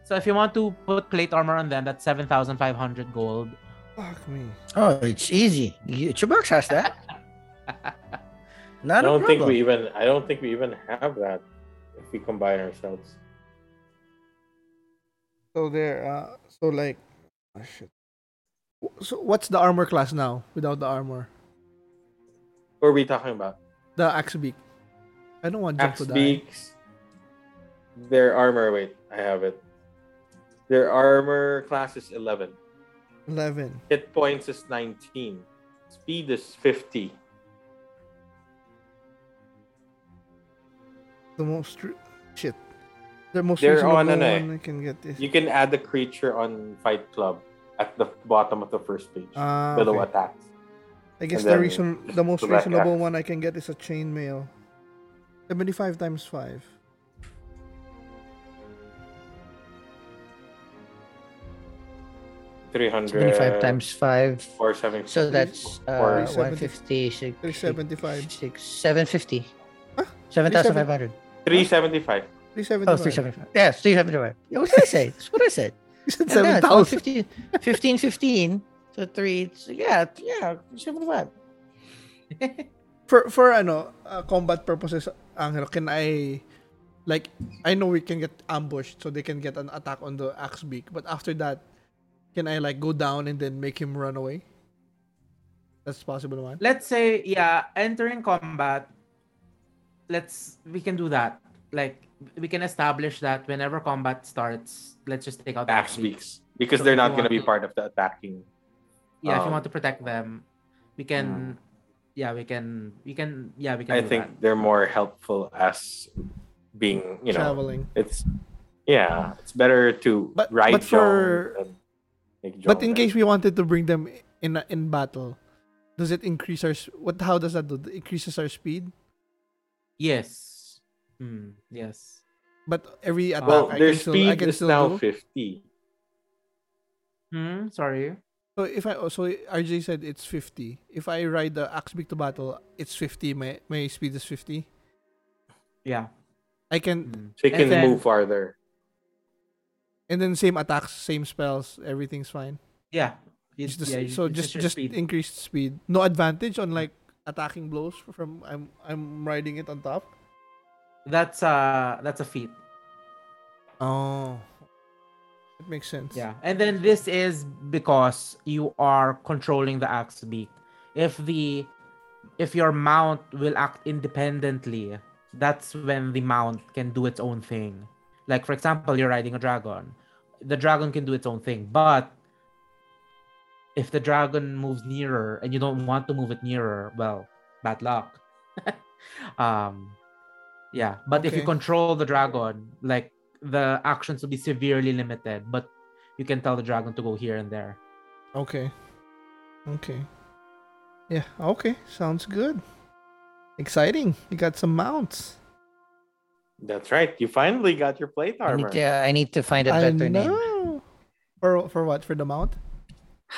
S4: so if you want to put plate armor on them, that's seven thousand five hundred gold.
S2: fuck me.
S3: Oh, it's easy. You, Trubax has that.
S1: I
S3: Not
S1: don't
S3: a
S1: think
S3: problem.
S1: we even. I don't think we even have that. If we combine ourselves.
S2: So there. Uh, so like, oh, shit. W- So what's the armor class now without the armor?
S1: What are we talking about?
S2: The axe beak. I don't want jump
S1: Axe
S2: to die.
S1: beaks. Their armor. Wait, I have it. Their armor class is eleven.
S2: Eleven.
S1: Hit points is nineteen. Speed is fifty.
S2: The most. tr- shit. The most
S1: They're
S2: reasonable
S1: on
S2: one
S1: ano eh.
S2: I can get is.
S1: You can add the creature on Fight Club at the bottom of the first page
S2: Ah,
S1: below
S2: okay.
S1: attacks.
S2: I guess
S1: and then
S2: the reason,
S1: just
S2: the
S1: go
S2: most
S1: back
S2: reasonable
S1: up.
S2: one I can get is a chainmail. Seventy-five times five.
S1: Three hundred.
S3: 25 times 5.
S1: Four seventy.
S3: So that's uh,
S1: 470.
S3: 150, six-
S2: 375.
S3: six- 750.
S2: Huh?
S3: 7,500.
S1: Three seventy-five.
S2: Three
S3: Oh,
S2: seventy-five.
S3: 375. Yeah, 375. Yeah, What did I say? That's what I said.
S2: You said
S3: And yeah,
S2: seven
S3: it's all
S2: thousand.
S3: 15, 15, 15. So three. So yeah, yeah, 75.
S2: for for ano uh, combat purposes Angelo can I like I know we can get ambushed so they can get an attack on the axe beak but after that can I like go down and then make him run away that's possible naman
S4: Let's say, yeah, entering combat, let's we can do that. Like we can establish that whenever combat starts, let's just take out the
S1: Axe
S4: beak.
S1: beaks because
S4: So
S1: they're
S4: if
S1: not going
S4: you
S1: to be
S4: want to-
S1: part of the attacking.
S4: Yeah, if you
S1: Um,
S4: want to protect them, we can. Yeah, we can. We can. Yeah, we can.
S1: I
S4: do
S1: think
S4: that.
S1: they're more helpful as being you know
S2: traveling
S1: it's yeah it's better to
S2: But-
S1: ride
S2: but for-
S1: John than make
S2: but
S1: John
S2: in
S1: better.
S2: case we wanted to bring them in in battle does it increase our s- what how does that do it increases our speed
S4: Yes. Hmm, yes.
S2: but every attack
S1: well
S2: I
S1: their
S2: can still, I
S1: speed
S2: can
S1: is
S2: still
S1: now
S2: do.
S1: fifty.
S4: Hmm. Sorry.
S2: So if I oh, so RJ said it's 50. If I ride the axe beak to battle, it's 50. My my speed is 50.
S4: Yeah.
S2: I can
S4: hmm.
S1: She can
S4: And then-
S1: move farther.
S2: and then same attacks, same spells, everything's fine.
S4: Yeah. You-
S2: It's just,
S4: yeah, you-
S2: so
S4: it's
S2: just
S4: your
S2: just
S4: speed.
S2: increased speed. No advantage on like attacking blows from I'm I'm riding it on top.
S4: that's uh that's a feat.
S2: Oh. That makes sense.
S4: Yeah. And then this is because you are controlling the axe beat. If the if your mount will act independently, that's when the mount can do its own thing. Like for example, you're riding a dragon. The dragon can do its own thing, but if the dragon moves nearer and you don't want to move it nearer, well, bad luck. um yeah, but if you
S2: Okay.
S4: control the dragon, like the actions will be severely limited, but you can tell the dragon to go here and there.
S2: Okay. Okay. Yeah, okay. Sounds good. Exciting. You got some mounts.
S1: That's right. You finally got your plate
S3: I
S1: armor.
S3: need, to, uh, I need to find a
S2: I
S3: better name.
S2: know. For for what? For the mount?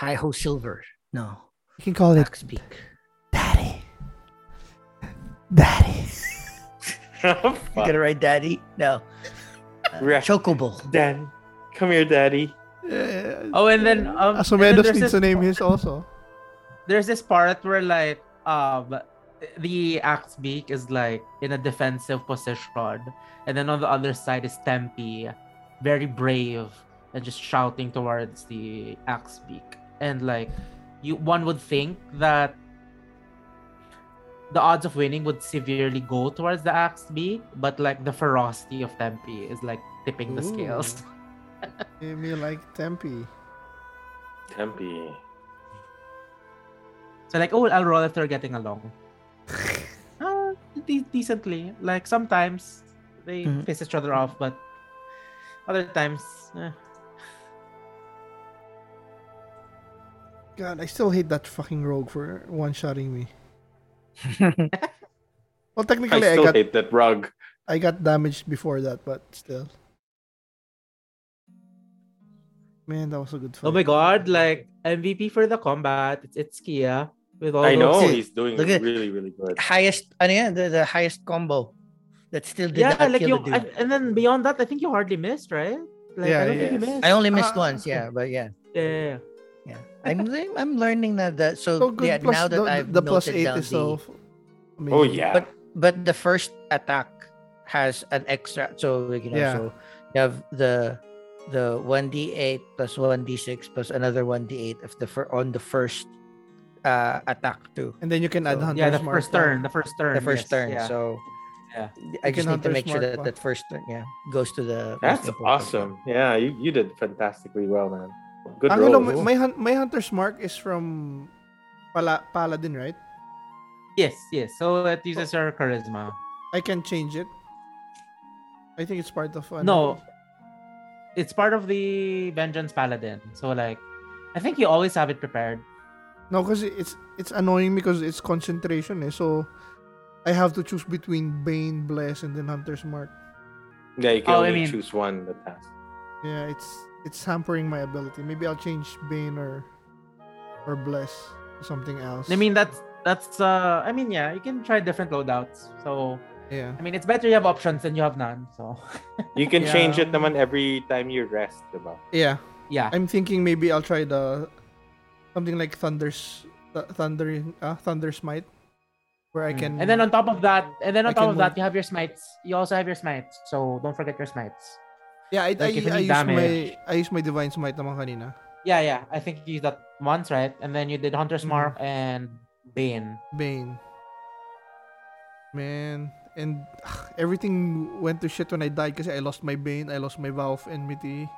S3: Hi Ho Silver. No.
S2: You can call
S3: Axe Beak.
S2: Daddy. Daddy.
S3: You gonna write daddy? No. Uh,
S1: Ra-
S3: Chocobo.
S1: Daddy, come here, Daddy.
S4: Oh, and then um, and then
S2: Asomedos
S4: there's
S2: Ah, needs
S4: this
S2: to name his also.
S4: there's this part where like um the axe beak is like in a defensive position and then on the other side is Tempe very brave and just shouting towards the axe beak and like you one would think that the odds of winning would severely go towards the axe beak but like the ferocity of Tempe is like tipping the scales
S2: Name me like Tempe.
S1: Tempe.
S4: So like, oh, I'll roll if they're getting along. Ah, de- decently. Like sometimes they
S3: Mhm.
S4: piss each other off, but other times, eh.
S2: God, I still hate that fucking rogue for one-shotting me.
S1: I
S2: Well, technically, I,
S1: still
S2: got
S1: hate that rug.
S2: I got damaged before that, but still. Man, that was a good fight.
S4: oh my god, like MVP for the combat. It's, it's Kia with all
S1: I know
S4: those-
S3: See,
S1: he's doing
S3: look at- Ah,
S1: really, really good.
S3: highest, ano yan? The, the highest combo. That still did
S4: Yeah,
S3: not
S4: like you,
S3: kill the dude.
S4: and, and then beyond that, I think you hardly missed, right? Like
S2: Yeah,
S4: I don't think you
S1: yes.
S4: missed.
S3: I only missed
S2: Ah.
S3: once, yeah, but yeah.
S4: Yeah, yeah, yeah.
S3: Yeah. I'm lear- I'm learning now that so,
S2: so good.
S3: yeah,
S2: plus,
S3: now that
S2: the,
S3: I've
S2: the plus
S3: noted
S2: eight
S3: down
S2: is so.
S3: the,
S2: f-
S1: Oh
S2: amazing.
S1: yeah.
S3: But but the first attack has an extra so like, you know
S2: Yeah.
S3: so you have the the 1d8 plus 1d6 plus another 1d8 if the fir- on the first uh attack too
S2: And then you can add
S3: So-
S2: hunter's
S4: Yeah, the
S2: mark
S4: first
S2: now.
S4: turn, the first turn,
S3: the first
S4: yes,
S3: turn
S4: yeah.
S3: so
S4: Yeah.
S2: You can
S3: I just need to
S2: Hunter's
S3: make sure
S2: Mark
S3: that
S2: pa.
S3: that first turn yeah goes to the most
S1: That's
S3: important one.
S1: awesome. Yeah, you, you did fantastically well, man. Good
S2: Angelo,
S1: roll.
S2: Ah, my, my, hun- my hunter's mark is from Pala, Paladin, right?
S4: Yes, yes. So it uses your charisma.
S2: I can change it. I think it's part of ano,
S4: No. It's part of the Vengeance Paladin. So like I think you always have it prepared.
S2: No, because it's it's annoying because it's concentration. Eh? So I have to choose between Bane, Bless, and then Hunter's Mark.
S1: Yeah, you can
S4: Oh, I
S1: only
S4: mean-
S1: choose one that has.
S2: Yeah, it's it's hampering my ability. Maybe I'll change Bane or or Bless to something else.
S4: I mean that's that's uh I mean yeah, you can try different loadouts. So
S2: yeah,
S4: I mean it's better you have options than you have none. So
S1: You can change
S2: Yeah.
S1: it naman every time you rest, diba?
S2: yeah.
S4: yeah.
S2: I'm thinking maybe I'll try the something like Thunder's th- Thunder uh, Thunder Smite, where I can
S4: And then on top of that, and then
S2: I
S4: on
S2: can
S4: top of that, you have your smites. You also have your smites. So don't forget your smites.
S2: yeah I,
S4: like, if
S2: I, I
S4: any
S2: use
S4: damage.
S2: my I use my Divine Smite naman kanina.
S4: Yeah, yeah. I think you used that once, right? And then you did
S2: Mm-hmm.
S4: Hunter's Mark and Bane.
S2: Bane. Man, and ugh, everything went to shit when I died because I lost my Bane, I lost my Valve enmity.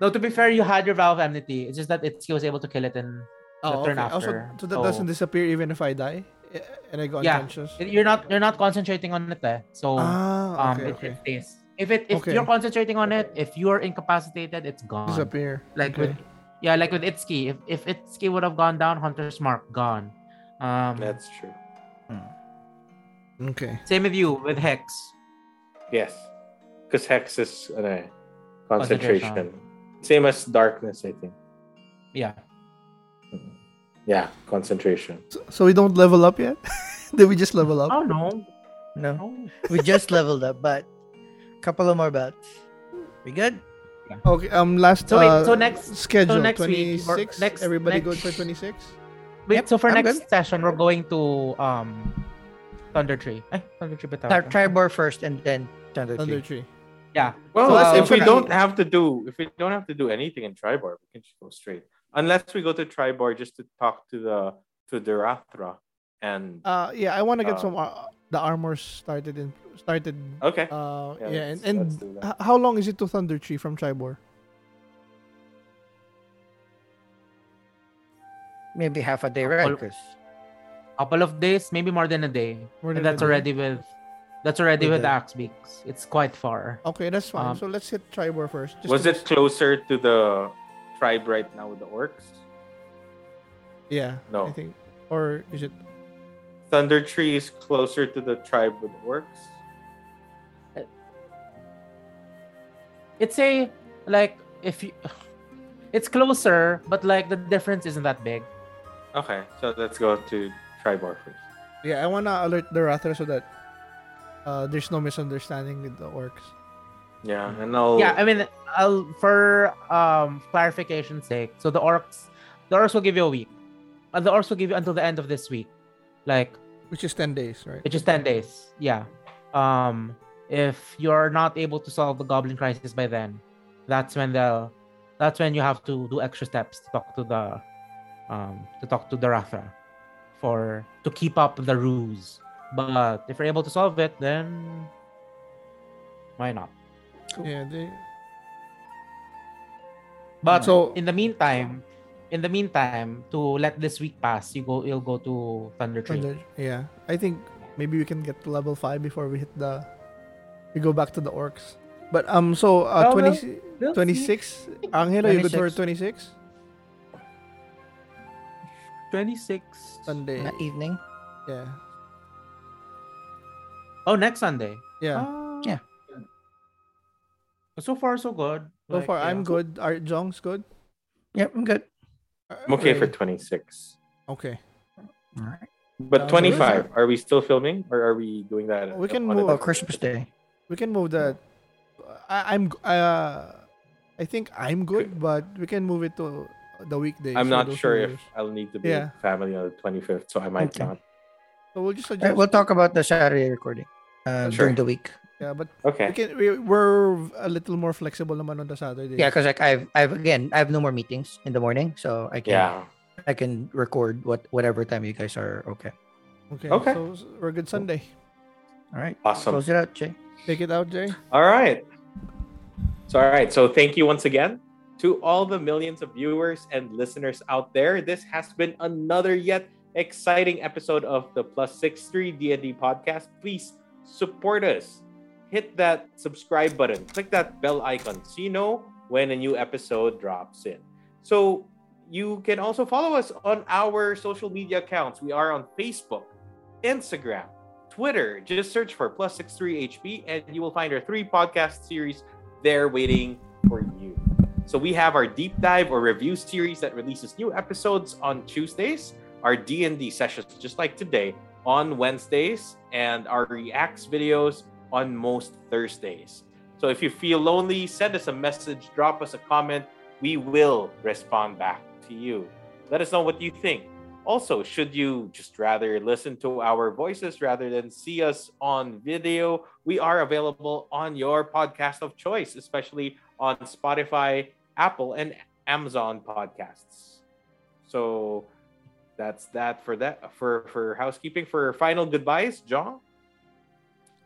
S4: No, to be fair, you had your Valve Enmity. It's just that Itsuki was able to kill it and The turn
S2: Oh, Also,
S4: after,
S2: so that
S4: so-
S2: doesn't disappear even if I die, eh, and I got
S4: Yeah.
S2: unconscious.
S4: you're not you're not concentrating on it eh. So
S2: ah,
S4: um
S2: okay,
S4: it,
S2: okay.
S4: it stays. If it if
S2: Okay.
S4: you're concentrating on it, if you're incapacitated, it's gone.
S2: disappear.
S4: Like
S2: okay.
S4: with yeah, like with Itsuki. If if Itsuki would have gone down, Hunter's Mark gone. Um
S1: That's true.
S2: okay,
S4: same with you with Hex.
S1: Yes. Because Hex is ano, eh,
S4: Concentration.
S1: concentration. Same as darkness, I think.
S4: Yeah.
S1: Yeah, concentration.
S2: so, so we don't level up yet. Did we just level up?
S4: Oh no.
S3: No,
S4: no.
S3: we just leveled up, but couple of more belts. We good?
S2: Okay. Um. Last.
S4: Oh. So wait,
S2: uh,
S4: so next-
S2: schedule.
S4: so next
S2: twenty
S4: week or
S2: six.
S4: next-
S2: Everybody
S4: next-
S2: good for twenty six.
S4: Wait,
S3: Yep,
S4: so for
S3: I'm
S4: next session, we're going to um Thunder Tree. Ay, Thunder Tree ba
S3: Try,
S4: tawag doon?
S3: try more first and then Thunder
S2: Thunder
S3: Tree.
S2: tree.
S4: Yeah.
S1: Well,
S4: So uh, that's
S1: if we
S4: okay.
S1: don't have to do if we don't have to do anything in Tribar, we can just go straight. Unless we go to Tribar just to talk to the to Durathra and
S2: Uh. Yeah. I want to get
S1: Uh,
S2: some. Uh, the armors started in started.
S1: okay.
S2: Uh. Yeah.
S1: Yeah,
S2: and
S1: let's-
S2: and
S1: let's do that.
S2: h- how long is it to Thunder tree from Tribor?
S3: Maybe half a day, right?
S4: All-
S3: 'Cause
S4: couple of days, maybe more than a day.
S2: More
S4: And
S2: than a
S4: that's
S2: day.
S4: already with that's already
S3: With
S4: with
S3: the-
S4: Axe Beaks. It's quite far.
S2: Okay, that's fine.
S4: Um,
S2: so let's hit Tribor first. just
S1: Was
S2: to-
S1: it closer to the tribe right now with the orcs?
S2: Yeah.
S1: No.
S2: I think. Or is it?
S1: Thunder Tree is closer to the tribe with orcs.
S4: It's a like if you it's closer, but like the difference isn't that big.
S1: Okay, so let's go to Tribar first.
S2: Yeah. I wanna alert the Rathra so that. Uh, there's no misunderstanding with the orcs.
S1: Yeah, and I'll
S4: Yeah, I mean I'll for um clarification's sake. So the orcs the orcs will give you a week. Uh, the orcs will give you until the end of this week. Like
S2: Which is 10 days, right?
S4: It's just 10 days. Yeah. Um, if you're not able to solve the goblin crisis by then, that's when they'll that's when you have to do extra steps to talk to the um to talk to the Rathra for to keep up the ruse. But if you're able to solve it, then why not?
S2: Yeah, they,
S4: But
S2: So-
S4: in the meantime, in the meantime, to let this week pass, you go you'll go to Thunder Tree.
S2: Thunder- yeah. I think maybe we can get to level 5 before we hit the we go back to the orcs. But um so uh,
S4: Oh, well,
S2: 20,
S4: We'll see.
S2: 26 Angelo you good for 26
S4: 26
S2: Sunday.
S3: that evening.
S2: Yeah.
S4: Oh, next Sunday.
S2: Yeah.
S4: Ah.
S3: Yeah.
S4: So far, so good.
S2: so
S4: Oh, Like,
S2: far
S4: yeah.
S2: I'm good. Art Jong's good.
S3: Yep, I'm good.
S1: I'm okay for
S2: Ray.
S1: 26.
S2: Okay.
S3: All right.
S1: But
S2: Sounds
S1: 25, are we still filming or are we doing that?
S2: We can
S1: on a
S2: move-
S3: Oh,
S1: different-
S3: Christmas Day.
S2: We can move that I, I'm uh I think I'm good, but we can move it to the weekday.
S1: I'm
S2: so
S1: not
S2: those
S1: sure
S2: are
S1: if
S2: yours.
S1: I'll need to be
S2: Yeah.
S1: with family on the 25th, so I might
S3: Okay.
S1: not.
S2: so we'll just
S3: All right,
S2: adjust.
S3: we'll talk about the Saturday recording uh,
S1: Sure.
S3: during the week.
S2: Yeah, but we
S1: Okay.
S2: can we, we're a little more flexible naman on the Saturday.
S3: Yeah, because like I've I've again I have no more meetings in the morning, so I can
S1: Yeah.
S3: I can record what whatever time you guys are okay.
S2: Okay.
S1: Okay.
S2: So s- we're good Sunday.
S3: All right.
S1: Awesome.
S3: Close it out, Jay.
S2: Take it out, Jay.
S1: All right. So, all right. So, thank you once again to all the millions of viewers and listeners out there. This has been another yet exciting episode of the Plus Six Three D&D podcast. Please support us. Hit that subscribe button. Click that bell icon so you know when a new episode drops in. So you can also follow us on our social media accounts. We are on Facebook, Instagram, Twitter. Just search for plus six three HP and you will find our three podcast series there waiting for you. So we have our deep dive or review series that releases new episodes on Tuesdays, our D&D sessions just like today on Wednesdays, and our reacts videos on most Thursdays. So if you feel lonely, send us a message, drop us a comment. We will respond back to you. Let us know what you think. Also, should you just rather listen to our voices rather than see us on video, we are available on your podcast of choice, especially on Spotify, Apple, and Amazon podcasts. So that's that for that for for housekeeping. For final goodbyes, John.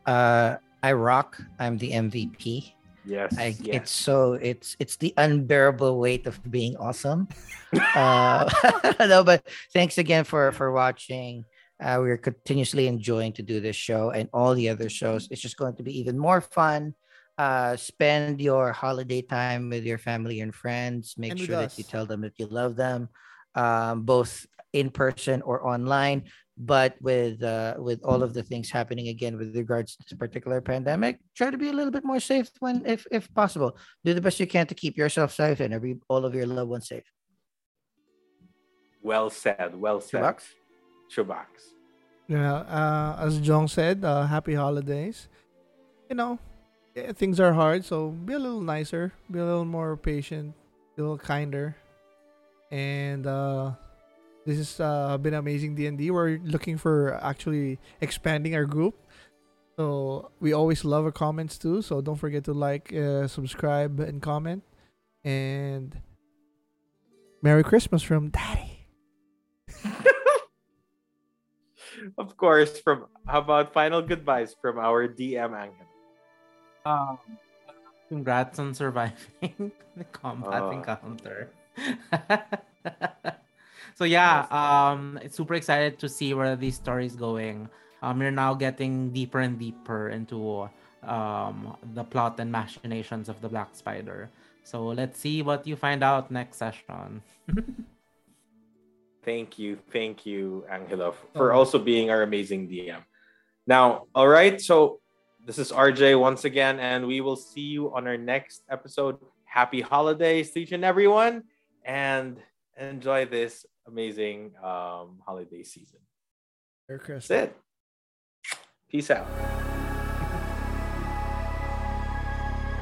S3: Uh, I rock. I'm the MVP.
S1: Yes,
S3: I,
S1: yes.
S3: It's so it's it's the unbearable weight of being awesome. uh, no, but thanks again for for watching. Uh, we're continuously enjoying to do this show and all the other shows. It's just going to be even more fun. Uh, spend your holiday time with your family and friends. Make
S2: And with
S3: sure that you
S2: us.
S3: tell them that you love them, um, both in person or online. But with uh, with all of the things happening again with regards to this particular pandemic, try to be a little bit more safe when if if possible. Do the best you can to keep yourself safe and every all of your loved ones safe.
S1: well said. Well
S3: Two
S1: said.
S3: bucks.
S1: Chubax.
S2: Yeah, uh, as Jong said, uh, happy holidays. You know, eh, things are hard, so be a little nicer, be a little more patient, be a little kinder. And uh, this has uh, been amazing D and D. We're looking for actually expanding our group, so we always love our comments too. So don't forget to like, uh, subscribe, and comment. And Merry Christmas from Daddy.
S1: Of course, from how about final goodbyes from our DM Angel?
S4: Um, congrats on surviving the combat
S1: Ah.
S4: encounter. so yeah, um, it's super excited to see where this story is going. Um, you're now getting deeper and deeper into um the plot and machinations of the Black Spider. So let's see what you find out next session.
S1: Thank you, thank you, Angelo, for also being our amazing DM. Now, all right, so this is RJ once again, and we will see you on our next episode. Happy holidays to each and everyone, and enjoy this amazing um, holiday season.
S2: Merry Christmas.
S1: That's it. Peace out.